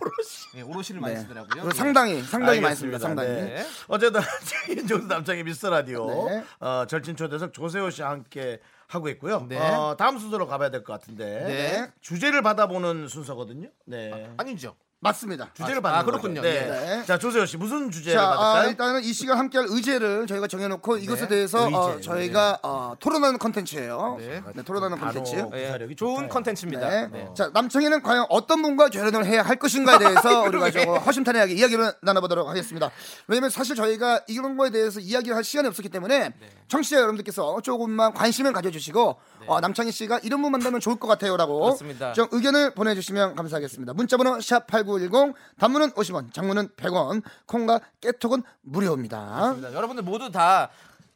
Speaker 2: 예, 오롯이를 많이
Speaker 6: 네.
Speaker 2: 쓰더라고요
Speaker 6: 그리고
Speaker 2: 예.
Speaker 6: 상당히 상당히 많이 씁니다.
Speaker 3: 알겠습니다.
Speaker 6: 상당히.
Speaker 3: 네. 어쨌든 *laughs* 윤종수 남창의 미스터 라디오
Speaker 6: 네.
Speaker 3: 어, 절친 초대석 조세호 씨와 함께 하고 있고요.
Speaker 2: 네.
Speaker 3: 어, 다음 순서로 가봐야 될 것 같은데
Speaker 2: 네.
Speaker 3: 주제를 받아보는 순서거든요. 네.
Speaker 2: 아니죠
Speaker 6: 맞습니다.
Speaker 3: 주제를
Speaker 2: 아,
Speaker 3: 받는
Speaker 2: 아, 그렇군요.
Speaker 3: 거죠. 네.
Speaker 6: 네.
Speaker 3: 자 조세호 씨 무슨 주제를
Speaker 6: 자,
Speaker 3: 받을까요?
Speaker 6: 아, 일단은 이 시간 함께할 의제를 저희가 정해놓고 이것에 대해서 어,
Speaker 3: 의제.
Speaker 6: 저희가 어, 토론하는 컨텐츠예요.
Speaker 2: 네.
Speaker 6: 네. 토론하는
Speaker 3: 바로
Speaker 6: 컨텐츠.
Speaker 3: 어, 구사력이
Speaker 2: 예, 좋은
Speaker 3: 좋다.
Speaker 2: 컨텐츠입니다
Speaker 6: 네.
Speaker 2: 네.
Speaker 6: 자, 남청이는 과연 어떤 분과 결혼을 해야 할
Speaker 2: *laughs*
Speaker 6: 것인가에 대해서 우리가 저거 허심탄회하게 이야기를 나눠보도록 하겠습니다. 왜냐면 사실 저희가 이런 거에 대해서 이야기를 할 시간이 없었기 때문에
Speaker 2: 네.
Speaker 6: 청취자 여러분들께서 조금만 관심을 가져주시고 어, 남창희 씨가 이런 분 만나면 좋을 것 같아요라고
Speaker 2: 그렇습니다.
Speaker 6: 좀 의견을 보내주시면 감사하겠습니다. 문자번호 샵 #8910 단문은 50원, 장문은 100원, 콩과 깨톡은 무료입니다.
Speaker 2: 그렇습니다. 여러분들 모두 다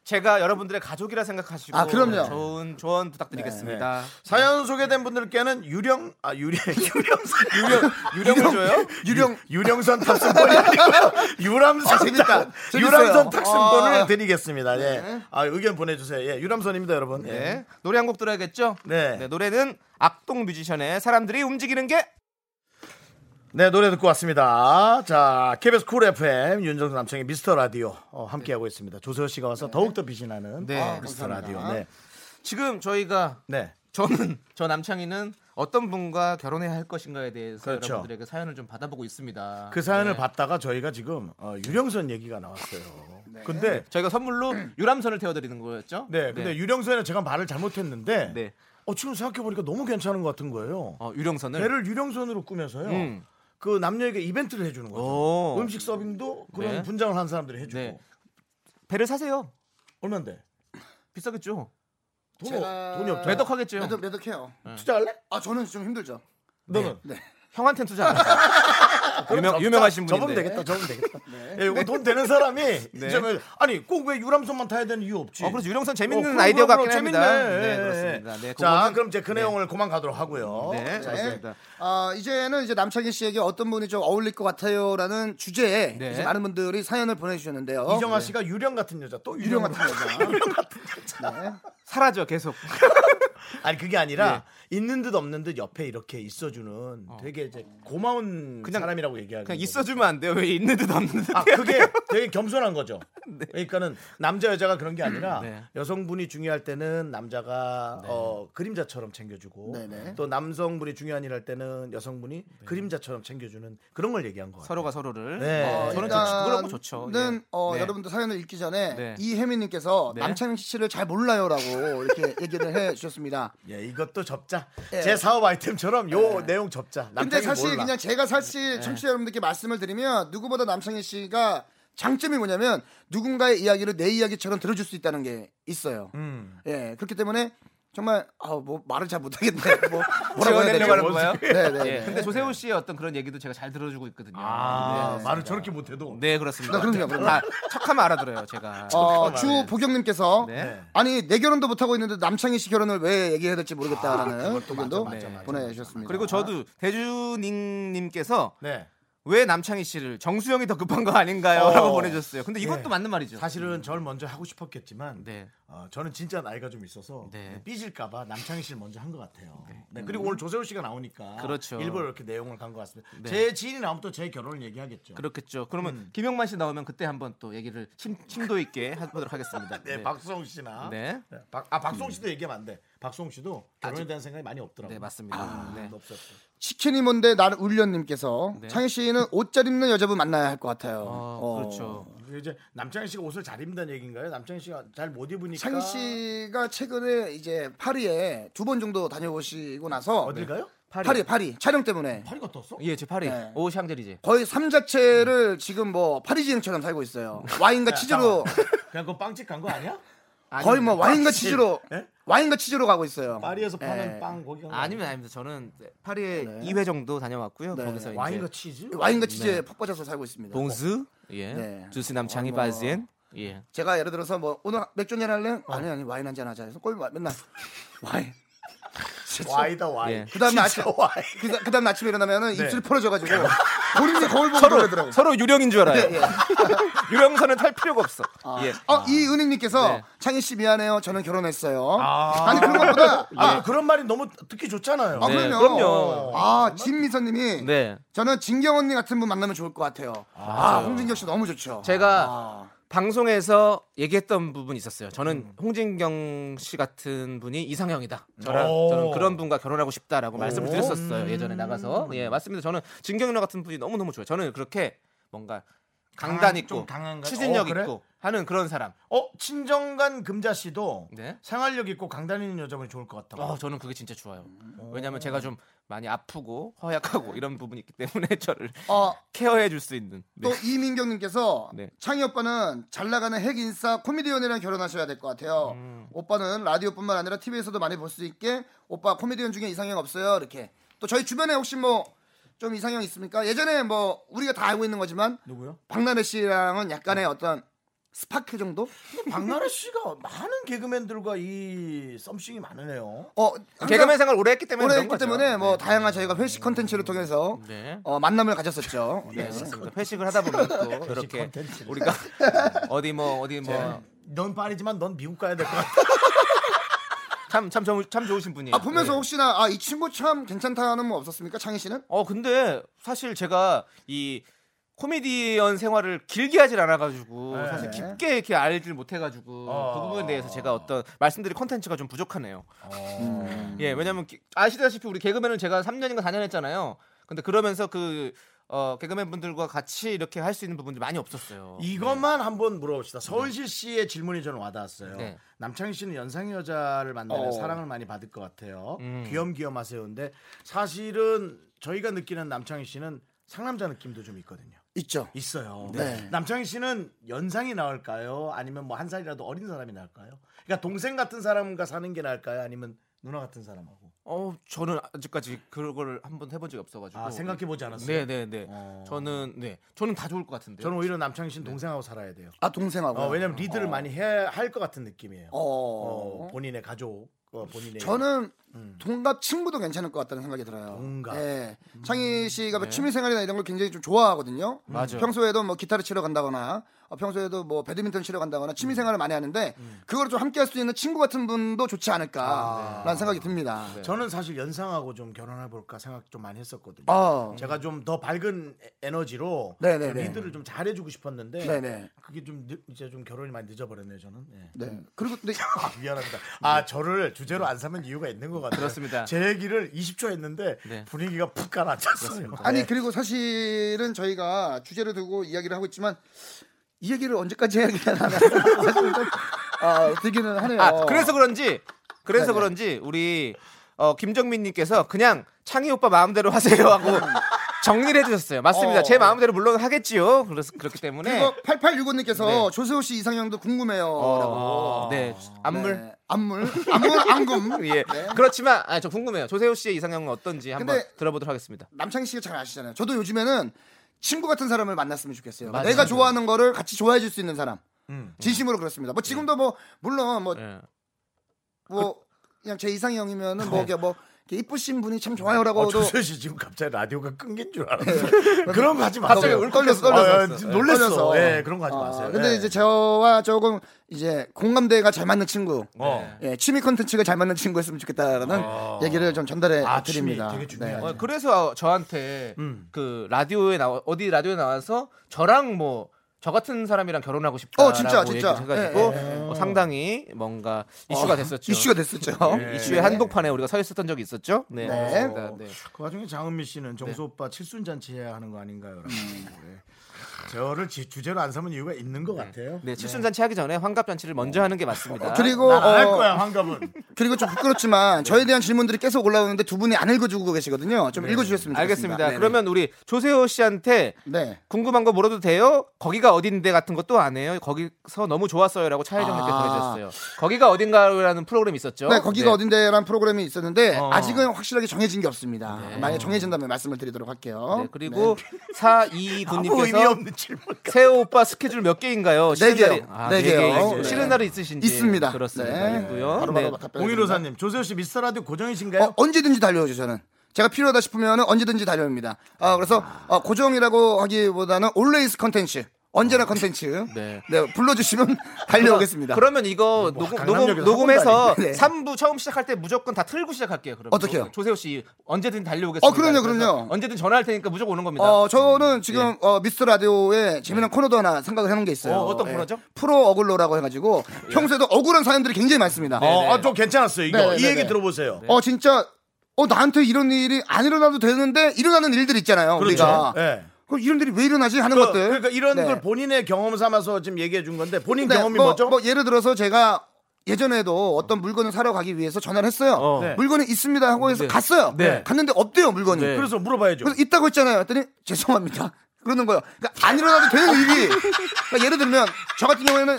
Speaker 2: 제가 여러분들의 가족이라 생각하시고
Speaker 6: 아, 그럼요. 네,
Speaker 2: 좋은 조언 부탁드리겠습니다. 네.
Speaker 3: 사연 소개된 분들께는 유령 아 *laughs* 유령 유령 유령
Speaker 2: 유령을 줘요?
Speaker 3: 유령 유령선 탑승권이 아니고요 유람선
Speaker 6: 재밌다.
Speaker 3: 탑-
Speaker 6: 재밌어요.
Speaker 3: 유람선 탑승권을
Speaker 6: 아.
Speaker 3: 드리겠습니다. 예. 아 의견 보내주세요. 예 유람선입니다, 여러분. 예.
Speaker 2: 네. 노래 한 곡 들어야겠죠?
Speaker 3: 네.
Speaker 2: 노래는 악동 뮤지션의 사람들이 움직이는 게
Speaker 3: 네 노래 듣고 왔습니다. 자 KBS 쿨 FM 윤정수 남창의 미스터 라디오 어, 함께하고 있습니다. 조세호 씨가 와서 더욱 더 빛이 나는
Speaker 2: 네,
Speaker 3: 아, 미스터 라디오. 네.
Speaker 2: 지금 저희가
Speaker 3: 네.
Speaker 2: 저는 저 남창희는 어떤 분과 결혼해야 할 것인가에 대해서
Speaker 3: 그렇죠.
Speaker 2: 여러분들에게 사연을 좀 받아보고 있습니다.
Speaker 3: 그 사연을
Speaker 2: 네.
Speaker 3: 봤다가 저희가 지금 어, 유령선
Speaker 2: *laughs*
Speaker 3: 얘기가 나왔어요.
Speaker 2: 네.
Speaker 3: 근데
Speaker 2: 저희가 선물로 *clears throat* 유람선을 태워드리는 거였죠?
Speaker 3: 네, 근데 유령선에 제가 말을 잘못했는데
Speaker 2: 네.
Speaker 3: 어, 지금 생각해보니까 너무 괜찮은 것 같은 거예요.
Speaker 2: 어, 유령선을
Speaker 3: 배를 유령선으로 꾸며서요.
Speaker 2: 음.
Speaker 3: 그 남녀에게 이벤트를 해주는 거죠.
Speaker 2: 오.
Speaker 3: 음식 서빙도 그런
Speaker 2: 네.
Speaker 3: 분장을 한 사람들이 해주고
Speaker 2: 네. 배를 사세요.
Speaker 3: 얼마인데?
Speaker 2: 비싸겠죠?
Speaker 3: 돈,
Speaker 6: 제가-
Speaker 3: 돈이 없죠.
Speaker 2: 매덕하겠죠.
Speaker 6: 매덕 매덕해요.
Speaker 2: 네.
Speaker 3: 투자할래?
Speaker 6: 아 저는 좀 힘들죠.
Speaker 3: 너는
Speaker 2: 형한텐 투자.
Speaker 3: *laughs*
Speaker 2: 안 하죠. 네. 유명 유명하신 분인데.
Speaker 3: 접으면 되겠다. 접으면
Speaker 6: *laughs*
Speaker 3: 되겠다.
Speaker 6: 네.
Speaker 3: 예, 이거 돈
Speaker 2: *laughs*
Speaker 3: 되는 사람이 이 점을 아니 꼭 왜 유람선만 타야 되는 이유 없지.
Speaker 2: 어, 그래서 유령선 재밌는
Speaker 3: 어, 그럼,
Speaker 2: 아이디어
Speaker 3: 그럼,
Speaker 2: 같긴
Speaker 3: 그럼
Speaker 2: 합니다.
Speaker 3: 재밌네.
Speaker 2: 네,
Speaker 3: 예,
Speaker 2: 그렇습니다. 네,
Speaker 3: 예.
Speaker 2: 그거는-
Speaker 3: 자, 그럼 이제 그 내용을 그만 가도록 하고요.
Speaker 2: 네, 좋습니다.
Speaker 6: 아, 이제는 이제 남창희 씨에게 어떤 분이 좀 어울릴 것 같아요라는 주제에
Speaker 2: 네.
Speaker 6: 이제 많은 분들이 사연을 보내주셨는데요. 네.
Speaker 3: 이정아 씨가 유령 같은 여자 또
Speaker 6: 어, 유령
Speaker 3: 유령
Speaker 6: 같은
Speaker 3: 같은 여자.
Speaker 6: 여자. 유령 같은
Speaker 2: *laughs*
Speaker 6: 여자.
Speaker 2: 네. 사라져 계속.
Speaker 3: 아니 그게 아니라 있는 듯 없는 듯 옆에 이렇게 있어주는 되게 이제 고마운
Speaker 2: 그냥-
Speaker 3: 사람이라고 얘기하는
Speaker 2: 그냥
Speaker 3: 거죠.
Speaker 2: 있어주면 안 돼요. 왜 있는 듯 없는 듯.
Speaker 3: 아 그게 되게 겸손한 거죠. 그러니까는 남자 여자가 그런 게 아니라
Speaker 2: 네.
Speaker 3: 여성분이 중요할 때는 남자가 어, 그림자처럼 챙겨주고
Speaker 6: 네네.
Speaker 3: 또 남성분이 중요한 일 할 때는 여성분이 그림자처럼 챙겨주는 그런 걸 얘기한 거예요.
Speaker 2: 서로가 서로를.
Speaker 3: 네.
Speaker 2: 어, 저는 저 그런 거 좋죠.
Speaker 6: 는
Speaker 2: 예.
Speaker 6: 어,
Speaker 2: 네.
Speaker 6: 여러분들 사연을 읽기 전에
Speaker 2: 네.
Speaker 6: 이혜민님께서
Speaker 2: 네.
Speaker 6: 남창희 씨를 잘 몰라요라고 이렇게 얘기를 해주셨습니다.
Speaker 3: 예, 이것도 접자. 제 사업 아이템처럼 요 내용 접자.
Speaker 6: 근데
Speaker 3: 남편이
Speaker 6: 사실
Speaker 3: 몰라.
Speaker 6: 그냥 제가 사실 청취자 여러분들께 말씀을 드리면 누구보다 남창희 씨가 장점이 뭐냐면 누군가의 이야기를 내 이야기처럼 들어줄 수 있다는 게 있어요. 예, 그렇기 때문에 정말 아뭐 말을 잘 못하겠네. 뭐 뭐라고 해야 되지?
Speaker 2: 지어내려고 하는 거예요?
Speaker 6: 네, 네.
Speaker 2: 예.
Speaker 6: 네.
Speaker 2: 근데 조세호 씨의 어떤 그런 얘기도 제가 잘 들어주고 있거든요.
Speaker 3: 아,
Speaker 2: 네.
Speaker 3: 말을 저렇게 못해도
Speaker 2: 네, 그렇습니다.
Speaker 6: 나 그럼요, 그럼요.
Speaker 2: 다 척하면 알아들어요, 제가.
Speaker 6: 어, 주 보경님께서
Speaker 2: 네.
Speaker 6: 아니 내 결혼도 못하고 있는데 남창희 씨 결혼을 왜 얘기해야 될지 모르겠다라는 의견도
Speaker 3: 맞아, 맞아, 맞아.
Speaker 6: 보내주셨습니다.
Speaker 2: 그리고 저도 대준님님께서
Speaker 3: 네.
Speaker 2: 왜 남창희 씨를 정수영이 더 급한 거 아닌가요?
Speaker 3: 어.
Speaker 2: 라고 보내줬어요. 근데 이것도
Speaker 6: 예.
Speaker 3: 네.
Speaker 2: 맞는 말이죠. 음.
Speaker 3: 사실은 절 먼저 하고 싶었겠지만
Speaker 2: 네.
Speaker 3: 어, 저는 진짜 나이가 좀 있어서
Speaker 2: 네.
Speaker 3: 삐질까봐 남창희 씨를 먼저 한 것 같아요. 네, 그리고 오늘 조세호 씨가 나오니까
Speaker 2: 그렇죠.
Speaker 3: 일부러 이렇게 내용을 간 것 같습니다.
Speaker 2: 네.
Speaker 3: 제 지인이 나오면 또 제 결혼을 얘기하겠죠.
Speaker 2: 그렇겠죠. 그러면
Speaker 6: 음.
Speaker 2: 김영만 씨 나오면 그때 한번 또 얘기를 심, 심도
Speaker 6: *laughs*
Speaker 2: 있게 해보도록 하겠습니다.
Speaker 3: 네, 박수홍 씨나
Speaker 2: 네.
Speaker 3: 네, 박, 아 박수홍 씨도 얘기하면 안 돼. 박수홍 씨도 결혼에 대한 생각이 많이 없더라고요. 아,
Speaker 2: 네, 맞습니다.
Speaker 6: 아,
Speaker 2: 네.
Speaker 3: 없었어.
Speaker 6: 치킨이 뭔데 나는 울려님께서
Speaker 2: 네.
Speaker 6: 창희 씨는 옷 잘 입는 여자분 만나야 할 것 같아요.
Speaker 2: 어,
Speaker 6: 어.
Speaker 2: 그렇죠.
Speaker 3: 이제 남창희 씨가 옷을 잘 입는다는 얘기인가요? 남창희 씨가 잘 못 입으니까
Speaker 6: 창희 씨가 최근에 이제 파리에 두 번 정도 다녀오시고 나서
Speaker 3: 어딜
Speaker 2: 네.
Speaker 3: 가요? 음.
Speaker 6: 파리. 파리 촬영 때문에
Speaker 3: 파리 갔다 왔어?
Speaker 2: 예, 제 파리.
Speaker 6: 네.
Speaker 2: 오 샹젤이제.
Speaker 6: 거의 삶 자체를 지금 뭐 파리지앵처럼 살고 있어요. 와인과 치즈로
Speaker 3: 그냥 그 빵집 간 거 아니야?
Speaker 6: 거의 뭐 와인과
Speaker 3: 빵집.
Speaker 6: 치즈로
Speaker 3: 예?
Speaker 6: 와인과 치즈로 가고 있어요.
Speaker 3: 파리에서 파는
Speaker 6: 예.
Speaker 3: 빵 네. 거기 간 거.
Speaker 2: 아니면 아닙니다. 저는
Speaker 6: 네.
Speaker 2: 파리에 2회 정도 다녀왔고요. 거기서
Speaker 3: 와인과
Speaker 2: 이제 어,
Speaker 3: 치즈?
Speaker 6: 와인과 치즈에 푹 빠져서 살고 있습니다.
Speaker 2: 봉스, 예,
Speaker 6: 네.
Speaker 2: 주스 남창희
Speaker 6: 어, 뭐.
Speaker 2: 바지엔, 예.
Speaker 6: 제가 예를 들어서 뭐 오늘 맥주 한잔 할래?
Speaker 3: 어.
Speaker 6: 아니 아니 와인 한잔 하자 해서 꼴 맨날 와인.
Speaker 3: 와이다 와이.
Speaker 2: 예.
Speaker 6: 그다음에 아침
Speaker 3: 와인.
Speaker 6: 그, 다음 아침에 일어나면은
Speaker 3: 네.
Speaker 6: 입술이
Speaker 3: *laughs*
Speaker 6: 풀어져가지고 본인이 거울 보고
Speaker 2: 서로
Speaker 6: 그러더라고요.
Speaker 2: 서로 유령인 줄 알아요.
Speaker 6: 예, 예.
Speaker 2: *laughs* 유령선은 탈 필요가 없어.
Speaker 6: 아,
Speaker 2: 예.
Speaker 6: 어, 이은희님께서
Speaker 2: 네.
Speaker 6: 창희 씨 미안해요. 저는 결혼했어요. 아. 니
Speaker 2: *laughs*
Speaker 6: 그런 것보다
Speaker 3: 아 그런 말이 너무 듣기 좋잖아요.
Speaker 6: 아,
Speaker 2: 예. 네,
Speaker 6: 그럼요.
Speaker 2: 그럼요.
Speaker 6: 아, 진미선님이
Speaker 2: 네.
Speaker 6: 저는 진경 언니 같은 분 만나면 좋을 것 같아요. 아, 홍진경 씨 너무 좋죠.
Speaker 2: 제가
Speaker 6: 아.
Speaker 2: 방송에서 얘기했던 부분이 있었어요. 저는 홍진경 씨 같은 분이 이상형이다. 저랑
Speaker 3: 오.
Speaker 2: 저는 그런 분과 결혼하고 싶다라고 말씀을 드렸었어요. 예전에 나가서. 예, 맞습니다. 저는 진경 누나 같은 분이 너무너무 좋아요. 저는 그렇게 뭔가 강단
Speaker 3: 강한,
Speaker 2: 있고
Speaker 3: 좀 강한가요?
Speaker 2: 추진력
Speaker 3: 어, 그래?
Speaker 2: 있고 하는 그런 사람.
Speaker 3: 어 친정간 금자 씨도
Speaker 2: 네.
Speaker 3: 생활력 있고 강단 있는 여자분이 좋을 것 같다고.
Speaker 2: 어, 저는 그게 진짜 좋아요. 왜냐면 제가 좀 많이 아프고 허약하고 이런 부분이 있기 때문에 *laughs* 저를
Speaker 6: 어,
Speaker 2: 케어해 줄 수 있는. 네.
Speaker 6: 또 이민경님께서
Speaker 2: 네.
Speaker 6: 창희 오빠는 잘 나가는 핵 인싸 코미디언이랑 결혼하셔야 될 것 같아요.
Speaker 2: 음.
Speaker 6: 오빠는 라디오뿐만 아니라 TV에서도 많이 볼 수 있게 오빠 코미디언 중에 이상형 없어요. 이렇게 또 저희 주변에 혹시 뭐 좀 이상형 있습니까? 예전에 뭐 우리가 다 알고 있는 거지만
Speaker 3: 누구요?
Speaker 6: 박나래 씨랑은 약간의 어떤 스파크 정도?
Speaker 3: 박나래 씨가 많은 개그맨들과 이 썸씽이 많으네요.
Speaker 6: 어
Speaker 2: 개그맨 생활 오래 했기 때문에
Speaker 6: 오래
Speaker 2: 그런
Speaker 6: 했기
Speaker 2: 거죠.
Speaker 6: 때문에 뭐
Speaker 2: 네.
Speaker 6: 다양한 저희가 회식 컨텐츠를 통해서
Speaker 2: 네.
Speaker 6: 어, 만남을 가졌었죠.
Speaker 2: 네,
Speaker 6: 네.
Speaker 2: 맞습니다. 회식을 하다 보면 또 이렇게
Speaker 3: 콘텐츠를.
Speaker 2: 우리가 어디 뭐 어디
Speaker 3: 네.
Speaker 2: 뭐
Speaker 3: 넌 파리지만 넌 미국 가야 될 것 같아.
Speaker 2: 참 참 참 좋으신 분이에요.
Speaker 6: 아 보면서
Speaker 2: 네.
Speaker 6: 혹시나 아 이 친구 참 괜찮다는 뭐 없었습니까? 창희 씨는?
Speaker 2: 어 근데 사실 제가 이 코미디언 생활을 길게 하질 않아가지고
Speaker 3: 네.
Speaker 2: 사실 깊게 이렇게 알질 못해가지고
Speaker 3: 어.
Speaker 2: 그 부분에 대해서 제가 어떤 말씀드릴 컨텐츠가 좀 부족하네요. 예, 왜냐면 기- 아시다시피 우리 개그맨을 제가 3년인가 4년 했잖아요. 근데 그러면서 그 어, 개그맨 분들과 같이 이렇게 할 수 있는 부분들이 많이 없었어요.
Speaker 3: 이것만 한번 물어봅시다. 서울시 씨의 질문이 저는 와닿았어요.
Speaker 2: 네.
Speaker 3: 남창희 씨는 연상 여자를 만나면
Speaker 6: 어.
Speaker 3: 사랑을 많이 받을 것 같아요.
Speaker 2: 음.
Speaker 3: 귀염귀염하세요인데 사실은 저희가 느끼는 남창희 씨는 상남자 느낌도 좀 있거든요.
Speaker 6: 있죠.
Speaker 3: 있어요.
Speaker 6: 네.
Speaker 3: 남창희 씨는 연상이 나을까요? 아니면 뭐 한 살이라도 어린 사람이 나을까요? 그러니까 동생 같은 사람과 사는 게 나을까요? 아니면 누나 같은 사람하고?
Speaker 2: 어 저는 아직까지 그걸 한번 해본 적이 없어가지고
Speaker 3: 아 생각해 보지 않았어요.
Speaker 2: 뭐, 네네네
Speaker 3: 어.
Speaker 2: 저는 네 저는 다 좋을 것 같은데
Speaker 3: 저는 오히려 남창희 씨는 동생하고 살아야 돼요.
Speaker 6: 아 동생하고.
Speaker 3: 어, 왜냐면 리드를 많이 해야 할 것 같은 느낌이에요.
Speaker 6: 어.
Speaker 3: 어, 본인의 가족, 어, 본인의
Speaker 2: 네.
Speaker 6: 저는
Speaker 2: 음.
Speaker 6: 동갑 친구도 괜찮을 것 같다는 생각이 들어요.
Speaker 3: 동갑.
Speaker 6: 예. 창희 씨가 뭐 취미 생활이나 이런 걸 굉장히 좀 좋아하거든요.
Speaker 2: 음. 네. 맞아요.
Speaker 6: 평소에도 뭐 기타를 치러 간다거나 어, 평소에도 뭐 배드민턴 치러 간다거나
Speaker 2: 음.
Speaker 6: 취미 생활을 많이 하는데 그걸 좀 함께 할 수 있는 친구 같은 분도 좋지 않을까라는
Speaker 2: 아.
Speaker 6: 생각이 듭니다.
Speaker 2: 네.
Speaker 3: 저는 사실 연상하고 좀 결혼해 볼까 생각 좀 많이 했었거든요.
Speaker 6: 어.
Speaker 3: 제가 좀 더 밝은 에- 에너지로
Speaker 6: 네네네.
Speaker 3: 좀 리드를 좀 잘해주고 싶었는데
Speaker 6: 네네.
Speaker 3: 그게 좀 늦- 이제 좀 결혼이 많이 늦어버렸네요 저는. 예.
Speaker 6: 네. 그리고 근데
Speaker 3: 아, 미안합니다.
Speaker 6: 네.
Speaker 3: 아 저를 주제로 안 사면 이유가 있는 것 같아요.
Speaker 2: 그렇습니다.
Speaker 3: 제 얘기를 20초 했는데
Speaker 2: 네.
Speaker 3: 분위기가 푹 가라앉았어요.
Speaker 6: 아니 그리고 사실은 저희가 주제를 두고 이야기를 하고 있지만 이 얘기를 언제까지 해야 되나 *laughs* 사실 좀 아, 들기는 하네요.
Speaker 3: 어.
Speaker 2: 아 그래서 그런지 그래서
Speaker 6: 네네.
Speaker 2: 그런지 우리 어, 김정민님께서 그냥 창희 오빠 마음대로 하세요
Speaker 3: *laughs*
Speaker 2: 하고 정리를 해주셨어요 맞습니다
Speaker 6: 어.
Speaker 2: 제 마음대로 물론 하겠지요 그래서 그렇기 때문에
Speaker 6: 그리고 8865님께서
Speaker 2: 네.
Speaker 6: 조세호 씨 이상형도 궁금해요.
Speaker 2: 어, 네
Speaker 3: 아,
Speaker 2: 안물
Speaker 6: 네, 안물, 안물, 안금.
Speaker 2: *laughs*
Speaker 3: 네.
Speaker 6: 네.
Speaker 2: 예 그렇지만 아, 저 궁금해요 조세호 씨의 이상형은 어떤지 한번
Speaker 6: 근데-
Speaker 2: 들어보도록 하겠습니다
Speaker 6: 남창희 씨가 잘 아시잖아요. 저도 요즘에는 친구 같은 사람을 만났으면 좋겠어요.
Speaker 2: 맞아요. 음,
Speaker 6: 내가 좋아하는 거를 같이 좋아해 줄 수 있는 사람. 진심으로 그렇습니다. 뭐
Speaker 2: 네.
Speaker 6: 지금도 뭐 물론 뭐,
Speaker 2: 예.
Speaker 6: 뭐 그냥 제 이상형이면은 뭐 이게 뭐 이렇게 이쁘신 분이 참 좋아요라고도
Speaker 3: 네.
Speaker 6: 네.
Speaker 3: 어, 조세 씨 지금 갑자기 라디오가 끊긴 줄 알았어요. 그런 거 하지 마세요.
Speaker 6: 갑자기 떨렸어, 떨렸어.
Speaker 3: 아, 지금 놀랬어.
Speaker 6: 떨렸어.
Speaker 3: 예, 그런 거 하지 마세요.
Speaker 6: 아, 근데
Speaker 3: 예.
Speaker 6: 이제 저와 조금 이제 공감대가 잘 맞는 친구,
Speaker 3: 어.
Speaker 6: 예, 취미 컨텐츠가 잘 맞는 친구였으면 좋겠다라는 얘기를 좀 전달해
Speaker 3: 아, 취미
Speaker 6: 드립니다.
Speaker 3: 되게 중요하죠.
Speaker 6: 네.
Speaker 2: 어, 그래서 저한테
Speaker 3: 음.
Speaker 2: 그 라디오에 나와 어디 라디오에 나와서 저랑 뭐 저 같은 사람이랑 결혼하고 싶다.
Speaker 6: 어, 진짜, 진짜.
Speaker 2: 해가지고
Speaker 6: 예,
Speaker 2: 어, 상당히 뭔가 이슈가
Speaker 6: 어,
Speaker 2: 됐었죠.
Speaker 6: 이슈가 됐었죠.
Speaker 2: 예, 이슈의 한복판에 우리가 서 있었던 적이 있었죠. 네.
Speaker 6: 네.
Speaker 3: 어,
Speaker 2: 맞습니다. 네.
Speaker 3: 그 와중에 장은미 씨는 정수 오빠 칠순 잔치 해야 하는 거 아닌가요? 라고. 예. 저를 지- 주제로 안 삼은 이유가 있는 것 같아요.
Speaker 2: 네, 칠순잔치 하기 전에 환갑잔치를 먼저 하는 게 맞습니다.
Speaker 6: 그리고
Speaker 3: 안 할
Speaker 6: 어,
Speaker 3: 거야 네. 환갑은.
Speaker 6: 그리고 좀
Speaker 3: *laughs*
Speaker 6: 부끄럽지만 저에 대한 질문들이 계속 올라오는데 두 분이 안 읽어주고 계시거든요.
Speaker 3: 네.
Speaker 6: 좀 읽어주셨으면 좋겠습니다.
Speaker 2: 알겠습니다.
Speaker 6: 네네.
Speaker 2: 그러면 우리 조세호 씨한테
Speaker 6: 네.
Speaker 2: 궁금한 거 물어도 돼요? 거기가 어딘데 같은 것도 안 해요. 거기서 너무 좋았어요라고 차혜정님께서
Speaker 6: 아.
Speaker 2: 해주셨어요. 거기가 어딘가라는 프로그램이 있었죠.
Speaker 6: 네, 거기가 어딘데라는 프로그램이 있었는데
Speaker 2: 어.
Speaker 6: 아직은 확실에 정해진 게 없습니다. 만약 에 정해진다면 말씀을 드리도록 할게요.
Speaker 2: 네, 그리고
Speaker 6: 네.
Speaker 3: 아무 의미
Speaker 2: 4229님께서
Speaker 3: 없는 질문.
Speaker 2: 세호 오빠 스케줄 몇 개인가요?
Speaker 6: 네
Speaker 2: 쉬는
Speaker 6: 개요.
Speaker 2: 날이- 아,
Speaker 6: 네
Speaker 2: 네
Speaker 6: 개요.
Speaker 2: 개요.
Speaker 6: 네.
Speaker 2: 쉬는 날이 있으신지
Speaker 6: 있습니다.
Speaker 2: 그렇습니다.
Speaker 6: 네.
Speaker 2: 있고요.
Speaker 6: 바로바로
Speaker 2: 네.
Speaker 6: 답변.
Speaker 3: 공일호사님 조세호 씨 미스터 라디오 고정이신가요?
Speaker 6: 어, 언제든지 달려오죠 저는. 제가 필요하다 싶으면 언제든지 달려옵니다. 아, 그래서 어, 고정이라고 하기보다는 always 컨텐츠. 언제나 컨텐츠.
Speaker 2: 네.
Speaker 6: 불러주시면 *laughs* 달려오겠습니다. 뭐,
Speaker 2: 그러면 이거 녹음, 녹음
Speaker 3: 강남역에서
Speaker 2: 녹음해서
Speaker 6: 네.
Speaker 2: 3부 처음 시작할 때 무조건 다 틀고 시작할게요. 그러면
Speaker 6: 어떡해요?
Speaker 2: 조세호 씨 언제든 달려오겠습니다.
Speaker 6: 어, 그럼요,
Speaker 2: 그래서
Speaker 6: 그럼요.
Speaker 2: 언제든 전화할 테니까 무조건 오는 겁니다.
Speaker 6: 어, 저는 지금 어, 미스터 라디오에 재미난 코너도 하나 생각을 해놓은 게 있어요.
Speaker 2: 예. 네. 어, 어떤
Speaker 6: 예.
Speaker 2: 코너죠? 예.
Speaker 6: 프로 어글로라고 해가지고 평소에도 억울한 사연들이 굉장히 많습니다.
Speaker 3: 어, 아, 좀 괜찮았어요. 이거
Speaker 6: 네네네네.
Speaker 3: 이 얘기 들어보세요.
Speaker 6: 어 진짜 어 나한테 이런 일이 안 일어나도 되는데 일어나는 일들 있잖아요 우리가
Speaker 3: 예.
Speaker 6: 그럼 이런 일이 왜 일어나지 하는
Speaker 3: 그,
Speaker 6: 것들
Speaker 3: 그러니까 이런
Speaker 6: 그렇죠? 네.
Speaker 3: 걸 본인의 경험 삼아서 지금 얘기해 준 건데 본인
Speaker 6: 네,
Speaker 3: 경험이
Speaker 6: 뭐,
Speaker 3: 뭐죠?
Speaker 6: 뭐 예를 들어서 제가 예전에도 어떤 물건을 사러 가기 위해서 전화를 했어요
Speaker 2: 어.
Speaker 3: 네.
Speaker 6: 물건이 있습니다 하고 해서 갔어요
Speaker 2: 네.
Speaker 6: 갔는데 없대요 물건이
Speaker 2: 네.
Speaker 6: 그래서,
Speaker 3: 그래서 물어봐야죠.
Speaker 6: 그래서 있다고 했잖아요 했더니 *laughs* 죄송합니다 그러는 거예요 그러니까 안 일어나도 되는 일이 그러니까 예를 들면 저 같은 경우에는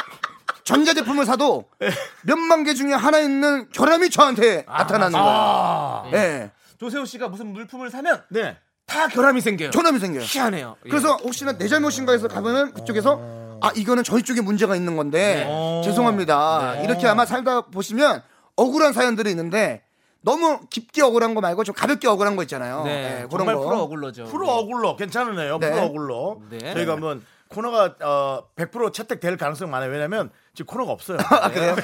Speaker 6: 전자제품을 사도
Speaker 3: 네.
Speaker 6: 몇만 개 중에 하나 있는 결함이 저한테 나타나는
Speaker 3: 아.
Speaker 6: 거예요 예
Speaker 2: 조세호 씨가 무슨 물품을 사면
Speaker 3: 네.
Speaker 2: 다 결함이 생겨요.
Speaker 6: 결함이 생겨요
Speaker 2: 희한해요. 예.
Speaker 6: 그래서 혹시나 내 잘못인가 해서 가면은 그쪽에서 아 이거는 저희 쪽에 문제가 있는
Speaker 2: 네.
Speaker 6: 건데
Speaker 2: 어.
Speaker 6: 어. 죄송합니다 이렇게 아마 살다 보시면 억울한 사연들이 있는데 너무 깊게 억울한 거 말고 좀 가볍게 억울한 거 있잖아요
Speaker 2: 네,
Speaker 6: 예, 그런
Speaker 2: 정말
Speaker 6: 거
Speaker 2: 프로 어글러죠.
Speaker 3: 프로 어글러 괜찮으네요.
Speaker 6: 네.
Speaker 3: 프로 어글러.
Speaker 2: 네.
Speaker 3: 저희가 한번 코너가 어, 100% 채택될 가능성 이 많아요. 왜냐면 지금 코너가 없어요. *laughs* 네,
Speaker 6: 그래요?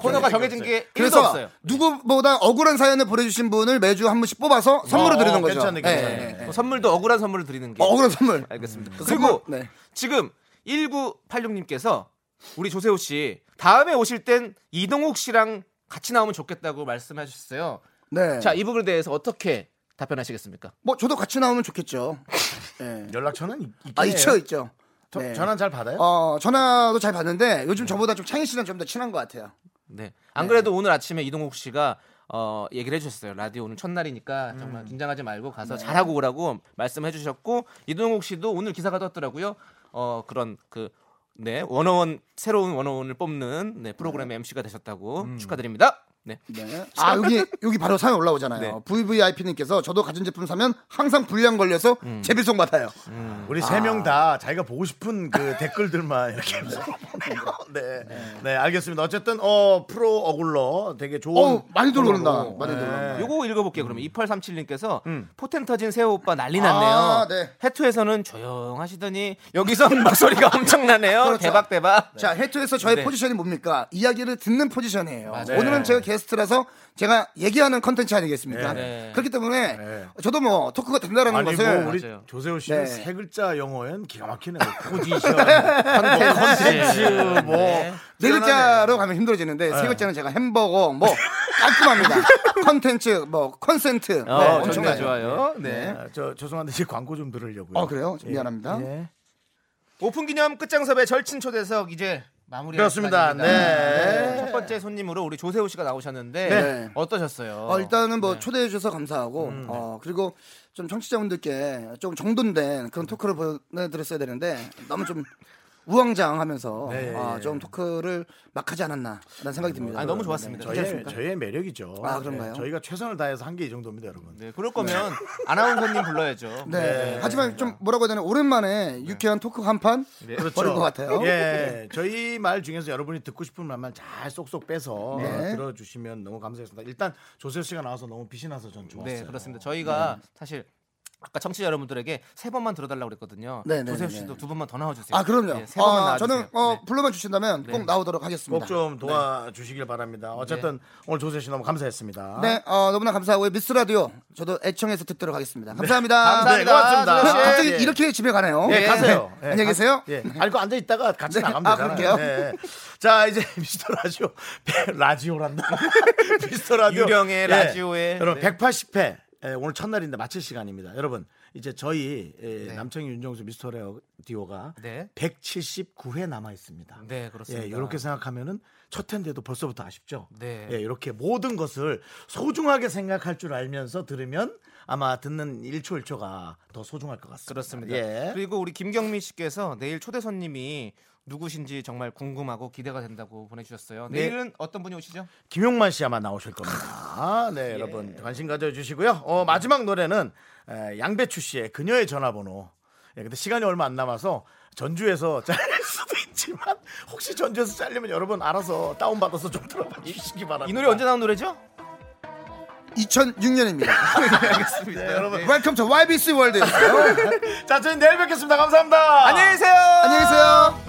Speaker 2: 코너가 정해진 게 1도
Speaker 6: 그래서
Speaker 2: 없어요. 네.
Speaker 6: 누구보다 억울한 사연을 보내주신 분을 매주 한 분씩 뽑아서 선물을
Speaker 3: 어,
Speaker 6: 드리는
Speaker 3: 어,
Speaker 6: 거죠
Speaker 3: 괜찮네,
Speaker 6: 예,
Speaker 3: 괜찮네.
Speaker 6: 예, 예.
Speaker 2: 뭐 선물도 억울한 선물을 드리는 게
Speaker 6: 어, 억울한 선물
Speaker 2: 알겠습니다.
Speaker 6: 선물,
Speaker 2: 그리고
Speaker 6: 네.
Speaker 2: 지금 1986님께서 우리 조세호 씨 다음에 오실 땐 이동욱 씨랑 같이 나오면 좋겠다고 말씀해 주셨어요.
Speaker 6: 네.
Speaker 2: 자, 이 부분에 대해서 어떻게 답변하시겠습니까?
Speaker 6: 뭐 저도 같이 나오면 좋겠죠
Speaker 2: 네.
Speaker 6: 예.
Speaker 3: 연락처는 있- 있긴
Speaker 6: 아
Speaker 3: 해요.
Speaker 6: 있죠 있죠
Speaker 3: 저-
Speaker 6: 네.
Speaker 3: 전화 잘 받아요?
Speaker 6: 어 전화도 잘 받는데 요즘 저보다 좀 창희 씨랑 좀 더 친한 것 같아요
Speaker 2: 네. 안 그래도 오늘 아침에 이동욱 씨가 어, 얘기를 해주셨어요. 라디오 오늘 첫날이니까 정말 긴장하지 말고 가서 잘하고 오라고 말씀해 주셨고 이동욱 씨도 오늘 기사가 떴더라고요. 어, 그런 그 네, 원어원 새로운 원어원을 뽑는 네, 프로그램의 MC가 되셨다고 축하드립니다. 네. *laughs*
Speaker 6: 네. 아 여기 여기 바로 사연 올라오잖아요.
Speaker 2: 네.
Speaker 6: VVIP님께서 저도 가전제품 사면 항상 불량 걸려서
Speaker 2: 음.
Speaker 6: 재배송 받아요.
Speaker 3: 우리 세 명 다 자기가 보고 싶은 그 *laughs* 댓글들만 이렇게
Speaker 6: *laughs*
Speaker 3: 물어보네요. 네. 네. 알겠습니다. 어쨌든 어 프로 어글러 되게 좋은
Speaker 6: 어 많이 들어오른다.
Speaker 3: 코너로.
Speaker 6: 많이
Speaker 3: 네.
Speaker 6: 들어온다.
Speaker 2: 요거 읽어볼게요.
Speaker 6: 음.
Speaker 2: 그러면 2837님께서 포텐 터진 세호 오빠 난리 났네요.
Speaker 6: 아, 네.
Speaker 2: 해투에서는 조용하시더니 여기선 *laughs* 목소리가 엄청나네요.
Speaker 6: 그렇죠.
Speaker 2: 대박 대박.
Speaker 6: 자 해투에서 저의
Speaker 2: 네.
Speaker 6: 포지션이 뭡니까? 이야기를 듣는 포지션이에요.
Speaker 2: 맞아요.
Speaker 6: 오늘은 제가 게스트라서 제가 얘기하는 컨텐츠 아니겠습니까?
Speaker 2: 네.
Speaker 6: 그렇기 때문에
Speaker 3: 네.
Speaker 6: 저도 뭐 토크가 된다라는
Speaker 3: 아니
Speaker 6: 것을
Speaker 3: 뭐 우리
Speaker 2: 맞아요.
Speaker 3: 조세호 씨는
Speaker 6: 네.
Speaker 3: 세 글자 영어엔 기가 막히네.
Speaker 6: *laughs*
Speaker 3: 뭐 포지션, 뭐 컨텐츠, 뭐
Speaker 2: 네.
Speaker 6: 네 글자로 가면 힘들어지는데 세 글자는 제가 햄버거 뭐 깔끔합니다.
Speaker 2: *laughs*
Speaker 6: 컨텐츠 뭐 콘센트
Speaker 2: 어,
Speaker 6: 네,
Speaker 2: 좋네요.
Speaker 6: 엄청나요.
Speaker 2: 좋아요.
Speaker 3: 네.
Speaker 2: 네. 예.
Speaker 3: 아, 저 죄송한데 이제 광고 좀 들으려고요.
Speaker 6: 어 그래요? 미안합니다.
Speaker 2: 오픈 기념 끝장섭의 절친 초대석 이제 마무리.
Speaker 3: 그렇습니다. 네.
Speaker 2: 첫 번째 손님으로 우리 조세호 씨가 나오셨는데
Speaker 6: 네.
Speaker 2: 어떠셨어요?
Speaker 6: 어,
Speaker 2: 네.
Speaker 6: 일단은 뭐 초대해 주셔서 감사하고
Speaker 2: 음,
Speaker 6: 어, 그리고 좀 청취자분들께 좀 정돈된 그런 토크를 보내드렸어야 되는데 너무 좀 우왕좌왕하면서 아, 좀 토크를 막 하지 않았나라는 생각이
Speaker 2: 네.
Speaker 6: 듭니다. 네.
Speaker 2: 아, 너무 좋았습니다.
Speaker 3: 예. 저희의, 저희의 매력이죠. 네.
Speaker 6: 아, 그런가요?
Speaker 3: 저희가 최선을 다해서 한 게 이 정도입니다, 여러분.
Speaker 2: 네, 그럴 거면 아나운서님 불러야죠.
Speaker 6: 네. 하지만 좀 뭐라고 해야 되나 오랜만에 유쾌한
Speaker 2: 네.
Speaker 6: 토크 한판 벌인 것 같아요.
Speaker 3: 그렇죠.
Speaker 6: 네.
Speaker 3: 예, 저희 말 중에서 여러분이 듣고 싶은 말만 잘 쏙쏙 빼서
Speaker 6: 네.
Speaker 3: 들어주시면 너무 감사하겠습니다. 일단 조세호 씨가 나와서 너무 빛이 나서 전 좋았어요.
Speaker 2: 네, 그렇습니다. 저희가 사실 아까 청취자 여러분들에게 세 번만 들어달라고 그랬거든요.
Speaker 6: 네, 네,
Speaker 2: 조세호
Speaker 6: 네,
Speaker 2: 씨도
Speaker 6: 네.
Speaker 2: 두 번만 더 나와주세요.
Speaker 6: 아 그럼요.
Speaker 2: 네, 세 번만
Speaker 6: 아,
Speaker 2: 나와주세요.
Speaker 6: 저는 어,
Speaker 2: 네.
Speaker 6: 불러만 주신다면 꼭 나오도록
Speaker 3: 꼭
Speaker 6: 하겠습니다.
Speaker 3: 좀 도와주시길 바랍니다. 어쨌든
Speaker 2: 네.
Speaker 3: 오늘 조세호 씨 너무 감사했습니다.
Speaker 2: 아?
Speaker 6: 네, 어, 너무나 감사하고요. 미스 라디오 저도 애청해서 듣도록 하겠습니다. 감사합니다.
Speaker 3: 네, 고맙습니다.
Speaker 6: 그럼
Speaker 3: 아,
Speaker 6: 갑자기
Speaker 3: 예.
Speaker 6: 이렇게 집에 가네요.
Speaker 3: 예, 가세요. 예,
Speaker 6: 안녕히 계세요.
Speaker 3: 예. 알고 앉아 있다가 같이
Speaker 6: 네.
Speaker 3: 나가면
Speaker 6: 아,
Speaker 3: 되잖아요.
Speaker 6: 그럴게요.
Speaker 3: 예, 예. 자, 이제 *laughs* 미스터 라디오 라디오란다. *laughs* 미스터 라디오
Speaker 2: 유령의 라디오에.
Speaker 3: 여러분
Speaker 2: 네.
Speaker 3: 180회 에, 오늘 첫날인데 마칠 시간입니다. 여러분 이제 저희 에,
Speaker 2: 네.
Speaker 3: 남청희 윤정수 미스터 라디오가
Speaker 2: 네.
Speaker 3: 179회 남아 있습니다.
Speaker 2: 네, 그렇습니다.
Speaker 3: 예, 이렇게 생각하면은 첫 회인데도 벌써부터 아쉽죠.
Speaker 2: 네.
Speaker 3: 예, 이렇게 모든 것을 소중하게 생각할 줄 알면서 들으면 아마 듣는 1초 1초가 더 소중할 것 같습니다.
Speaker 2: 그렇습니다.
Speaker 3: 예.
Speaker 2: 그리고 우리 김경민 씨께서 내일 초대 손님이 누구신지 정말 궁금하고 기대가 된다고 보내주셨어요.
Speaker 3: 네.
Speaker 2: 내일은 어떤 분이 오시죠?
Speaker 3: 김용만 씨 아마 나오실 겁니다. 네,
Speaker 2: 예.
Speaker 3: 여러분 관심 가져주시고요. 어, 마지막 노래는 에, 양배추 씨의 그녀의 전화번호. 예, 근데 시간이 얼마 안 남아서 전주에서 *laughs* 잘릴 수도 있지만 혹시 전주에서 잘리면 여러분 알아서 다운 받아서 좀 들어봐 주시기 바랍니다.
Speaker 2: 이 노래 언제 나온 노래죠? *laughs*
Speaker 6: 2006년입니다.
Speaker 2: 네, 알겠습니다. 여러분 *laughs* 네.
Speaker 6: 웰컴 투 YBC 월드였어요.
Speaker 3: 자, 저희 내일 뵙겠습니다. 감사합니다.
Speaker 2: 안녕히 계세요.
Speaker 6: 안녕히 계세요.